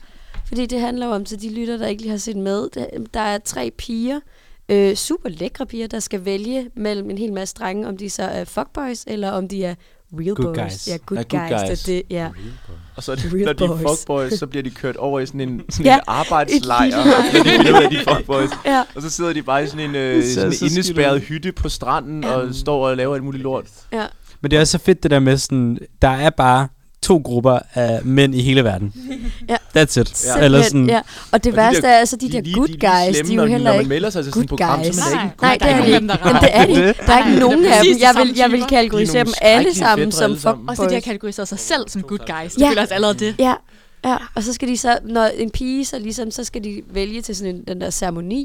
Speaker 3: fordi det handler jo om til de lytter, der ikke lige har set med. Der- Der er tre piger, øh, super lækre piger, der skal vælge mellem en hel masse drenge, om de så er fuckboys, eller om de er real
Speaker 7: Good
Speaker 3: boys.
Speaker 7: guys.
Speaker 3: Ja, good,
Speaker 2: Ja, good
Speaker 3: guys.
Speaker 2: guys.
Speaker 3: Det, det, ja.
Speaker 2: Og så er
Speaker 3: Real
Speaker 2: det, når de er
Speaker 3: boys.
Speaker 2: fuckboys, så bliver de kørt over i sådan en, sådan
Speaker 3: Ja,
Speaker 2: en arbejdslejr,
Speaker 3: et lille-
Speaker 2: når de finder ud af, de er fuckboys.
Speaker 3: ja.
Speaker 2: Og så sidder de bare i sådan en, øh,
Speaker 7: ser
Speaker 2: sådan en
Speaker 7: så skidt
Speaker 2: indespærret
Speaker 7: ud.
Speaker 2: hytte på stranden og står og laver alt muligt lort.
Speaker 7: Men det er også så fedt det der med sådan, der er bare to grupper af mænd i hele verden.
Speaker 3: *laughs* Ja.
Speaker 7: That's it.
Speaker 3: Simpelthen,
Speaker 7: Eller sådan,
Speaker 3: ja. Og det
Speaker 2: de
Speaker 3: værste
Speaker 2: der-
Speaker 3: er altså, de, der
Speaker 2: lige-
Speaker 3: good
Speaker 2: lige
Speaker 3: guys,
Speaker 2: slemme,
Speaker 3: de er
Speaker 2: når
Speaker 3: jo heller
Speaker 2: når
Speaker 3: ikke
Speaker 2: man melder sig til sådan et
Speaker 3: good
Speaker 2: program, så
Speaker 3: guys.
Speaker 2: er man da ikke en
Speaker 3: Nej,
Speaker 2: good
Speaker 3: det er
Speaker 2: guy.
Speaker 3: de
Speaker 5: nogen,
Speaker 3: ikke.
Speaker 5: der
Speaker 3: Men
Speaker 5: rager.
Speaker 3: det er de
Speaker 7: Det er
Speaker 3: ikke. Der er ikke
Speaker 5: Nej,
Speaker 3: nogen
Speaker 5: det er
Speaker 3: af dem.
Speaker 5: præcis de
Speaker 3: Jeg vil,
Speaker 5: samme
Speaker 3: jeg vil
Speaker 5: typer.
Speaker 2: De
Speaker 3: kategorisere
Speaker 2: er
Speaker 3: dem
Speaker 2: nogle
Speaker 3: alle
Speaker 2: skrækkelige fætre
Speaker 3: sammen som
Speaker 2: alle sammen.
Speaker 5: Også det, de har
Speaker 3: fuckboys.
Speaker 5: kategoriseret sig selv som good guys.
Speaker 3: Ja.
Speaker 5: Ja. Det er også allerede det.
Speaker 3: Ja, ja, og så skal de så, når en pige så ligesom, så skal de vælge til sådan en, den der ceremoni,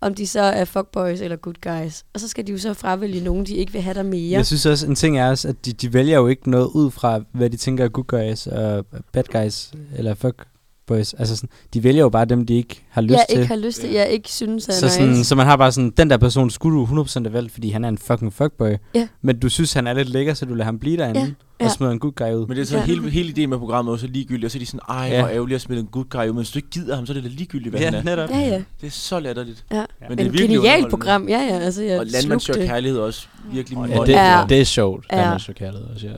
Speaker 3: om de så er fuckboys eller good guys. Og så skal de jo så fravælge nogen, de ikke vil have der mere.
Speaker 7: Jeg synes også, en ting er også, at de, de vælger jo ikke noget ud fra, hvad de tænker er good guys og bad guys, eller fuck boys. Altså sådan, de vælger jo bare dem, de ikke har lyst
Speaker 3: jeg
Speaker 7: til.
Speaker 3: ikke har lyst til, jeg ikke synes, at
Speaker 7: så, sådan, så man har bare sådan, den der person skulle du 100% have valgt, fordi han er en fucking fuckboy.
Speaker 3: Ja.
Speaker 7: Men du synes, han er lidt lækker, så du lader ham blive derinde,
Speaker 3: ja.
Speaker 7: og smider en good guy ud.
Speaker 2: Men det er sådan,
Speaker 3: Ja.
Speaker 2: ja. hele, hele ideen med programmet er jo så ligegyldigt, og så er de sådan, ej,
Speaker 7: Ja.
Speaker 2: hvor ærgerligt at smide en good guy ud, men hvis du ikke gider ham, så er det da ligegyldigt, hvad ja. han er.
Speaker 7: netop.
Speaker 3: Ja, ja.
Speaker 2: Det er så latterligt.
Speaker 3: ja.
Speaker 2: Men det er
Speaker 3: Men
Speaker 2: virkelig
Speaker 3: genialt
Speaker 2: underholdende.
Speaker 3: program, ja, ja. Altså, jeg
Speaker 2: Og Landmand
Speaker 3: slugte
Speaker 2: søger
Speaker 3: det.
Speaker 2: kærlighed også virkelig
Speaker 7: Ja,
Speaker 2: meget.
Speaker 4: Ja, det,
Speaker 3: Ja.
Speaker 4: ja. det er sjovt, ja.
Speaker 3: Ja.
Speaker 4: at man så kaldet også, ja.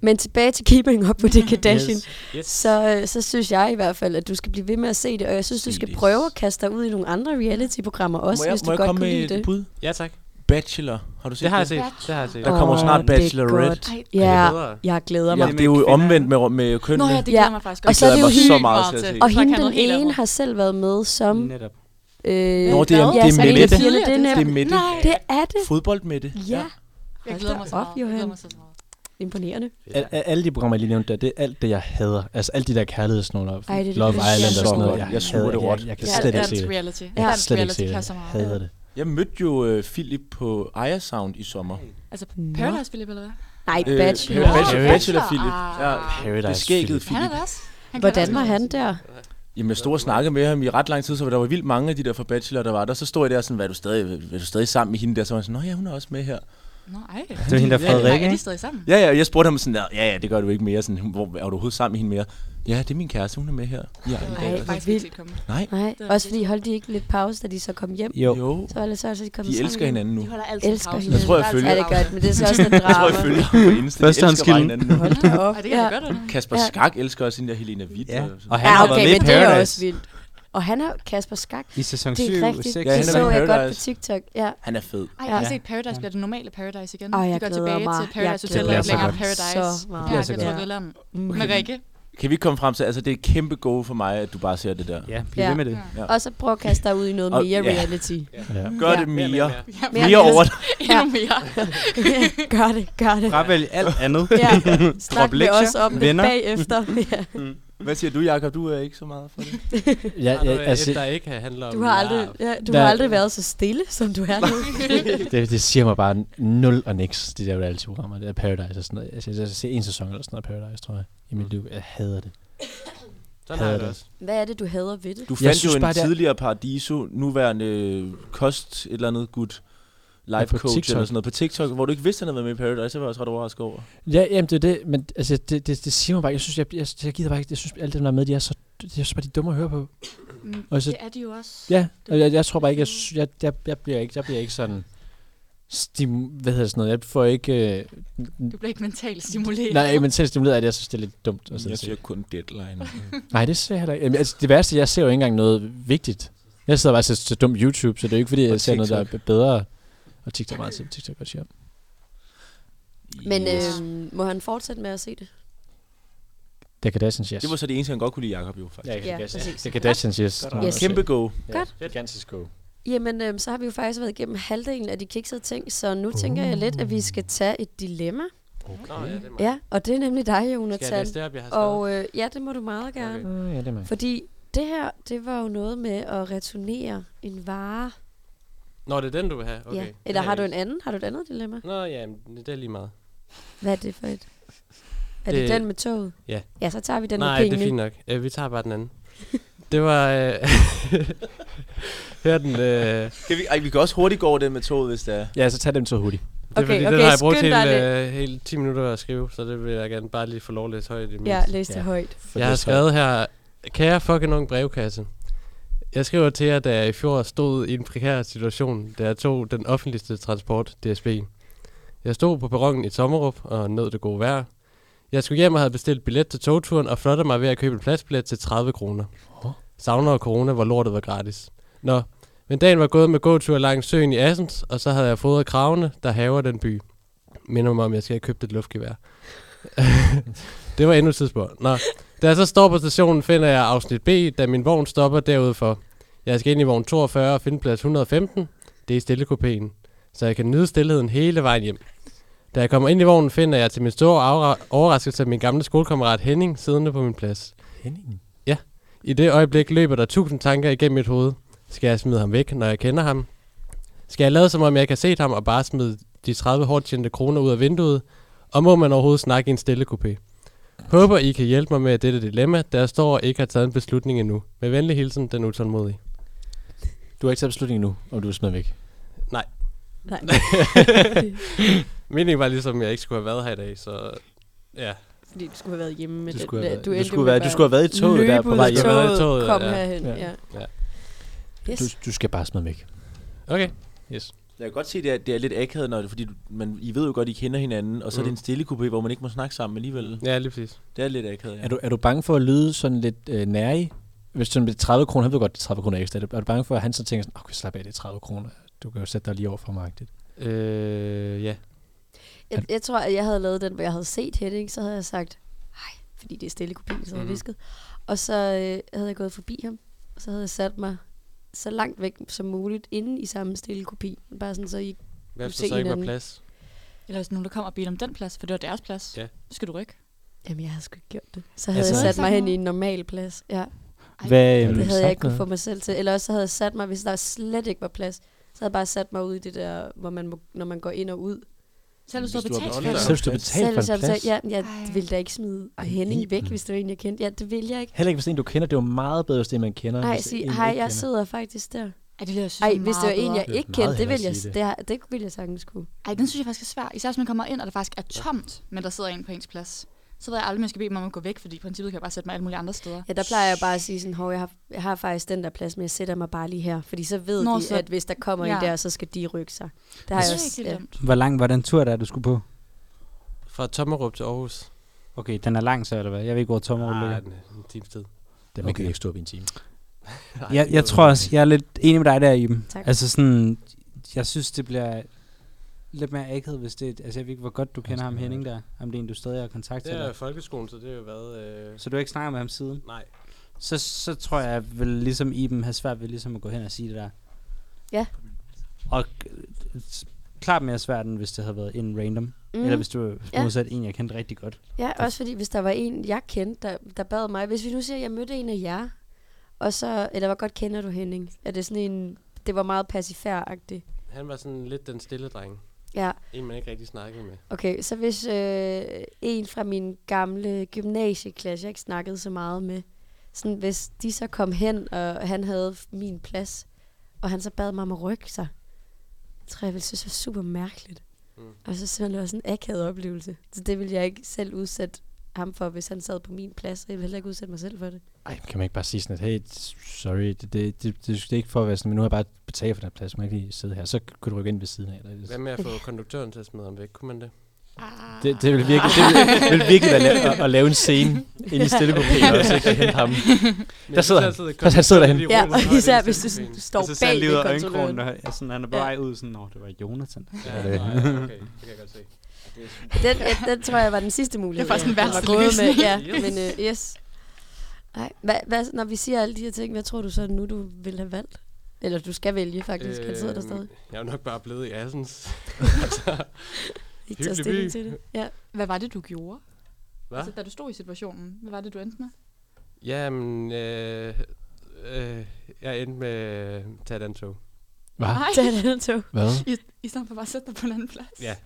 Speaker 3: Men tilbage til Keeping Up
Speaker 2: *laughs*
Speaker 3: with the Kardashians.
Speaker 6: Yes.
Speaker 3: så, øh, så synes jeg i hvert fald, at du skal blive ved med at se det, og jeg synes, du
Speaker 2: Se
Speaker 3: skal
Speaker 2: det.
Speaker 3: prøve at kaste dig ud i nogle andre reality-programmer også,
Speaker 2: må jeg,
Speaker 3: hvis du
Speaker 2: må jeg
Speaker 3: godt
Speaker 2: komme
Speaker 3: kunne
Speaker 2: med
Speaker 3: lide det.
Speaker 2: et bud?
Speaker 6: Ja, tak.
Speaker 2: Bachelor. Har du set
Speaker 6: Det har
Speaker 2: det?
Speaker 6: jeg set. Det har jeg set.
Speaker 2: Der kommer
Speaker 3: Åh,
Speaker 2: snart
Speaker 3: det er
Speaker 2: Bachelorette.
Speaker 3: godt.
Speaker 5: Ej,
Speaker 3: Ja,
Speaker 6: bedre.
Speaker 3: jeg glæder
Speaker 2: Ja,
Speaker 3: mig.
Speaker 2: det er jo omvendt med, med kønnene.
Speaker 5: Nå ja, det glæder mig faktisk
Speaker 3: Og
Speaker 5: også.
Speaker 3: så er det jo
Speaker 5: Glæder mig
Speaker 2: helt- Ja.
Speaker 3: Og
Speaker 5: Så
Speaker 3: hende
Speaker 5: kan jeg
Speaker 3: den
Speaker 5: noget helt
Speaker 3: ene
Speaker 5: andet.
Speaker 3: har selv været med som...
Speaker 7: Netop.
Speaker 2: Nå,
Speaker 3: Øh,
Speaker 2: det er,
Speaker 5: Hvad?
Speaker 2: det
Speaker 3: ja,
Speaker 2: er
Speaker 3: så
Speaker 5: Mette.
Speaker 3: en af
Speaker 2: Mette.
Speaker 3: pigerne, det er
Speaker 5: Det
Speaker 2: Det
Speaker 3: nemt.
Speaker 2: er Mette.
Speaker 5: Nej,
Speaker 3: Det er det.
Speaker 2: Fodbold Mette.
Speaker 3: Ja,
Speaker 5: jeg glæder mig så
Speaker 3: Hold da
Speaker 5: meget.
Speaker 3: op,
Speaker 5: Jeg glæder
Speaker 3: Johan.
Speaker 5: mig så meget.
Speaker 3: imponerende.
Speaker 4: Al, al, alle de programmer, jeg lige nævnte der, det er alt det, jeg hader. Altså alt de der kærlighedsnoler. Love
Speaker 3: Ej, det er det værste.
Speaker 4: Island
Speaker 2: Jeg
Speaker 4: og sådan
Speaker 2: suger
Speaker 4: noget.
Speaker 2: det. Jeg suger
Speaker 4: hader
Speaker 2: det
Speaker 4: Jeg,
Speaker 2: råt.
Speaker 4: jeg, jeg kan
Speaker 3: Ja,
Speaker 4: slet ikke
Speaker 5: Dansk
Speaker 4: se det.
Speaker 5: reality.
Speaker 4: Jeg kan
Speaker 5: Dansk
Speaker 4: slet ikke
Speaker 5: reality
Speaker 4: se det.
Speaker 5: kan jeg så
Speaker 4: Jeg
Speaker 5: meget.
Speaker 4: hader det.
Speaker 2: Jeg mødte jo øh, Philip på Aya Sound i sommer.
Speaker 5: Altså
Speaker 3: Nå.
Speaker 5: Paradise Philip, eller hvad?
Speaker 3: Nej,
Speaker 2: Øh,
Speaker 3: Bachelor.
Speaker 2: Bachelor, Bachelor,
Speaker 5: Nå,
Speaker 2: Bachelor
Speaker 5: Bachelor.
Speaker 2: Philip. Ja,
Speaker 4: Paradise
Speaker 2: det er skægget
Speaker 5: Han er
Speaker 2: Philip.
Speaker 5: der også. Han
Speaker 3: Hvordan
Speaker 5: kan
Speaker 3: var
Speaker 5: også.
Speaker 3: han der?
Speaker 2: Jamen, jeg stod og snakkede med ham i ret lang tid, så der var vildt mange af de der fra Bachelor, der var der. Så stod jeg der sådan, var du stadig, var du stadig sammen med hende der? Så var han sådan, nå ja, hun er også med her.
Speaker 5: Nå, ej.
Speaker 7: Det var hende der
Speaker 2: Ja, ja.
Speaker 7: Frederik,
Speaker 5: Er de
Speaker 7: ikke?
Speaker 5: stadig sammen?
Speaker 2: Ja, ja, og jeg spurgte ham sådan, ja, ja, det gør du ikke mere. Sådan, hvor, er du overhovedet sammen med hende mere? Ja, det er min kæreste, hun er med her. Ja,
Speaker 5: Det
Speaker 3: Ej,
Speaker 5: havde
Speaker 3: hvor
Speaker 5: jeg faktisk ikke
Speaker 3: vildt.
Speaker 5: set komme.
Speaker 2: nej.
Speaker 3: Nej,
Speaker 5: Det var
Speaker 3: også fordi holdt de ikke lidt pause, da de så kom hjem?
Speaker 7: Jo.
Speaker 2: Jo,
Speaker 3: Så var det så, så de kom
Speaker 2: de elsker hinanden nu.
Speaker 5: De
Speaker 2: Jeg
Speaker 5: holder altid
Speaker 3: Elsker
Speaker 5: pause.
Speaker 3: hende.
Speaker 2: Jeg tror, jeg
Speaker 5: De holder
Speaker 2: følger-
Speaker 3: Ja,
Speaker 5: altid
Speaker 3: det er godt,
Speaker 5: pause.
Speaker 3: men det er så også lidt drama.
Speaker 2: tror, *laughs* jeg følger ham på Insta. De elsker bare
Speaker 7: Førstehåndskilden.
Speaker 2: hinanden nu.
Speaker 3: Hold da op.
Speaker 5: Ej, det kan jeg
Speaker 3: Ja.
Speaker 5: da godt under.
Speaker 2: Kasper
Speaker 3: Ja.
Speaker 2: Skak elsker også hende der Helena Witt.
Speaker 7: Ja.
Speaker 2: og sådan.
Speaker 7: Og han
Speaker 3: Ja,
Speaker 7: har
Speaker 3: okay,
Speaker 7: været med
Speaker 3: men
Speaker 7: i
Speaker 3: det er
Speaker 7: Paradise.
Speaker 3: også vildt. Og han er Kasper Skak.
Speaker 7: I sæson 7,
Speaker 3: Det er rigtigt.
Speaker 7: 6.
Speaker 2: Ja, han
Speaker 3: det
Speaker 2: er
Speaker 3: så
Speaker 2: med i
Speaker 3: jeg godt på
Speaker 2: Paradise.
Speaker 3: TikTok. Ja.
Speaker 2: Han er fed.
Speaker 5: Ej, jeg har
Speaker 7: Ja.
Speaker 5: set Paradise bliver det normale Paradise igen.
Speaker 3: Ej,
Speaker 5: Vi
Speaker 3: jeg
Speaker 5: går
Speaker 3: glæder
Speaker 5: tilbage
Speaker 3: mig.
Speaker 5: til Paradise
Speaker 3: Jeg
Speaker 5: Hotel, og
Speaker 4: glæder
Speaker 5: ikke længere
Speaker 4: mig
Speaker 5: Paradise.
Speaker 3: så meget.
Speaker 5: Ja,
Speaker 7: Det bliver
Speaker 5: jeg
Speaker 7: så
Speaker 5: tror,
Speaker 3: godt.
Speaker 5: det er Med Rikke.
Speaker 2: Kan vi komme frem til, altså det er et kæmpe go for mig, at du bare ser det der.
Speaker 7: Ja, bliv
Speaker 3: Ja.
Speaker 7: ved med det.
Speaker 3: Og så prøv at kaste dig ud i noget
Speaker 2: Og-
Speaker 3: mere
Speaker 2: ja.
Speaker 3: reality.
Speaker 4: Ja.
Speaker 2: Gør
Speaker 3: Ja.
Speaker 2: det mere.
Speaker 5: Ja, men
Speaker 2: Mere
Speaker 5: jeg-
Speaker 2: over
Speaker 5: Endnu mere.
Speaker 3: *laughs* gør det, gør det.
Speaker 7: Fravælg alt andet. *laughs*
Speaker 3: Ja, snak
Speaker 7: Drop
Speaker 3: med
Speaker 7: lektier,
Speaker 3: os om det
Speaker 7: venner. *laughs*
Speaker 3: bagefter. Ja.
Speaker 2: Hvad siger du, Jakob? Du er ikke så meget for det.
Speaker 4: Ja,
Speaker 6: Ja,
Speaker 4: ja,
Speaker 6: ja,
Speaker 4: altså,
Speaker 6: der ikke handler om
Speaker 3: Du har aldrig,
Speaker 6: larv.
Speaker 3: ja, du
Speaker 4: Der-
Speaker 3: har aldrig været så stille, som du er nu.
Speaker 4: det, det siger mig bare nul og niks, de der reality-programmer. Det er Paradise og sådan noget. Altså, Jeg, jeg, jeg ser en sæson eller sådan noget af Paradise, tror jeg, i
Speaker 2: Mm.
Speaker 4: mit liv. Jeg hader det.
Speaker 6: Sådan har jeg det
Speaker 4: Hader
Speaker 6: også.
Speaker 3: Hvad er det, du hader ved
Speaker 2: *laughs*
Speaker 3: det?
Speaker 2: Du
Speaker 4: Jeg
Speaker 2: fandt
Speaker 4: synes
Speaker 2: jo en
Speaker 4: bare,
Speaker 2: bare,
Speaker 4: det er-
Speaker 2: tidligere Paradiso, nuværende øh, kost, et eller andet gut, life
Speaker 4: på
Speaker 2: coach
Speaker 4: TikTok.
Speaker 2: eller sådan noget på TikTok, hvor du ikke vidste, at han havde været med i Paradise. Det var jeg også ret overrasket over.
Speaker 4: Ja, jamen det er det, men altså, det, det, det siger mig bare, ikke. jeg synes, jeg, jeg, jeg gider bare ikke, jeg synes, alle dem, der er med, de er så, jeg synes bare, de er dumme at høre på.
Speaker 5: Mm,
Speaker 4: Og så-
Speaker 5: Det er de jo også.
Speaker 4: Ja, og jeg, jeg tror bare ikke, jeg, sy- jeg, jeg, jeg, bliver ikke, jeg bliver ikke sådan stim, hvad hedder sådan noget, jeg får ikke, øh,
Speaker 5: Du bliver ikke mentalt stimuleret.
Speaker 4: nej, men selv stimuleret af det, jeg synes, det er lidt dumt. at sidde
Speaker 2: Jeg
Speaker 4: og se.
Speaker 2: siger kun
Speaker 4: *laughs*
Speaker 2: deadline.
Speaker 4: Nej, det ser jeg heller ikke. Jamen, Altså, det værste, jeg ser jo ikke engang noget vigtigt. Jeg sidder bare og ser så dumt YouTube, så det er jo ikke, fordi jeg ser noget, der er bedre. Og TikTok meget til TikTok også, ja.
Speaker 3: Men øh, må han fortsætte med at se det?
Speaker 4: Det kan da synes yes.
Speaker 2: Det var så det eneste, han godt kunne lide, Jacob jo faktisk.
Speaker 3: Ja, præcis.
Speaker 4: Det kan da synes yes.
Speaker 2: Ja.
Speaker 3: Yes.
Speaker 2: Kæmpe go.
Speaker 3: Godt.
Speaker 4: Gigantisk go.
Speaker 3: Jamen, øh, så har vi jo faktisk været igennem halvdelen af de kiksede ting, så nu tænker jeg lidt, at vi skal tage et dilemma.
Speaker 6: Nå, ja, det er mig.
Speaker 3: Ja, og det er nemlig dig,
Speaker 6: Skal jeg
Speaker 3: Jonathan.
Speaker 6: læse det op, jeg har skrevet?
Speaker 3: Og øh, ja, det må du meget gerne.
Speaker 6: Okay.
Speaker 4: Ja, det er mig.
Speaker 3: Fordi det her, det var jo noget med at returnere en vare.
Speaker 6: Nå, det er den, du vil have? Okay.
Speaker 3: Ja.
Speaker 6: Det
Speaker 3: Eller
Speaker 6: er
Speaker 3: har du en
Speaker 6: ikke-
Speaker 3: anden? Har du et andet dilemma?
Speaker 6: Nå, ja, men det er lige meget.
Speaker 3: Hvad er det for et? Er det, det
Speaker 6: Det-
Speaker 3: den med toget?
Speaker 6: Ja.
Speaker 3: Ja, så tager vi den
Speaker 6: Nej,
Speaker 3: med pengene.
Speaker 6: det er fint nok. Øh, vi tager bare den anden. *laughs* det var... Øh, *laughs* her er den... Øh,
Speaker 2: Kan vi, ej, vi kan også hurtigt gå over den med toget, hvis det er.
Speaker 4: Ja, så tag dem så hurtigt.
Speaker 6: Det er
Speaker 3: Okay,
Speaker 6: okay, fordi,
Speaker 3: okay,
Speaker 6: den har jeg brugt
Speaker 3: skynd dig
Speaker 6: hele, øh, hele 10 minutter at skrive, så det vil jeg gerne bare lige få lov at læse højt i det
Speaker 3: Ja,
Speaker 6: mindste.
Speaker 3: læs det
Speaker 4: Ja.
Speaker 3: højt.
Speaker 6: Jeg har skrevet her, kære fucking ung brevkasse. Jeg skriver til jer, da jeg i fjor stod i en prekær situation, da jeg tog den offentligste transport, DSB. Jeg stod på perronen i Tommerup og nød det gode vejr. Jeg skulle hjem og havde bestilt billet til togturen og flottede mig ved at købe en pladsbillet til 30 kroner. Savner og corona, hvor lortet var gratis. Nå, men dagen var gået med gåtur langs søen i Assens, og så havde jeg fodret kravene, der haver den by. Minder mig om, jeg skal have købt et luftgevær. *laughs* det var endnu et tidspunkt. Nå. Da jeg så står på stationen, finder jeg afsnit B, da min vogn stopper derude for. Jeg skal ind i vogn 42 og finde plads 115. Det er stillekopæen, så jeg kan nyde stillheden hele vejen hjem. Da jeg kommer ind i vognen, finder jeg til min store afra- overraskelse min gamle skolekammerat Henning siddende på min plads.
Speaker 4: Henning.
Speaker 6: I det øjeblik løber der tusind tanker igennem mit hoved. Skal jeg smide ham væk, når jeg kender ham? Skal jeg lade som om jeg ikke har set ham og bare smide de 30 hårdt tjente kroner ud af vinduet? Og må man overhovedet snakke i en stille coupé? Håber I kan hjælpe mig med dette dilemma, da jeg står og ikke har taget en beslutning endnu. Med venlig hilsen, den utålmodige.
Speaker 4: Du har ikke taget beslutningen nu, om du er smidt væk. *laughs*
Speaker 3: Nej.
Speaker 6: Meningen var ligesom, at jeg ikke skulle have været her i dag, så ja.
Speaker 3: Fordi du skulle have været hjemme med øh,
Speaker 4: Du
Speaker 3: det.
Speaker 4: skulle have været-
Speaker 3: du,
Speaker 4: du
Speaker 3: endte
Speaker 4: skulle
Speaker 3: med
Speaker 4: være- du
Speaker 3: bare
Speaker 4: skulle have været i toget
Speaker 3: løbe
Speaker 4: der på
Speaker 3: ud
Speaker 4: vej
Speaker 3: af
Speaker 4: hjem.
Speaker 6: Jeg har været i
Speaker 3: Toget,
Speaker 6: toget,
Speaker 3: kom
Speaker 6: ja.
Speaker 3: herhen.
Speaker 4: Ja.
Speaker 3: Ja.
Speaker 6: Ja.
Speaker 3: Yes.
Speaker 4: Du, du skal bare smide væk.
Speaker 6: Okay. Yes.
Speaker 2: Jeg kan godt se, at det er, det er lidt akavet, når det, fordi du, man, I ved jo godt, I kender hinanden, og så mm. er det
Speaker 6: Mm.
Speaker 2: en stille coupé, hvor man ikke må snakke sammen alligevel.
Speaker 6: Ja, lige præcis.
Speaker 2: Det er lidt akavet, ja.
Speaker 4: Er du, er du bange for at lyde sådan lidt øh, nærig? Hvis sådan med 30 kroner, han ved godt, det er 30 kroner ekstra. Er du, er du bange for, at han så tænker sådan, okay, slap af, det er 30 kroner. Du kan jo sætte dig lige over for mig. agtigt?"
Speaker 6: Øh, ja.
Speaker 3: Jeg, jeg tror, at jeg havde lavet den, hvor jeg havde set Henning, så havde jeg sagt, hej, fordi det er stille kopi, så havde jeg
Speaker 6: Mhm.
Speaker 3: visket. Og så øh, havde jeg gået forbi ham, og så havde jeg sat mig så langt væk som muligt inde i samme stille kopi. Bare sådan, så I...
Speaker 6: Hvad
Speaker 3: Du
Speaker 6: hvis
Speaker 3: ser
Speaker 6: der så ikke var
Speaker 3: hinanden.
Speaker 6: plads?
Speaker 5: Eller hvis nogen, der kommer og beder om den plads, for det var deres plads.
Speaker 6: Ja.
Speaker 5: Så skal du rykke.
Speaker 3: Jamen, jeg havde sgu ikke gjort det. Så havde
Speaker 4: så
Speaker 3: jeg
Speaker 4: havde
Speaker 3: sat
Speaker 5: du
Speaker 3: mig
Speaker 5: sagt
Speaker 3: hen i
Speaker 5: noget.
Speaker 3: en normal plads. Ja,
Speaker 5: Ej,
Speaker 7: øh,
Speaker 4: Hvad, øhm,
Speaker 3: det havde jeg ikke kunne
Speaker 4: sagt
Speaker 3: få
Speaker 4: noget?
Speaker 3: mig selv til. Eller også så havde jeg sat mig, hvis der slet ikke var plads, så havde jeg bare sat mig ud i det der, hvor man må, når man går ind og ud.
Speaker 5: Selv hvis du har
Speaker 2: Hvis du har
Speaker 5: betalt for
Speaker 2: børn,
Speaker 5: det.
Speaker 4: Selv hvis du betalte for en
Speaker 3: jeg
Speaker 4: plads.
Speaker 3: sagde, ja, jeg
Speaker 5: Ej.
Speaker 3: ville da ikke smide Henning væk, hvis det var en, jeg kendte. Ja, det ville jeg ikke.
Speaker 4: Heller ikke, hvis det er en, du kender. Det er jo meget bedre, hvis det er en, man kender. end
Speaker 3: Nej,
Speaker 4: hvis det er en,
Speaker 3: sig,
Speaker 4: man
Speaker 3: hej,
Speaker 4: ikke
Speaker 3: jeg
Speaker 4: kender."
Speaker 3: sidder faktisk der.
Speaker 5: Ej, det ville jeg synes
Speaker 3: Ej,
Speaker 5: var
Speaker 3: hvis det var
Speaker 5: meget
Speaker 3: en, jeg
Speaker 4: bedre.
Speaker 3: ikke
Speaker 4: Det er
Speaker 3: kendte,
Speaker 4: meget
Speaker 3: det ville
Speaker 4: hellere
Speaker 3: jeg,
Speaker 4: at sige
Speaker 3: det. har- det ville jeg sagtens kunne.
Speaker 5: bedre. Ej, den synes jeg faktisk er svær. Især hvis man kommer ind, og der faktisk er tomt, men der sidder en på ens plads. Så ved jeg aldrig, om jeg skal bede dem om at gå væk, fordi i princippet kan jeg bare sætte mig alle mulige andre steder.
Speaker 3: Ja, der plejer jeg bare at sige sådan, hov, jeg har, jeg har faktisk den der plads, men jeg sætter mig bare lige her. Fordi så ved
Speaker 5: Nå,
Speaker 3: Nå, de,
Speaker 5: så-
Speaker 3: at hvis der kommer ja. en
Speaker 5: Ja.
Speaker 3: der, så skal de rykke sig. Det har
Speaker 5: det
Speaker 3: jeg
Speaker 5: synes
Speaker 3: også.
Speaker 5: jeg ikke
Speaker 3: Ja.
Speaker 5: er dumt.
Speaker 7: Hvor lang var den tur, der du skulle på?
Speaker 6: Fra Tommerup til Aarhus.
Speaker 7: Okay, den er lang så, eller hvad? Jeg ved ikke, hvor Tommerup ligger.
Speaker 6: Ah, en, en times tid.
Speaker 4: Det man kan
Speaker 7: Okay.
Speaker 4: ikke stå op i en time.
Speaker 7: Jeg, jeg tror også, jeg er lidt enig med dig der, Iben.
Speaker 3: Tak.
Speaker 7: Altså sådan, jeg synes, det bliver lidt mere akavet, hvis det Altså, jeg ved ikke, hvor godt du kender ham, Henning, der. Om det er en, du stadig har kontakt til.
Speaker 6: Det er
Speaker 7: eller-
Speaker 6: folkeskolen, så det har jo været... Øh,
Speaker 7: Så du har ikke snakket med ham siden?
Speaker 6: nej.
Speaker 7: Så, så tror jeg, jeg vil ligesom Iben have svært ved ligesom at gå hen og sige det der.
Speaker 3: Ja.
Speaker 7: Og øh, s- klart mere svært, end hvis det havde været en random. Mm.
Speaker 3: Mm.
Speaker 7: Eller hvis du var
Speaker 3: Ja.
Speaker 7: modsat en, jeg kendte rigtig godt.
Speaker 3: Ja, også fordi hvis der var en, jeg kendte, der, der bad mig, hvis vi nu siger, at jeg mødte en af jer, og så, eller hvor godt kender du Henning? Er det sådan en, det var meget passifær-agtigt.
Speaker 6: Han var sådan lidt den stille dreng.
Speaker 3: Ja,
Speaker 6: En, man ikke rigtig snakkede med.
Speaker 3: okay, så hvis øh, en fra min gamle gymnasieklasse, jeg ikke snakkede så meget med, sådan, hvis de så kom hen, og han havde min plads, og han så bad mig om at rykke sig, det tror jeg, jeg ville synes var super mærkeligt. Mm.
Speaker 6: Mm.
Speaker 3: Og så synes jeg, det var sådan en akavet oplevelse. Så det ville jeg ikke selv udsætte ham for, hvis han sad på min plads, og jeg vil heller ikke udsætte mig selv for det.
Speaker 4: Ej, kan man ikke bare sige sådan, at hey, sorry, det, det, det, det, det er ikke for at være sådan, men nu har jeg bare betalt for den her plads, man kan ikke lige sidde her. Så kunne du rykke ind ved siden af. Eller,
Speaker 6: Hvad
Speaker 3: *laughs*
Speaker 6: med at få konduktøren til at smide ham væk? Kunne man det?
Speaker 3: Ah.
Speaker 4: det, det vil virkelig, det vil, vil virkelig være la- at, at, lave en scene
Speaker 3: *laughs*
Speaker 4: inde i stillekopéen også, ikke? At hente ham.
Speaker 6: Men
Speaker 4: Der sidder
Speaker 6: jeg
Speaker 4: han.
Speaker 7: *laughs*
Speaker 6: synes altid, at
Speaker 4: Han sidder derhenne.
Speaker 6: konduktøren i
Speaker 3: Ja,
Speaker 6: rummet
Speaker 3: og
Speaker 6: har det
Speaker 3: især
Speaker 6: i
Speaker 3: hvis du
Speaker 6: stillekopéen.
Speaker 3: sådan, altså, står
Speaker 7: Og Altså, så ser
Speaker 3: bag
Speaker 7: han lige ud
Speaker 3: ved
Speaker 7: af øjenkrogen,
Speaker 3: kontrolløren.
Speaker 7: og han- sådan, han er på
Speaker 3: Ja.
Speaker 7: vej ud, sådan, Nå, det var Jonathan.
Speaker 6: Ja, nej, okay. Det kan jeg godt se.
Speaker 3: Den, ja, den tror jeg var den sidste mulighed.
Speaker 5: Det er faktisk den
Speaker 3: jeg
Speaker 5: værste
Speaker 3: var gået
Speaker 5: løsning. *laughs*
Speaker 3: Ja, men øh, yes. Ej, hvad, hvad, når vi siger alle de her ting, hvad tror du så nu, du vil have valgt? Eller du skal vælge faktisk, øh, han sidder der
Speaker 6: Øhm,
Speaker 3: stadig.
Speaker 6: Jeg er nok bare blevet i
Speaker 3: *laughs*
Speaker 6: Assens. Altså,
Speaker 3: Ikke tager
Speaker 6: hyggelig by.
Speaker 3: stilling til det. Ja.
Speaker 5: Hvad var det, du gjorde?
Speaker 6: Hvad?
Speaker 5: Altså, da du stod i situationen, hvad var det, du endte med?
Speaker 6: Jamen, øh, øh, jeg endte med at tage et andet tog.
Speaker 4: Hvad?
Speaker 5: Nej,
Speaker 3: Tag et andet tog.
Speaker 4: Hvad?
Speaker 5: i, *laughs* i stedet for bare at sætte dig på en anden plads. *laughs*
Speaker 6: Ja. *laughs*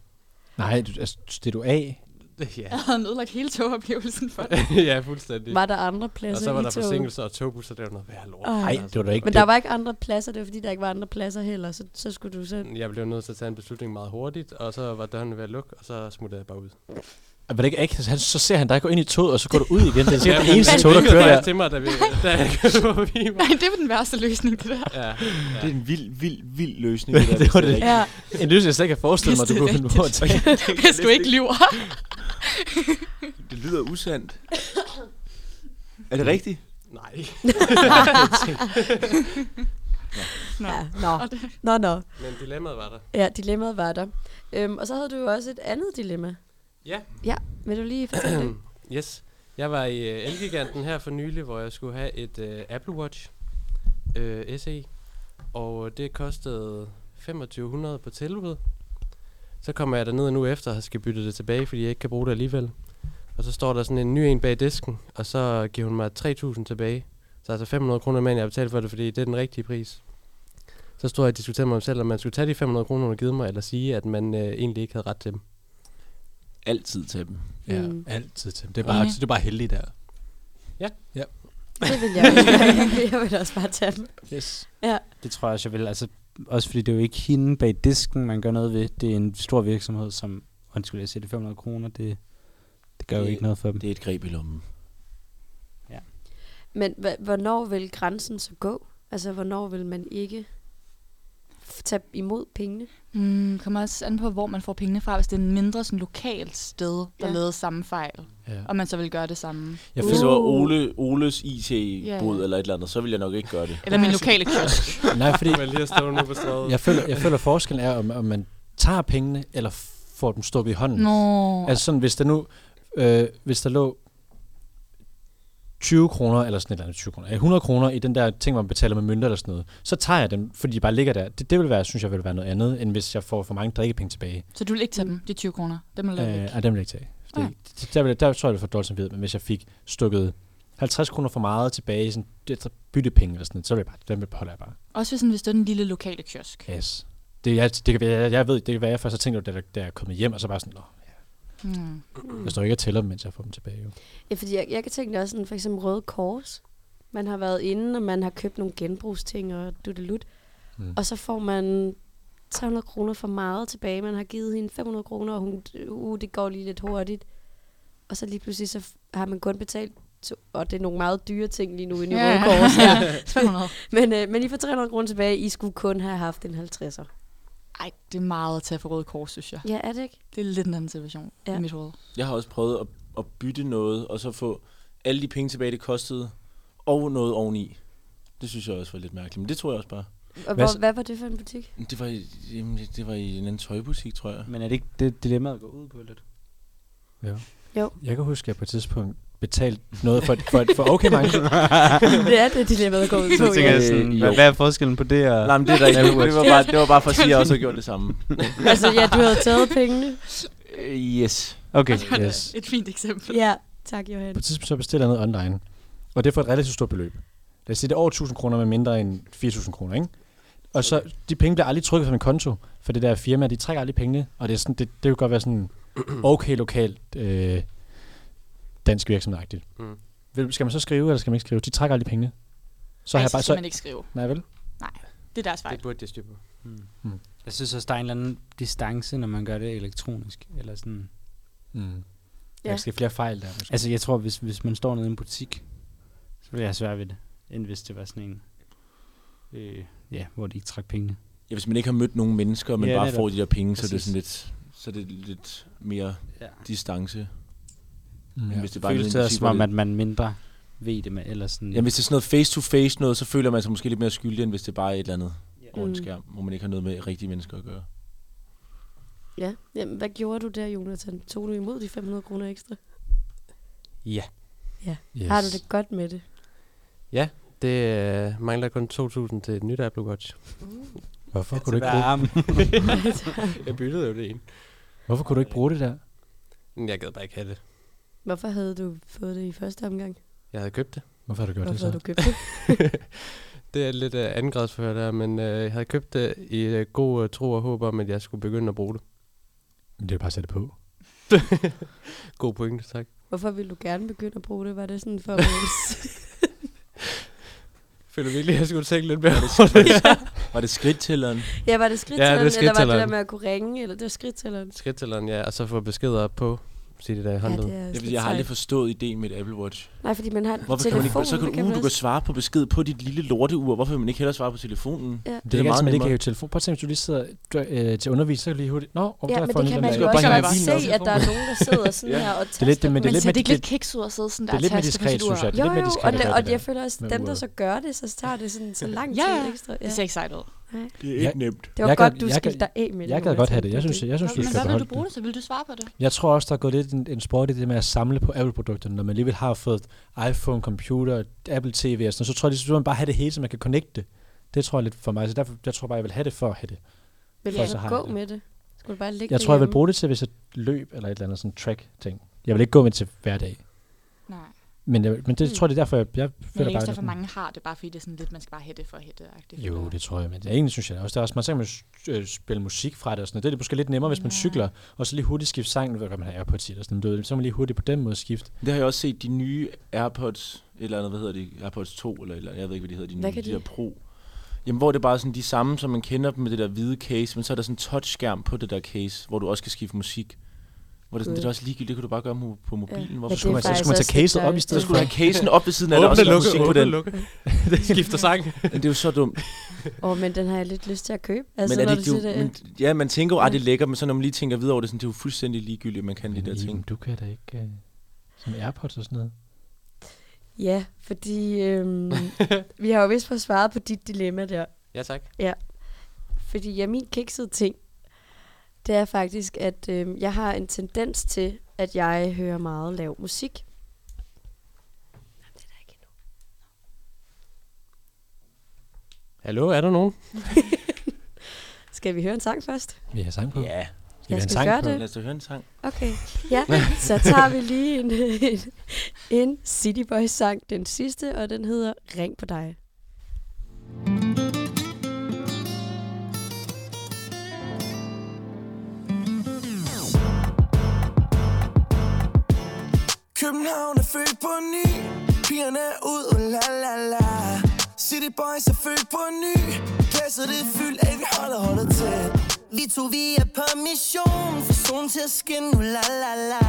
Speaker 4: Nej, du, altså, det er du af.
Speaker 6: ja. *laughs*
Speaker 5: Jeg havde ødelagt hele togoplevelsen for dig.
Speaker 6: ja, fuldstændig.
Speaker 3: Var der andre
Speaker 6: og
Speaker 3: pladser
Speaker 6: så var
Speaker 3: i
Speaker 6: der
Speaker 3: toget?
Speaker 6: forsinkelser og togbusser, det var noget værd lort. Altså,
Speaker 3: Åh.
Speaker 4: Nej,
Speaker 5: altså.
Speaker 4: det var da ikke.
Speaker 3: Men der var ikke andre pladser, det var fordi, der ikke var andre pladser heller, så, så skulle du så...
Speaker 6: Jeg blev nødt til at tage en beslutning meget hurtigt, og så var dørene ved at lukke, og så smuttede jeg bare ud.
Speaker 4: Var det ikke akavet? Han, så ser han dig gå ind i toget, og så går du ud igen. Det
Speaker 5: *laughs*
Speaker 4: er sikkert
Speaker 6: han
Speaker 4: den eneste tog, der
Speaker 6: vinkede
Speaker 4: kører der.
Speaker 6: faktisk til mig, da, vi, *laughs* da jeg kørte
Speaker 4: *laughs*
Speaker 6: forbi mig.
Speaker 5: Nej, det var den værste løsning, det der.
Speaker 6: Ja,
Speaker 2: Det er en vild, vild, vild *laughs* løsning. det, der,
Speaker 4: Det var
Speaker 2: hvis
Speaker 4: det.
Speaker 2: er
Speaker 3: Ja,
Speaker 4: En løsning, jeg slet ikke kan forestille mig,
Speaker 5: Hvis
Speaker 4: du
Speaker 5: det er
Speaker 4: kunne finde på at tage.
Speaker 5: Hvis du ikke lyver.
Speaker 2: rigtigt. Det lyder usandt. Er det rigtigt?
Speaker 6: nej.
Speaker 5: Nå.
Speaker 3: ja, nå. Nå, nå.
Speaker 6: Men dilemmaet var der.
Speaker 3: Ja, dilemmaet var der. Øhm, og så havde du jo også et andet dilemma.
Speaker 6: Ja.
Speaker 3: Ja, vil du lige fortælle
Speaker 6: *clears throat*
Speaker 3: det?
Speaker 6: Yes. Jeg var i øh, Elgiganten her for nylig, hvor jeg skulle have et øh, Apple Watch øh, SE. Og øh, det kostede 2500 på tilbud. Så kommer jeg derned en uge efter og skal bytte det tilbage, fordi jeg ikke kan bruge det alligevel. Og så står der sådan en ny en bag disken, og så giver hun mig 3000 tilbage. Så altså 500 kroner mere, end jeg har betalt for det, fordi det er den rigtige pris. Så stod jeg og diskuterede med mig selv, om man skulle tage de 500 kroner, hun har givet mig, eller sige, at man øh, egentlig ikke havde ret til dem.
Speaker 2: Altid til dem.
Speaker 4: Ja,
Speaker 3: Mm.
Speaker 4: altid til. Det er bare,
Speaker 5: Enig.
Speaker 4: det er bare heldig der.
Speaker 3: Det vil jeg *laughs* også. jeg vil også bare tage dem.
Speaker 4: Yes.
Speaker 7: Det tror jeg også, jeg vil. Altså, også fordi det er jo ikke hende bag disken, man gør noget ved. Det er en stor virksomhed, som... Undskyld, jeg siger det 500 kroner. Det, det gør jo
Speaker 2: Det-
Speaker 7: ikke noget for dem.
Speaker 2: Det er et greb i lommen.
Speaker 5: Uh.
Speaker 3: Men hva- hvornår vil grænsen så gå? Altså, hvornår vil man ikke f- tage imod pengene?
Speaker 5: Mm, kommer også an på, hvor man får pengene fra, hvis det er en mindre sådan, lokalt sted, der
Speaker 3: Ja.
Speaker 5: ja. lavede samme fejl,
Speaker 4: Ja.
Speaker 5: og man så vil gøre det samme.
Speaker 2: Jeg
Speaker 3: Uh.
Speaker 2: Hvis det var Ole, Oles IT-bod
Speaker 5: Ja, ja.
Speaker 2: eller et eller andet, så ville jeg nok ikke gøre det.
Speaker 5: Eller min lokale kiosk.
Speaker 4: Nej, fordi
Speaker 6: Man lige at stå nu på stedet.
Speaker 4: jeg føler, jeg føler forskellen er, om, om man tager pengene, eller får dem stukket i hånden.
Speaker 5: Nå.
Speaker 4: Altså sådan, hvis der nu, øh, hvis der lå 20 kroner, eller sådan et eller andet 20 kroner, øh, 100 kroner i den der ting, hvor man betaler med mønter eller sådan noget, så tager jeg dem, fordi de bare ligger der. Det, det vil være, synes jeg, vil være noget andet, end hvis jeg får for mange drikkepenge tilbage.
Speaker 5: Så du vil ikke tage dem, de 20 kroner? Dem er
Speaker 4: Øh,
Speaker 5: lavet øh.
Speaker 4: ej, dem vil jeg ikke tage. Det,
Speaker 5: Nej.
Speaker 4: det- der, vil, der tror jeg, det er for dårligt samvittighed, men hvis jeg fik stukket 50 kroner for meget tilbage, i sådan, det er byttepenge eller sådan noget, så vil jeg bare, dem beholder jeg bare.
Speaker 5: Også hvis, sådan, hvis det er den lille lokale kiosk.
Speaker 4: Yes. Det, jeg, det kan, være- jeg, jeg ved, det kan være, jeg først har tænkt over det, da, da jeg er kommet hjem, og så bare sådan, Nå,
Speaker 5: Mm.
Speaker 4: jeg står ikke og tæller dem, mens jeg får dem tilbage. Jo.
Speaker 3: Ja, fordi jeg, jeg kan tænke det også sådan, for eksempel Røde Kors. Man har været inde, og man har købt nogle genbrugsting og dudelut.
Speaker 4: Mm.
Speaker 3: Mm. Og så får man 300 kroner for meget tilbage. Man har givet hende 500 kroner, og hun, uh, det går lige lidt hurtigt. Og så lige pludselig, så f- har man kun betalt, to, og det er nogle meget dyre ting lige nu inde i
Speaker 5: Ja.
Speaker 3: Røde Kors.
Speaker 5: *laughs*
Speaker 3: *laughs*
Speaker 5: Ja. 500.
Speaker 3: Men, øh, men I får 300 kroner tilbage. I skulle kun have haft en 50'er.
Speaker 5: Ej, det er meget at tage for Røde Kors, synes jeg.
Speaker 3: Ja, er det ikke?
Speaker 5: Det er lidt en anden situation ja.
Speaker 3: Ja.
Speaker 5: i mit hoved.
Speaker 2: Jeg har også prøvet at, at bytte noget, og så få alle de penge tilbage, det kostede, og noget oveni. Det synes jeg også var lidt mærkeligt, men det tror jeg også bare.
Speaker 3: Og
Speaker 4: Hvad
Speaker 3: hvor,
Speaker 4: så-
Speaker 3: hvad var det for en butik?
Speaker 2: Det var, i- jamen, det var i en anden tøjbutik, tror jeg.
Speaker 7: Men er det ikke det dilemmaet går
Speaker 3: *laughs*
Speaker 7: ud på lidt?
Speaker 4: Jeg kan huske, at jeg på et tidspunkt betalte noget for, for, for *laughs* okay mange.
Speaker 3: *laughs* det er det dilemma, der går ud
Speaker 7: Så
Speaker 3: på.
Speaker 7: tænker
Speaker 3: Ja.
Speaker 7: jeg sådan,
Speaker 2: Øh,
Speaker 7: hvad,
Speaker 2: jo.
Speaker 7: hvad er forskellen på det og...
Speaker 2: Nej, men det, er der ikke. det, var bare, det var bare for at sige, at jeg også har gjort det samme.
Speaker 3: Altså, ja, du havde taget pengene.
Speaker 2: Øh, Yes.
Speaker 7: Okay,
Speaker 4: Yes.
Speaker 5: Et fint eksempel.
Speaker 3: Ja, tak, Johan.
Speaker 4: På et tidspunkt så bestiller jeg noget online, og det er for et relativt stort beløb. Lad os sige, det er over 1000 kroner med mindre end 4000 kroner, ikke? Og så, de penge bliver aldrig trykket fra min konto, for det der firma, de trækker aldrig pengene, og det, er sådan, det, det vil godt være sådan okay lokalt øh, dansk virksomhedagtigt.
Speaker 6: Mm.
Speaker 4: Mm. Skal man så skrive, eller skal man ikke skrive? De trækker aldrig pengene. Så har
Speaker 5: Ej,
Speaker 4: jeg bare...
Speaker 5: så skal
Speaker 4: Så,
Speaker 5: man ikke skrive.
Speaker 4: nej, vel?
Speaker 5: Det er deres fejl.
Speaker 6: Det burde jeg styre på.
Speaker 7: Jeg synes også, der er en eller anden distance, når man gør det elektronisk. Eller sådan.
Speaker 4: Mm. Ja.
Speaker 3: Ja.
Speaker 4: Der skal flere fejl der, måske.
Speaker 7: Altså, jeg tror, hvis, hvis man står nede i en butik, så vil jeg have svært ved det, end hvis det var sådan en, øh, ja, hvor de ikke trak pengene.
Speaker 2: Ja, hvis man ikke har mødt nogen mennesker, men
Speaker 7: Ja,
Speaker 2: ja, bare
Speaker 7: netop.
Speaker 2: får de der penge, så er det
Speaker 7: Præcis.
Speaker 2: sådan lidt, så er det lidt mere
Speaker 7: Ja.
Speaker 2: distance.
Speaker 4: Mm,
Speaker 2: Ja.
Speaker 4: ja.
Speaker 2: Hvis det bare er
Speaker 7: Føles
Speaker 2: nede i
Speaker 7: det som om,
Speaker 2: butikker,
Speaker 7: at man mindre ved det med, eller sådan...
Speaker 2: lidt- Ja, hvis det er sådan noget face-to-face noget, så føler man sig måske lidt mere skyldig, end hvis det bare er et eller andet over en
Speaker 3: Mm.
Speaker 2: skærm, hvor man ikke har noget med rigtige mennesker at gøre.
Speaker 3: Ja, Jamen, hvad gjorde du der, Jonathan? Tog du imod de 500 kroner ekstra?
Speaker 7: ja.
Speaker 4: Yes.
Speaker 3: Har du det godt med det?
Speaker 6: Det øh, mangler kun 2.000 til et nyt Apple *laughs* Watch.
Speaker 4: Hvorfor kunne,
Speaker 7: Til
Speaker 4: du ikke
Speaker 7: hver
Speaker 4: bruge,
Speaker 7: arm.
Speaker 6: Jeg byttede jo det ene.
Speaker 4: hvorfor kunne du ikke bruge det der?
Speaker 6: Men jeg gad bare ikke have det.
Speaker 3: Hvorfor havde du fået det i første omgang?
Speaker 6: Jeg havde købt det. *laughs*
Speaker 4: Hvorfor har du gjort
Speaker 3: Hvorfor havde du
Speaker 4: det så?
Speaker 3: købt det?
Speaker 6: Det er lidt øh, andengradsforhør der, men øh, jeg havde købt det i øh, god øh, tro og håb om, at jeg skulle begynde at bruge det.
Speaker 4: Men det er bare at sætte på.
Speaker 6: God pointe, tak.
Speaker 3: Hvorfor ville du gerne begynde at bruge det? Var det sådan for at
Speaker 6: Jeg føler virkelig, at jeg skulle tænke lidt mere over det.
Speaker 2: *laughs* Var det skridttælleren?
Speaker 3: *laughs* Ja, var det skridttælleren,
Speaker 6: det er
Speaker 3: eller var det der
Speaker 6: skridttælleren.
Speaker 3: med at kunne ringe? Eller det var skridttælleren.
Speaker 6: Skridtælleren, ja, og så få beskeder på sige det der i håndled.
Speaker 3: er
Speaker 2: Jeg,
Speaker 3: slet
Speaker 2: jeg har aldrig
Speaker 3: sejt.
Speaker 2: forstået ideen med et Apple Watch.
Speaker 3: Nej, fordi man har en
Speaker 2: Hvorfor kan man
Speaker 3: telefon.
Speaker 2: ikke, så kan du, uh, du kan svare på besked på dit lille lorteur. Hvorfor vil man ikke hellere svare på telefonen?
Speaker 3: Ja.
Speaker 4: Det er ikke altid, man ikke kan hæve telefon. Prøv at tænke, hvis du lige sidder du, øh, til undervis, så kan du lige hurtigt... Nå, oh,
Speaker 3: Ja,
Speaker 4: der
Speaker 3: men
Speaker 4: får
Speaker 3: det
Speaker 4: den
Speaker 3: kan man
Speaker 4: den der.
Speaker 3: jo
Speaker 4: Du kan
Speaker 3: også
Speaker 4: bare
Speaker 3: godt
Speaker 4: hive
Speaker 3: se,
Speaker 4: den der
Speaker 3: at der er nogen, der sidder sådan
Speaker 2: Ja.
Speaker 3: her og taster.
Speaker 4: er lidt det, men
Speaker 3: på-
Speaker 5: Men
Speaker 4: lidt
Speaker 5: så er
Speaker 4: med
Speaker 5: det ikke
Speaker 4: de-
Speaker 5: lidt kikset at sidde sådan der
Speaker 4: det er lidt
Speaker 5: og
Speaker 4: med
Speaker 5: taste
Speaker 4: diskret,
Speaker 5: procedurer.
Speaker 4: synes jeg. Det er
Speaker 3: Jo,
Speaker 4: lidt mere
Speaker 3: jo,
Speaker 4: diskret
Speaker 3: og,
Speaker 4: at
Speaker 3: det,
Speaker 4: gøre
Speaker 3: og
Speaker 4: det der
Speaker 3: jeg føler også,
Speaker 4: med
Speaker 3: dem, der
Speaker 4: uret.
Speaker 3: så gør det, så tager det sådan så lang
Speaker 5: Ja,
Speaker 3: tid
Speaker 5: ja.
Speaker 3: ekstra. Ja.
Speaker 5: Det ser ikke sejt ud.
Speaker 2: Det
Speaker 4: Ja.
Speaker 2: nemt.
Speaker 3: Det var
Speaker 4: Altså, Jeg
Speaker 3: godt,
Speaker 4: gad-
Speaker 3: du
Speaker 4: jeg
Speaker 3: skilte
Speaker 4: gad-
Speaker 3: dig af med det.
Speaker 4: Jeg gad
Speaker 3: Jonas.
Speaker 4: godt have det. Jeg synes, jeg, jeg synes,
Speaker 5: Men
Speaker 4: du skal
Speaker 5: hvad vil
Speaker 4: beholde
Speaker 5: du bruge
Speaker 4: det.
Speaker 5: det til? Vil du svare på det?
Speaker 4: Jeg tror også, der er gået lidt en, en sport i det med at samle på Apple-produkterne, når man alligevel har fået iPhone, computer, Apple TV og sådan noget, så tror jeg, at man bare have det hele, så man kan connecte det. Det tror jeg lidt for mig, så derfor, jeg tror bare, jeg vil have det for at have det.
Speaker 3: Vil du
Speaker 4: Ja.
Speaker 3: altså
Speaker 4: Så har
Speaker 3: gå
Speaker 4: jeg det.
Speaker 3: med det? Skulle du bare ligge
Speaker 4: Jeg tror, jeg vil
Speaker 3: derhjemme?
Speaker 4: bruge det til, hvis jeg løb eller et eller andet sådan track-ting. Jeg vil ikke gå med det til hver dag.
Speaker 5: Nej.
Speaker 4: Men, jeg, men det
Speaker 3: Mm.
Speaker 4: tror jeg, det er derfor, jeg, jeg
Speaker 5: Men
Speaker 4: føler
Speaker 5: jeg
Speaker 4: bare...
Speaker 5: ikke, for
Speaker 4: sådan-
Speaker 5: mange har det, bare fordi det er sådan lidt, man skal bare hætte for at hætte.
Speaker 4: Jo, det tror jeg, men det er egentlig, synes jeg det er også. Det er også man så kan man s- øh, spille musik fra det og sådan noget. Det er det måske lidt nemmere, hvis man
Speaker 5: Ja.
Speaker 4: cykler, og så lige hurtigt skifte sang, nu ved jeg godt, man har AirPods i eller sådan noget. Så kan man lige hurtigt på den måde skifte.
Speaker 2: Det har jeg også set de nye AirPods, et eller andet, hvad hedder de, AirPods 2, eller, et eller andet, jeg ved ikke, hvad de hedder, de
Speaker 3: Hvad
Speaker 2: nye, de,
Speaker 3: kan
Speaker 2: de
Speaker 3: de?
Speaker 2: der Pro. Jamen, hvor det bare er sådan de samme, som man kender dem med det der hvide case, men så er der sådan en touchskærm på det der case, hvor du også kan skifte musik. Hvor det, er sådan,
Speaker 3: Gud.
Speaker 2: det er også ligegyldigt, det kan du bare gøre mo- på mobilen.
Speaker 3: Ja.
Speaker 2: Hvorfor
Speaker 3: Men
Speaker 4: Så skulle man,
Speaker 2: så,
Speaker 4: så
Speaker 3: faktisk
Speaker 4: skulle man
Speaker 3: også
Speaker 4: tage
Speaker 3: lidt
Speaker 4: caset op i
Speaker 3: dejligt.
Speaker 2: så
Speaker 4: stedet for.
Speaker 2: skulle du have casen op ved siden af, dig, og
Speaker 6: Åbne,
Speaker 2: så
Speaker 6: lukke,
Speaker 2: musik på
Speaker 6: åbne,
Speaker 2: den.
Speaker 6: lukke. *laughs*
Speaker 3: Mm.
Speaker 6: Skifter sang.
Speaker 2: Men det er jo så dumt.
Speaker 3: Åh, oh, men den har jeg lidt lyst til at købe.
Speaker 2: Altså,
Speaker 3: Altså,
Speaker 2: men er
Speaker 3: når
Speaker 2: det,
Speaker 3: du
Speaker 2: det,
Speaker 3: siger
Speaker 2: det,
Speaker 3: det,
Speaker 2: men, ja, man tænker jo, at det er lækkert, men så når man lige tænker videre over det, sådan, det er jo fuldstændig ligegyldigt, at man kan de der
Speaker 4: Men Iben,
Speaker 2: ting.
Speaker 4: du kan da ikke... Øh, som AirPods og sådan noget.
Speaker 3: Ja, fordi øhm, vi har jo vist fået svaret på dit dilemma der.
Speaker 6: Ja, tak.
Speaker 3: Fordi ja, min kiksede ting, det er faktisk, at øhm, jeg har en tendens til, at jeg hører meget lav musik. Jamen, det er der ikke endnu.
Speaker 6: Hallo, er der nogen?
Speaker 3: Skal vi høre en sang først?
Speaker 4: Vi har sang på.
Speaker 2: Ja,
Speaker 4: Skal vi have
Speaker 3: jeg
Speaker 4: en
Speaker 3: skal
Speaker 4: sang
Speaker 3: gøre
Speaker 4: på?
Speaker 2: lad os da høre en sang.
Speaker 3: Okay, ja. Så tager vi lige en, en, en City Boys sang, den sidste, og den hedder Ring på dig.
Speaker 8: København er født på ny Pigerne er ud, oh la la la City boys er født på ny Klasset det er fyldt af, vi holder holder tæt Vi to vi er på mission Fra solen til at skinne, oh la la la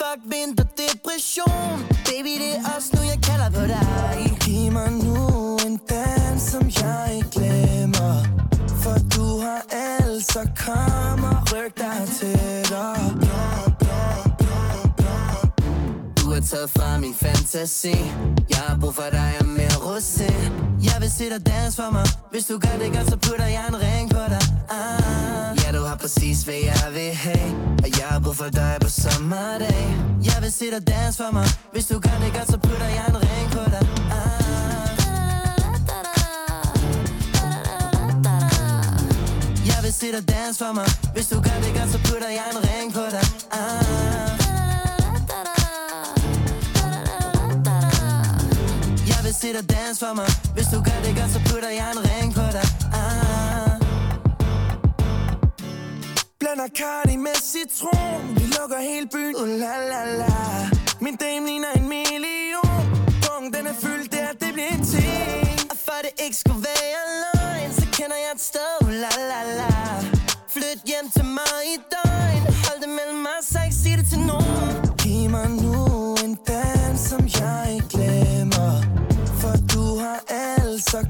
Speaker 8: Fuck vinterdepression Baby det er os nu, jeg kalder på dig Giv mig nu en dans, som jeg ikke glemmer For du har alt, så kom og ryk dig tættere du er taget fra min fantasi Jeg har brug for dig og mere rosé Jeg vil se dig danse for mig Hvis du gør det godt, så putter jeg en ring på dig ah. Ja, du har præcis hvad jeg vil have Og jeg har brug for dig på sommerdag Jeg vil se dig danse for mig Hvis du gør det godt, så putter jeg en ring på dig ah. Jeg vil se dig danse for mig Hvis du gør det godt, så putter jeg en ring på dig ah. Jeg vil se dig danse for mig Hvis du gør det godt, så putter jeg en ring på dig ah. Blander Cardi med citron Vi lukker hele byen, uh, la la la Min dame ligner en million Pungen den er fyldt, der det bliver en ting Og for det ikke skulle være løgn Så kender jeg et sted, uh, la la la Flyt hjem til mig i døgn Hold det mellem os, så ikke sig det til nogen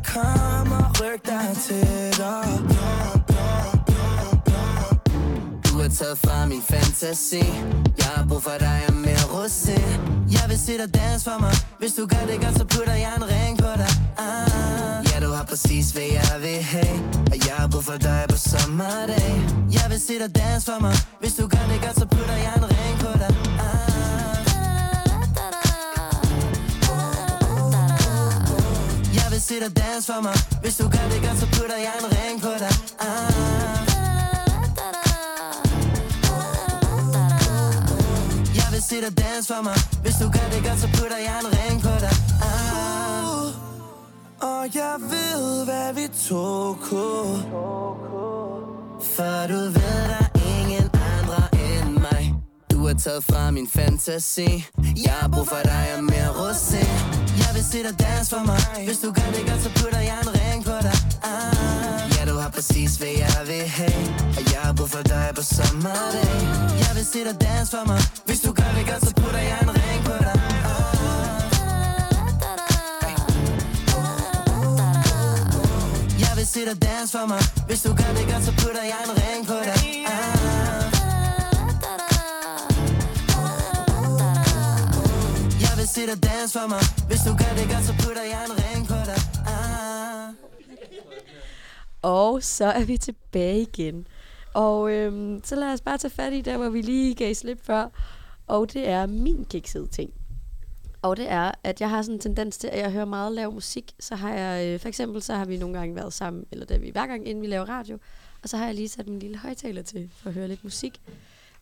Speaker 8: Kom og ryk dig tættere Du er taget fra min fantasi Jeg har brug for dig og mere rosé Jeg vil se dig danse for mig Hvis du gør det godt, så putter jeg en ring på dig ah. Ja, du har præcis hvad jeg vil have Og jeg har brug for dig på sommerdag Jeg vil se dig danse for mig Hvis du gør det godt, så putter jeg en ring på dig Ah. Jeg vil se dig danse for mig Hvis du gør det godt, så putter jeg en ring på dig ah. Jeg vil se dig danse for mig Hvis du gør det godt, så putter jeg en ring på dig ah. Og jeg ved, hvad vi to kunne For du ved, der er ingen andre end mig Du er taget fra min fantasi Jeg har brug for dig og mere rosé Jeg vil se dig danse for mig Hvis du gør det godt, så putter jeg en ring på dig ah. Ja, du har præcis hvad jeg vil have Og jeg har brug for dig på sommerdag Jeg vil se dig danse for mig Hvis du gør det godt, så putter jeg en ring på dig Ah. Jeg vil se dig danse for mig Hvis du gør det godt, så putter jeg en ring på dig ah. Jeg vil se dig danse for mig Hvis du gør det godt, så putter jeg en ring på dig ah.
Speaker 3: Og så er vi tilbage igen. Og øhm, så lad os bare tage fat i der, hvor vi lige gav slip før. Og det er min kiksede ting. Og det er, at jeg har sådan en tendens til, at jeg hører meget lav musik. Så har jeg, øh, for eksempel, så har vi nogle gange været sammen, eller det er vi hver gang, inden vi laver radio. Og så har jeg lige sat min lille højtaler til for at høre lidt musik.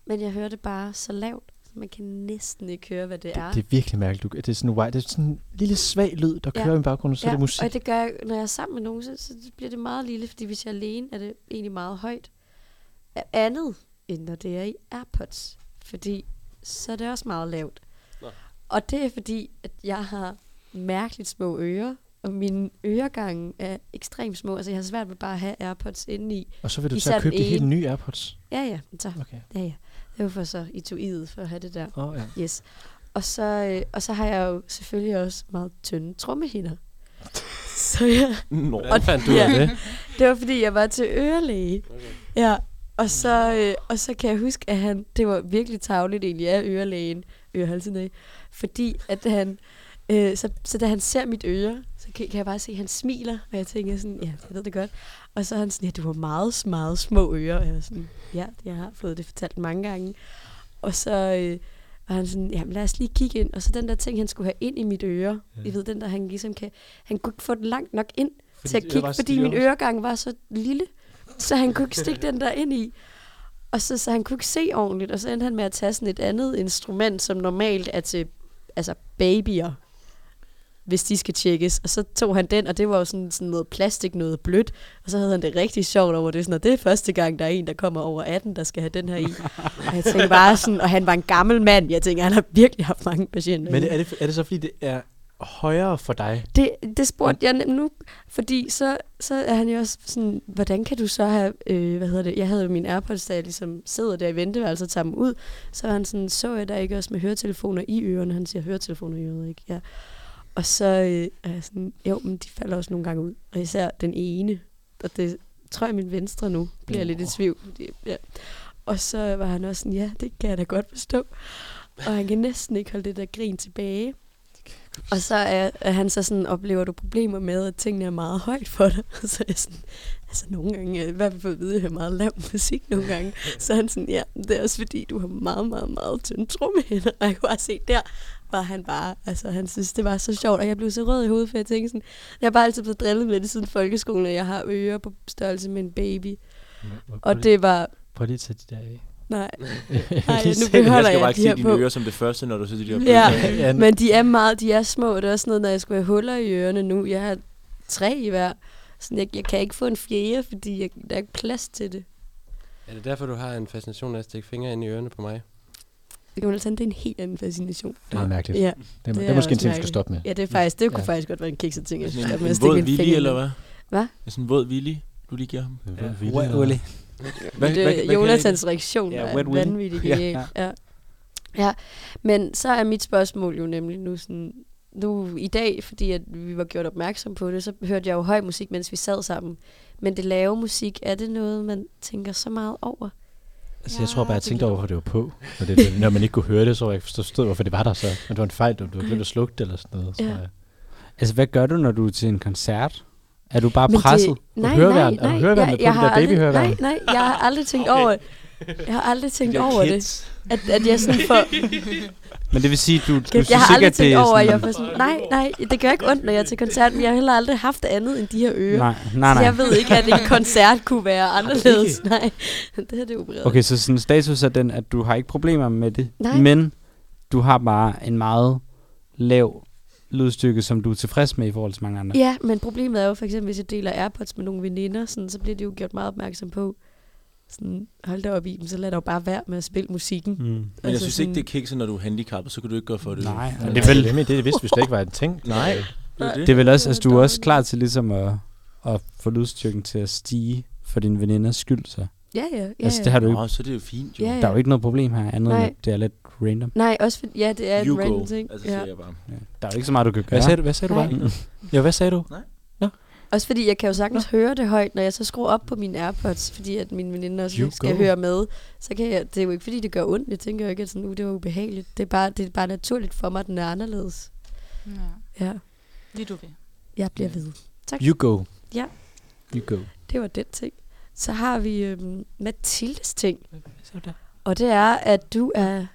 Speaker 3: Men jeg hører det bare så lavt, så man kan næsten ikke høre, hvad det er.
Speaker 4: Det, det er virkelig mærkeligt. Du- Det er sådan en white, det er sådan en lille svag lyd, der
Speaker 3: Ja.
Speaker 4: ja. kører i baggrunden, så ja. er det musik.
Speaker 3: og det gør jeg, når jeg er sammen med nogen, så, så bliver det meget lille, fordi hvis jeg er alene, er det egentlig meget højt. A- Andet, end når det er i AirPods, fordi så er det også meget lavt.
Speaker 6: Nå.
Speaker 3: Og det er fordi, at jeg har mærkeligt små ører, og mine øregange er ekstremt små, altså jeg har svært ved bare at have AirPods indeni.
Speaker 4: Og så vil du
Speaker 3: Især
Speaker 4: tage at
Speaker 3: den
Speaker 4: købe de helt
Speaker 3: ene.
Speaker 4: nye Airpods.
Speaker 3: Ja, ja, men så,
Speaker 4: Okay.
Speaker 3: ja, ja. Det var for så i tuiet for at have det der.
Speaker 4: Åh, oh, ja.
Speaker 3: Yes. Og så, øh, og så har jeg jo selvfølgelig også meget tynde
Speaker 4: *laughs*
Speaker 3: trommehinder. så jeg,
Speaker 2: Nå.
Speaker 6: Hvordan fandt du ud af
Speaker 3: Ja.
Speaker 6: det?
Speaker 3: det var fordi, jeg var til ørelæge. Okay. Ja, og så, øh, og så kan jeg huske, at han, det var virkelig tavligt egentlig af ørelægen, ørehalsenæge, fordi at han, øh, så, så da han ser mit øre, så kan, kan jeg bare se, at han smiler, og jeg tænker sådan, ja, jeg ved det godt. Og så er han sådan, ja, du har meget, meget små ører, og jeg var sådan, ja, jeg har fået det fortalt mange gange. Og så øh, var han sådan, jamen lad os lige kigge ind, og så den der ting, han skulle have ind i mit øre, ja. I ved, den der, han ligesom kan, han kunne ikke få den langt nok ind,
Speaker 4: Fordi
Speaker 3: til at
Speaker 4: dit øre
Speaker 3: kigge,
Speaker 4: var
Speaker 3: fordi
Speaker 4: stivere.
Speaker 3: min øregang var så lille, så han kunne ikke stikke den der ind i. Og så, så han kunne ikke se ordentligt, og så endte han med at tage sådan et andet instrument, som normalt er til altså babyer, hvis de skal tjekkes. Og så tog han den, og det var jo sådan, sådan noget plastik, noget blødt. Og så havde han det rigtig sjovt over det. Sådan, og det er første gang, der er en, der kommer over 18, der skal have den her i. Og jeg tænkte bare sådan, og han var en gammel mand. Jeg tænkte, han har virkelig haft mange patienter.
Speaker 4: Men er det, er det så, fordi det er højere for dig?
Speaker 3: Det, det spurgte jeg nem- nu, fordi så, så er han jo også sådan, hvordan kan du så have, øh, hvad hedder det, jeg havde jo min Airpods, der jeg ligesom sidder der i venteværelset og tager dem ud, så var han sådan, så jeg der ikke også med høretelefoner i ørerne, han siger høretelefoner i ørerne, ikke? Ja. Og så øh, er jeg sådan, jo, men de falder også nogle gange ud, og især den ene, og det tror jeg min venstre nu, bliver jeg lidt i tvivl. fordi- Ja. Og så var han også sådan, ja, det kan jeg da godt forstå. Og han kan næsten ikke holde det der grin tilbage. Og så er, er han så sådan, oplever du problemer med, at tingene er meget højt for dig? *laughs* Og så er jeg sådan, altså nogle gange, jeg har i hvert fald fået at vide, at jeg hører meget lav musik nogle gange. Så er han sådan, ja, men det er også fordi, du har meget, meget, meget tynde trommehinder. Og jeg kunne bare se, der var han bare, altså han synes, det var så sjovt. Og jeg blev så rød i hovedet, for jeg tænkte sådan, jeg har bare altid blevet drillet med det siden folkeskolen, at jeg har ører på størrelse med en baby. Og det var,
Speaker 4: Prøv lige at tage de der af.
Speaker 3: nej,
Speaker 4: Jeg kan lige
Speaker 3: nu
Speaker 4: se det.
Speaker 2: Jeg
Speaker 3: beholder
Speaker 2: skal bare
Speaker 3: jeg
Speaker 2: ikke
Speaker 3: de her
Speaker 2: se dine
Speaker 3: på.
Speaker 2: ører som det første, når du sidder i de her
Speaker 3: Ja,
Speaker 2: bøger.
Speaker 4: *laughs* Ja,
Speaker 3: men de er meget, de er små. Det er også noget, når jeg skulle have huller i ørerne nu. Jeg har tre i hver. Sådan, jeg, jeg kan ikke få en fjerde, fordi jeg, der er ikke plads til det.
Speaker 6: Er det derfor, du har en fascination af at stikke fingre ind i ørerne på mig?
Speaker 3: Det kan man altså, det er en helt anden fascination.
Speaker 4: Det er mærkeligt.
Speaker 3: Ja,
Speaker 4: Det er, det
Speaker 3: det
Speaker 4: er
Speaker 3: er
Speaker 4: måske en
Speaker 3: også
Speaker 4: ting, vi skal stoppe med.
Speaker 3: ja det, er faktisk, det kunne
Speaker 4: Ja.
Speaker 3: faktisk godt være en kikset ting, jeg synes,
Speaker 2: Sådan
Speaker 3: at
Speaker 2: en,
Speaker 3: man
Speaker 2: en
Speaker 3: stikker
Speaker 2: våd
Speaker 3: en
Speaker 2: vilje,
Speaker 3: finger
Speaker 2: eller
Speaker 3: ned.
Speaker 2: hvad?
Speaker 3: Hvad?
Speaker 2: Er sådan en våd vilje, du lige giver ham?
Speaker 4: Det er
Speaker 7: *laughs*
Speaker 4: vildt,
Speaker 7: Wet
Speaker 4: eller-
Speaker 7: Willy.
Speaker 3: Men det er øh, Jonathans reaktion
Speaker 7: Ja,
Speaker 3: ja,
Speaker 7: wet
Speaker 3: er
Speaker 7: willy.
Speaker 3: vanvittigt
Speaker 7: Ja,
Speaker 3: genial. Ja, ja. ja, men så er mit spørgsmål jo nemlig nu sådan, nu i dag, fordi at vi var gjort opmærksom på det, så hørte jeg jo høj musik, mens vi sad sammen. Men det lave musik, er det noget, man tænker så meget over?
Speaker 4: Altså, jeg tror bare,
Speaker 3: det
Speaker 4: jeg tænkte
Speaker 3: lyder-
Speaker 4: over, hvorfor det var på. Når, det, når man ikke kunne høre det, så var jeg ikke forstået, hvorfor det var der så. Men det var en fejl, om du havde glemt at slukke det eller sådan noget, tror
Speaker 3: Ja.
Speaker 4: jeg.
Speaker 7: Altså, hvad gør du, når du er til en koncert? Er du bare
Speaker 3: Men det-
Speaker 7: presset?
Speaker 3: Nej,
Speaker 4: høreværn?
Speaker 3: nej,
Speaker 4: Er du
Speaker 3: nej,
Speaker 4: høreværnet
Speaker 3: jeg-
Speaker 4: på
Speaker 3: jeg
Speaker 4: det
Speaker 3: har
Speaker 4: der
Speaker 3: aldrig-
Speaker 4: babyhøreværn?
Speaker 3: Nej, nej, jeg har aldrig tænkt over det. Jeg har aldrig tænkt over det. At, at jeg sådan får...
Speaker 7: Men det vil sige, du, du synes
Speaker 3: Jeg har aldrig
Speaker 7: ikke, at det
Speaker 3: tænkt
Speaker 7: er
Speaker 3: over, at
Speaker 7: sådan...
Speaker 3: jeg får sådan... Nej, nej, det gør ikke ondt, når jeg er til koncert, men jeg har heller aldrig haft andet end de her ører.
Speaker 7: Nej, nej,
Speaker 3: Så Altså, jeg
Speaker 7: nej.
Speaker 3: ved ikke, at
Speaker 2: *laughs*
Speaker 3: en koncert kunne være anderledes. *laughs* Nej, det her det er opereret.
Speaker 7: Okay, så sådan status er den, at du har ikke problemer med det,
Speaker 3: Nej.
Speaker 7: men du har bare en meget lav lydstykke, som du er tilfreds med i forhold til mange andre.
Speaker 3: Ja, men problemet er jo for eksempel, hvis jeg deler Airpods med nogle veninder, sådan, så bliver de jo gjort meget opmærksom på, sådan, hold da op i dem, så lad dog bare være med at spille musikken. Mm.
Speaker 7: Mm.
Speaker 2: Men jeg synes ikke, det er kikset, når du er handicappet, så kan du ikke gøre for det.
Speaker 7: Nej,
Speaker 4: Men
Speaker 7: men
Speaker 4: det,
Speaker 7: det, er vel,
Speaker 4: det, det, det vidste vi slet ikke var en ting.
Speaker 2: Nej. Det er
Speaker 7: det
Speaker 2: det.
Speaker 7: er vel også, altså
Speaker 3: Det
Speaker 7: du
Speaker 3: var
Speaker 7: er også
Speaker 3: dårligt.
Speaker 7: klar til ligesom at, at få lydstyrken til at stige for din veninders skyld, så.
Speaker 3: Ja, ja, ja.
Speaker 7: Altså,
Speaker 3: ja.
Speaker 7: det har du ikke,
Speaker 2: Nå, så er det jo fint, jo.
Speaker 3: Ja, ja.
Speaker 7: der er jo ikke noget problem her, andet end
Speaker 3: Nej.
Speaker 7: at det er lidt random.
Speaker 3: Nej, også fordi, ja, det er
Speaker 2: You
Speaker 3: en
Speaker 2: go.
Speaker 3: random ting.
Speaker 2: Altså,
Speaker 3: ja.
Speaker 2: siger jeg bare.
Speaker 7: Der er jo ikke så meget, du kan gøre.
Speaker 4: Hvad sagde du, hvad sagde du
Speaker 3: Nej.
Speaker 4: bare? Ja, hvad sagde du?
Speaker 3: Også fordi, jeg kan jo sagtens høre det højt, når jeg så skruer op på mine Airpods, fordi at mine veninder også
Speaker 4: You
Speaker 3: lige skal
Speaker 4: go.
Speaker 3: høre med. Så kan jeg, det er jo ikke fordi, det gør ondt. Jeg tænker jo ikke, at sådan, uh, det var ubehageligt. Det er, bare, det er bare naturligt for mig, at den er anderledes.
Speaker 5: Ja.
Speaker 3: Ja,
Speaker 5: Lige du vil.
Speaker 3: jeg bliver ved.
Speaker 4: You go.
Speaker 3: Ja.
Speaker 4: You go.
Speaker 3: Det var den ting. Så har vi øhm, Mathildes ting. Og det er, at du er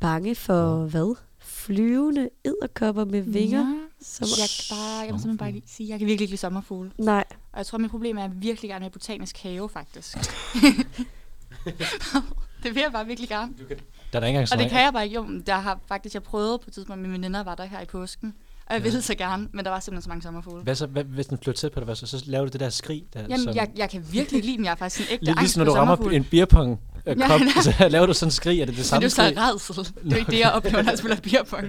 Speaker 3: bange for hvad? Flyvende edderkopper med vinger?
Speaker 5: Ja.
Speaker 3: Som...
Speaker 5: Jeg, kan bare, jeg må simpelthen bare lige sige, jeg kan virkelig ikke lide sommerfugle.
Speaker 3: Nej,
Speaker 5: Og jeg tror, mit problem er, at jeg virkelig gerne vil i botanisk have,
Speaker 4: *laughs*
Speaker 5: faktisk. det vil jeg bare virkelig gerne.
Speaker 4: Der er der ikke engang
Speaker 5: Og det
Speaker 4: sådan
Speaker 5: kan jeg bare ikke. Jo, men der har faktisk, jeg prøvet på et tidspunkt, mine veninder var der her i påsken. Og jeg ville så gerne, men der var simpelthen så mange sommerfugle.
Speaker 4: Hvad så, hvad, hvis den flytter tæt på dig, hvad så, så laver du det der skrig der?
Speaker 5: Jamen,
Speaker 4: som,
Speaker 5: jeg, jeg kan virkelig ikke lide dem. Jeg er faktisk en ægte
Speaker 4: lidt
Speaker 5: angst
Speaker 4: ligesom når du
Speaker 5: for
Speaker 4: rammer
Speaker 5: sommerfugle.
Speaker 4: en beerpong øh,
Speaker 5: Ja,
Speaker 4: kop,
Speaker 5: nej.
Speaker 4: *laughs* så laver du sådan en skrig, er det det
Speaker 5: Men det
Speaker 4: samme
Speaker 5: er jo så
Speaker 4: skrig?
Speaker 5: redsel. Det er jo ikke det, jeg oplever, når jeg spiller beerpong.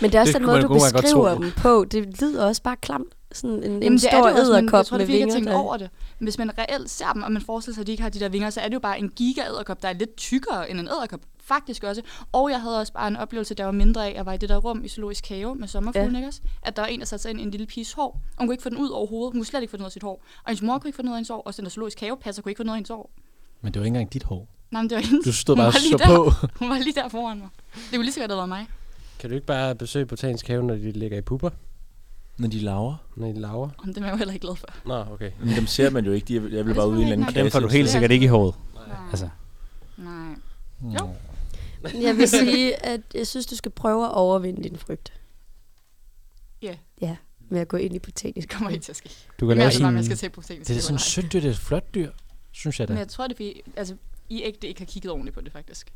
Speaker 3: men det er også
Speaker 4: Det
Speaker 3: den
Speaker 4: kunne
Speaker 3: måde,
Speaker 4: man
Speaker 3: du
Speaker 4: jo godt
Speaker 3: beskriver
Speaker 4: tro.
Speaker 3: dem på. Det lyder også bare klamt. Sådan en, en
Speaker 5: Jamen, det er
Speaker 3: stor
Speaker 5: det også, men jeg
Speaker 3: edderkop
Speaker 5: tror, det
Speaker 3: med
Speaker 5: er fordi, jeg
Speaker 3: vinger.
Speaker 5: tænker
Speaker 3: der-
Speaker 5: over det. Men hvis man reelt ser dem, og man forestiller sig, at de ikke har de der vinger, så er det jo bare en gigaæderkop, der er lidt tykkere end en æderkop. Faktisk også. Og jeg havde også bare en oplevelse, der var mindre af, jeg var i det der rum i zoologisk have med sommerfuglen,
Speaker 3: Ja.
Speaker 5: ja. ikke også? At der var en, der satte sig ind i en lille piges hår, og hun kunne ikke få den ud overhovedet. Hun kunne slet ikke få den ud af sit hår. Og hendes mor kunne ikke få den ud af hendes hår, og den der zoologisk have passer kunne ikke få den ud af hendes hår.
Speaker 4: Men det var ikke engang dit hår.
Speaker 5: Nej, men det var hendes.
Speaker 4: Du stod
Speaker 5: Hun
Speaker 4: bare og
Speaker 5: var
Speaker 4: så
Speaker 5: lige der.
Speaker 4: på.
Speaker 5: Hun var lige der foran mig. Det kunne lige så godt have været mig.
Speaker 6: Kan du ikke bare besøge Botanisk Have, når de ligger i pupper?
Speaker 2: Når de laver.
Speaker 6: Når de laver?
Speaker 5: Om det er jeg jo heller ikke glad for.
Speaker 6: Nå, okay.
Speaker 2: Men dem ser man jo ikke. De er, jeg vil
Speaker 5: det
Speaker 2: bare
Speaker 5: tror
Speaker 2: ude i en
Speaker 5: jeg
Speaker 2: eller
Speaker 5: ikke,
Speaker 2: anden
Speaker 5: nej.
Speaker 7: Dem får du
Speaker 2: kasse.
Speaker 7: helt sikkert ikke i håret.
Speaker 5: Nej.
Speaker 7: Altså.
Speaker 5: Nej.
Speaker 4: Mm.
Speaker 3: Men *laughs* Jeg vil sige, at jeg synes, du skal prøve at overvinde din frygt.
Speaker 5: Ja.
Speaker 3: Ja, med at gå ind i botanisk.
Speaker 5: Det kommer ikke til at ske.
Speaker 7: Du
Speaker 5: Men
Speaker 7: kan lave
Speaker 5: jeg,
Speaker 7: sådan...
Speaker 5: jeg skal til på
Speaker 4: Det er da sådan et sødt dyr, det er et flot dyr, synes jeg da.
Speaker 5: Men jeg tror, det er fordi, altså, I ægte ikke har kigget ordentligt på det, faktisk.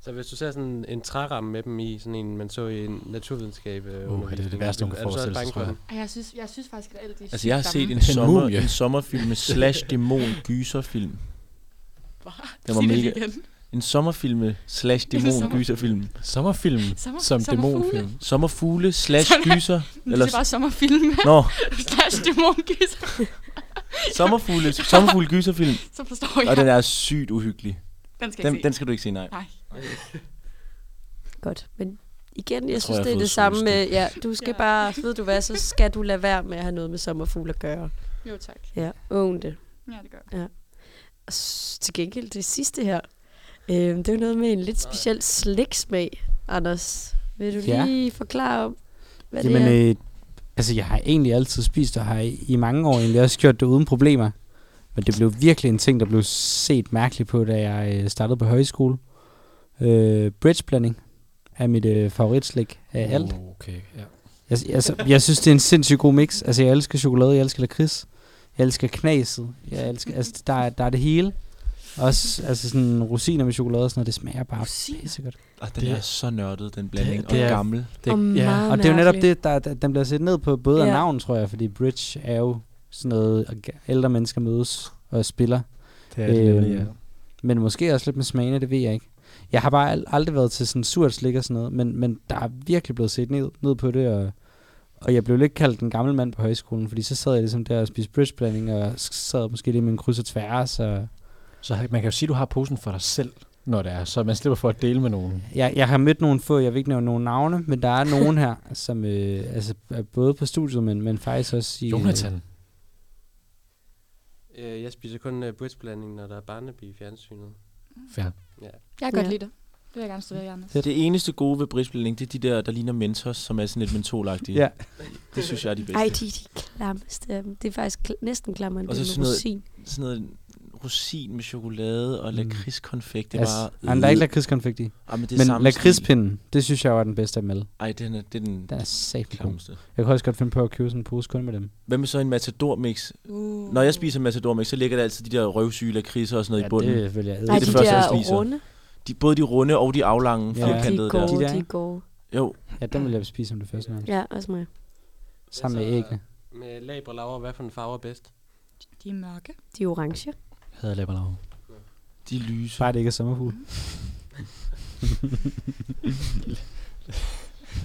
Speaker 6: Så hvis du ser sådan en træramme med dem i, sådan en, man så i en naturvidenskab øh,
Speaker 4: det er
Speaker 6: undervisning,
Speaker 4: det værste, hun kan
Speaker 6: er du så
Speaker 4: forestille sig,
Speaker 6: bange
Speaker 4: tror
Speaker 6: for
Speaker 4: jeg.
Speaker 6: den?
Speaker 5: Og jeg synes, jeg synes faktisk, at alt det er
Speaker 2: Altså, jeg har
Speaker 5: sygt
Speaker 2: set
Speaker 5: gammel.
Speaker 2: en,
Speaker 4: En
Speaker 2: sommer,
Speaker 4: mumie.
Speaker 2: en sommerfilm med slash dæmon gyserfilm. Den var
Speaker 5: Sig det
Speaker 2: mega.
Speaker 5: lige igen.
Speaker 2: En sommerfilm med slash
Speaker 5: En
Speaker 2: dæmon
Speaker 5: sommer-
Speaker 2: gyserfilm.
Speaker 4: Sommerfilm
Speaker 5: Sommer-
Speaker 4: som
Speaker 5: sommerfugle.
Speaker 4: dæmonfilm.
Speaker 2: Sommerfugle slash
Speaker 5: Sådan er-
Speaker 2: gyser.
Speaker 5: Men
Speaker 2: Eller,
Speaker 5: *laughs* Det er bare sommerfilm.
Speaker 2: nå,
Speaker 5: *laughs* Slash dæmongis.
Speaker 2: sommerfugle, sommerfugle
Speaker 5: *laughs*
Speaker 2: gyserfilm.
Speaker 5: Så forstår jeg.
Speaker 2: Og den er sygt uhyggelig.
Speaker 5: den skal
Speaker 2: Den,
Speaker 5: jeg
Speaker 2: den
Speaker 5: se.
Speaker 2: skal du ikke se, nej.
Speaker 5: Nej.
Speaker 3: Godt, men igen, jeg,
Speaker 2: tror,
Speaker 3: jeg
Speaker 2: jeg
Speaker 3: synes,
Speaker 2: har
Speaker 3: det er
Speaker 2: fået
Speaker 3: det samme med,
Speaker 2: svulst
Speaker 3: ja, du skal
Speaker 5: Ja.
Speaker 3: bare, ved du hvad, så skal du lade være med at have noget med sommerfugle at gøre.
Speaker 5: Jo, tak.
Speaker 3: Ja, own det.
Speaker 5: Ja, det gør jeg.
Speaker 3: Og s- til gengæld det sidste her, øh, det er jo noget med en lidt speciel sliksmag, Anders. Vil du
Speaker 7: Ja.
Speaker 3: lige forklare om, hvad
Speaker 7: Jamen,
Speaker 3: det er?
Speaker 7: øh, altså jeg har egentlig altid spist, og har i, i mange år egentlig også gjort det uden problemer. Men det blev virkelig en ting, der blev set mærkeligt på, da jeg øh, startede på højskole. Øh, bridgeblanding er mit øh, favoritslik af alt.
Speaker 4: Okay, ja.
Speaker 7: Jeg, altså, jeg synes, det er en sindssygt god mix. Altså, jeg elsker chokolade, jeg elsker lakrids, jeg elsker knaset, jeg elsker, altså, der, er- der er det hele. Også altså, sådan rosiner med chokolade og sådan noget, det smager bare pissegodt.
Speaker 2: Og den
Speaker 4: Det-
Speaker 2: er så nørdet, den blanding.
Speaker 4: det
Speaker 2: Og
Speaker 4: er-
Speaker 2: gammel.
Speaker 3: Og meget
Speaker 7: Og det er jo netop
Speaker 3: mærkeligt.
Speaker 7: det, der, der, den bliver set ned på både af
Speaker 3: Ja.
Speaker 7: navn, tror jeg, fordi bridge er jo sådan noget, at ga- ældre mennesker mødes og spiller.
Speaker 4: Det
Speaker 7: er det nemlig, ja. Men måske også lidt med smagene, det ved jeg ikke. Jeg har bare al- aldrig været til sådan surt slik og sådan noget, men, men der er virkelig blevet set ned, ned på det, og, og jeg blev lidt kaldt en gammel mand på højskolen, fordi så sad jeg ligesom der og spiste bridgeblanding, og s- sad måske lige med en kryds og tværs, og
Speaker 4: Så har- man kan jo sige, at du har posen for dig selv. når det er, så man slipper for at dele med nogen.
Speaker 7: Jeg, jeg har mødt nogle få, jeg vil ikke nævne nogen navne, men der er nogen her, *laughs* som øh, altså, er både på studiet, men, men faktisk også i...
Speaker 4: Jonathan.
Speaker 6: Øh, jeg spiser kun uh, bridgeblanding, når der er Barnaby i fjernsynet.
Speaker 4: Ja.
Speaker 5: Jeg kan godt
Speaker 3: Ja.
Speaker 5: lide det. Det vil jeg gerne studere, Anders.
Speaker 2: Det eneste gode ved brisblanding, det er de der, der ligner mentors, som er sådan lidt mentolagtige.
Speaker 7: Ja.
Speaker 2: Det synes jeg er de bedste.
Speaker 3: Ej, de, de klammeste af dem. Det er faktisk kl- næsten klammere end
Speaker 2: Og så
Speaker 3: det med
Speaker 2: sådan noget-
Speaker 3: rosin.
Speaker 2: Sådan noget rosin med chokolade og
Speaker 7: Mm.
Speaker 2: lakridskonfekt. Det er
Speaker 7: Altså,
Speaker 2: bare...
Speaker 7: han, der er ikke lakridskonfekt i.
Speaker 2: Ej, men det er
Speaker 7: Men
Speaker 2: samme stil.
Speaker 7: lakridspinden, det synes jeg var den bedste af dem alle.
Speaker 2: Ej, den er, det er den
Speaker 7: Den er satme god.
Speaker 2: klammeste.
Speaker 7: Jeg kunne også godt finde på at købe sådan en pose kun med dem.
Speaker 2: Hvad med så en matador-mix?
Speaker 5: Uh.
Speaker 2: Når jeg spiser matador-mix, så ligger der altid de der røvsyge lakridser og sådan noget i bunden.
Speaker 7: det vil jeg æde.
Speaker 3: Nej,
Speaker 2: det
Speaker 3: de
Speaker 2: første, jeg
Speaker 3: der
Speaker 2: spiser.
Speaker 3: runde.
Speaker 2: De, både de runde og de aflange
Speaker 7: Ja.
Speaker 2: ja.
Speaker 3: De
Speaker 2: firkantede
Speaker 3: er
Speaker 2: der.
Speaker 3: gode,
Speaker 7: De der,
Speaker 3: de er
Speaker 7: ikke?
Speaker 3: gode.
Speaker 2: Jo,
Speaker 7: Ja, den vil jeg spise som det første nærmest.
Speaker 3: Ja, også mig.
Speaker 7: Sammen med
Speaker 6: Hvad så,
Speaker 7: æggene.
Speaker 6: Altså, Med lab og laver, hvad for en farve er bedst?
Speaker 5: De er mørke.
Speaker 3: De er orange.
Speaker 4: Jeg hader læberne
Speaker 2: de lyser.
Speaker 7: Bare det ikke er sommerfugl.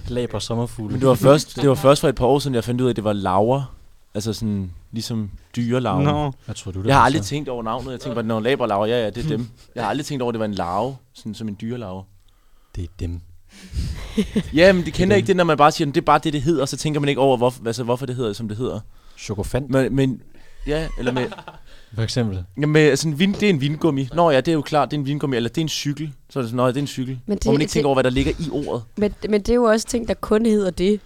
Speaker 4: Læb og sommerfugle.
Speaker 2: Men det var, først, det var først for et par år siden, jeg fandt ud af, at det var laver. Altså sådan, ligesom dyrelarven.
Speaker 4: Hvad tror du, det
Speaker 2: Jeg
Speaker 4: var
Speaker 2: har aldrig
Speaker 4: så?
Speaker 2: tænkt over navnet. Jeg tænkte bare, når laber laver, ja, ja, det er dem. Jeg har aldrig tænkt over, at det var en larve, sådan som en dyrelarve.
Speaker 4: Det er dem.
Speaker 2: Ja, men det kender jeg ikke det, når man bare siger, "Nå, det er bare det, det hedder, og så tænker man ikke over, hvorfor, altså, hvorfor det hedder, som det hedder.
Speaker 4: Chokofant,
Speaker 2: Men, men ja, eller med,
Speaker 4: for eksempel.
Speaker 2: ja, med sådan, vin, det er en vingummi. Nå ja, det er jo klart, det er en vingummi, eller det er en cykel. Så er det sådan, nå ja, det er en cykel.
Speaker 3: Men
Speaker 2: Men
Speaker 3: det-
Speaker 2: det, Hvor man ikke
Speaker 3: det-
Speaker 2: tænker over, hvad der ligger i ordet.
Speaker 3: Men, men det er jo også ting, der kun hedder det.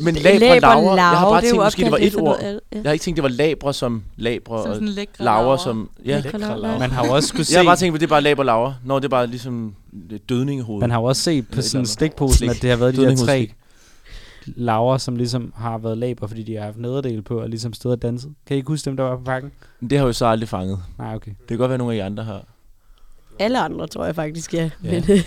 Speaker 2: Men labre og laver, jeg har bare tænkt, måske det var et ord.
Speaker 3: Ja.
Speaker 2: Jeg har ikke tænkt, det var labre som labre,
Speaker 5: Som
Speaker 2: og
Speaker 5: sådan lækre
Speaker 2: laver som... Ja.
Speaker 3: Lækre larver.
Speaker 7: Man har jo også skulle se,
Speaker 2: *laughs* Jeg har bare tænkt, at det er bare labre og laver. Nå, det er bare ligesom lidt dødning i hovedet.
Speaker 7: man har jo også set på
Speaker 2: Eller et
Speaker 7: sådan
Speaker 2: eller andet.
Speaker 7: stikposen,
Speaker 2: Slik.
Speaker 7: at det har været de der
Speaker 2: Dødning mod
Speaker 7: tre laver, som ligesom har været laber, fordi de har haft nederdel på og ligesom stået og danset. Kan I ikke huske dem, der var på pakken?
Speaker 2: Men det har jeg jo så aldrig fanget.
Speaker 7: Nej, okay.
Speaker 2: Det kan godt være, at nogle af jer andre har.
Speaker 3: Alle andre, tror jeg faktisk, ja.
Speaker 4: Ja.
Speaker 3: Men,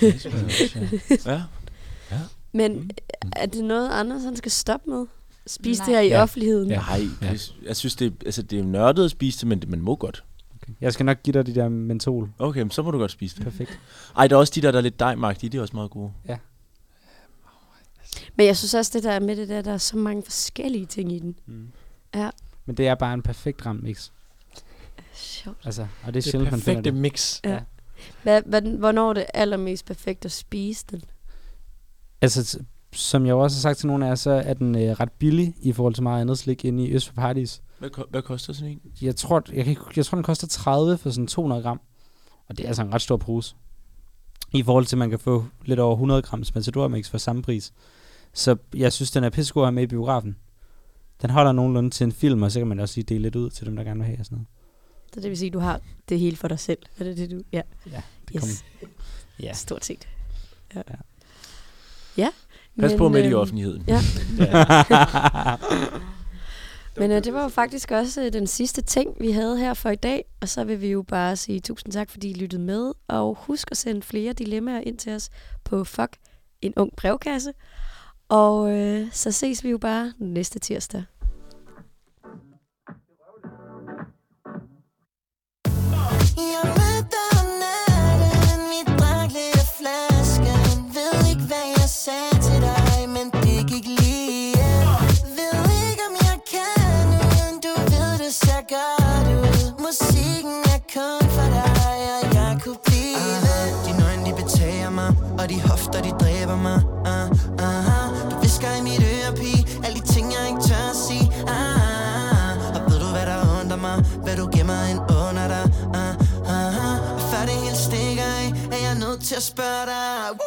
Speaker 2: Ja.
Speaker 3: men
Speaker 2: Mm.
Speaker 3: er det noget, Anders han skal stoppe med? Spise det
Speaker 5: Nej.
Speaker 3: her i
Speaker 4: Ja.
Speaker 3: offentligheden?
Speaker 4: Ja.
Speaker 2: Nej, det, jeg synes, det, er- altså, det er nørdet at spise det, men det, man må godt.
Speaker 7: okay. Jeg skal nok give dig de der mentol.
Speaker 2: Okay, men så må du godt spise det.
Speaker 7: Perfekt.
Speaker 2: Ej, der er også de der, der er lidt dejmagtige, de er også meget gode.
Speaker 3: Men jeg synes også, det der med det der, der er så mange forskellige ting i den.
Speaker 7: Men det er bare en perfekt rammix.
Speaker 3: Sjovt.
Speaker 7: Altså, og det er
Speaker 4: Det
Speaker 7: sjældent, man finder
Speaker 4: perfekte
Speaker 7: det.
Speaker 4: mix.
Speaker 3: Hvad, hvordan- hvornår er det allermest perfekt at spise den?
Speaker 7: Altså, s- som jeg jo også har sagt til nogle af jer, så er den øh, ret billig i forhold til meget andet slik inde i Øst for Paradis.
Speaker 2: Hvad, ko- hvad koster sådan en?
Speaker 7: Jeg tror, jeg, kan, ikke- jeg tror, den koster 30 for sådan 200 gram. Og det er altså en ret stor pose. I forhold til, at man kan få lidt over 100 grams Matador Mix for samme pris. Så jeg synes, den er pissegod at have med i biografen. Den holder nogenlunde til en film, og så kan man også lige dele lidt ud til dem, der gerne vil have og sådan noget.
Speaker 3: Så det vil sige, at du har det hele for dig selv. Er det det, du... Ja.
Speaker 7: Ja, det
Speaker 3: yes.
Speaker 7: kommer. Ja.
Speaker 3: Stort set. Ja.
Speaker 7: Ja.
Speaker 3: ja.
Speaker 2: Pas på med det i
Speaker 3: øhm,
Speaker 2: offentligheden.
Speaker 3: Ja. Men øh, det var jo faktisk også øh, den sidste ting, vi havde her for i dag. Og så vil vi jo bare sige tusind tak, fordi I lyttede med. Og husk at sende flere dilemmaer ind til os på Fuck, en ung brevkasse. Og øh, så ses vi jo bare næste tirsdag.
Speaker 10: Jeg mødte dig om natten, vi drak lidt af flasken. Ved ikke, hvad jeg sagde til dig, men det gik lige ind. Ved ikke, om jeg kan uden, du ved det ser godt ud. Musikken er kun for dig, og jeg kunne blive ved.
Speaker 11: Dine øjne de betager mig Og de hofter de dræber mig ah, ah, ah. Du visker i mit øre pige Alle de ting jeg ikke tør at sige ah, ah, ah. Og ved du hvad der under mig Hvad du gemmer ind under dig ah, ah, ah. Og før det hele stikker af Er jeg nødt til at spørge dig
Speaker 8: Altså, Ah, Ah,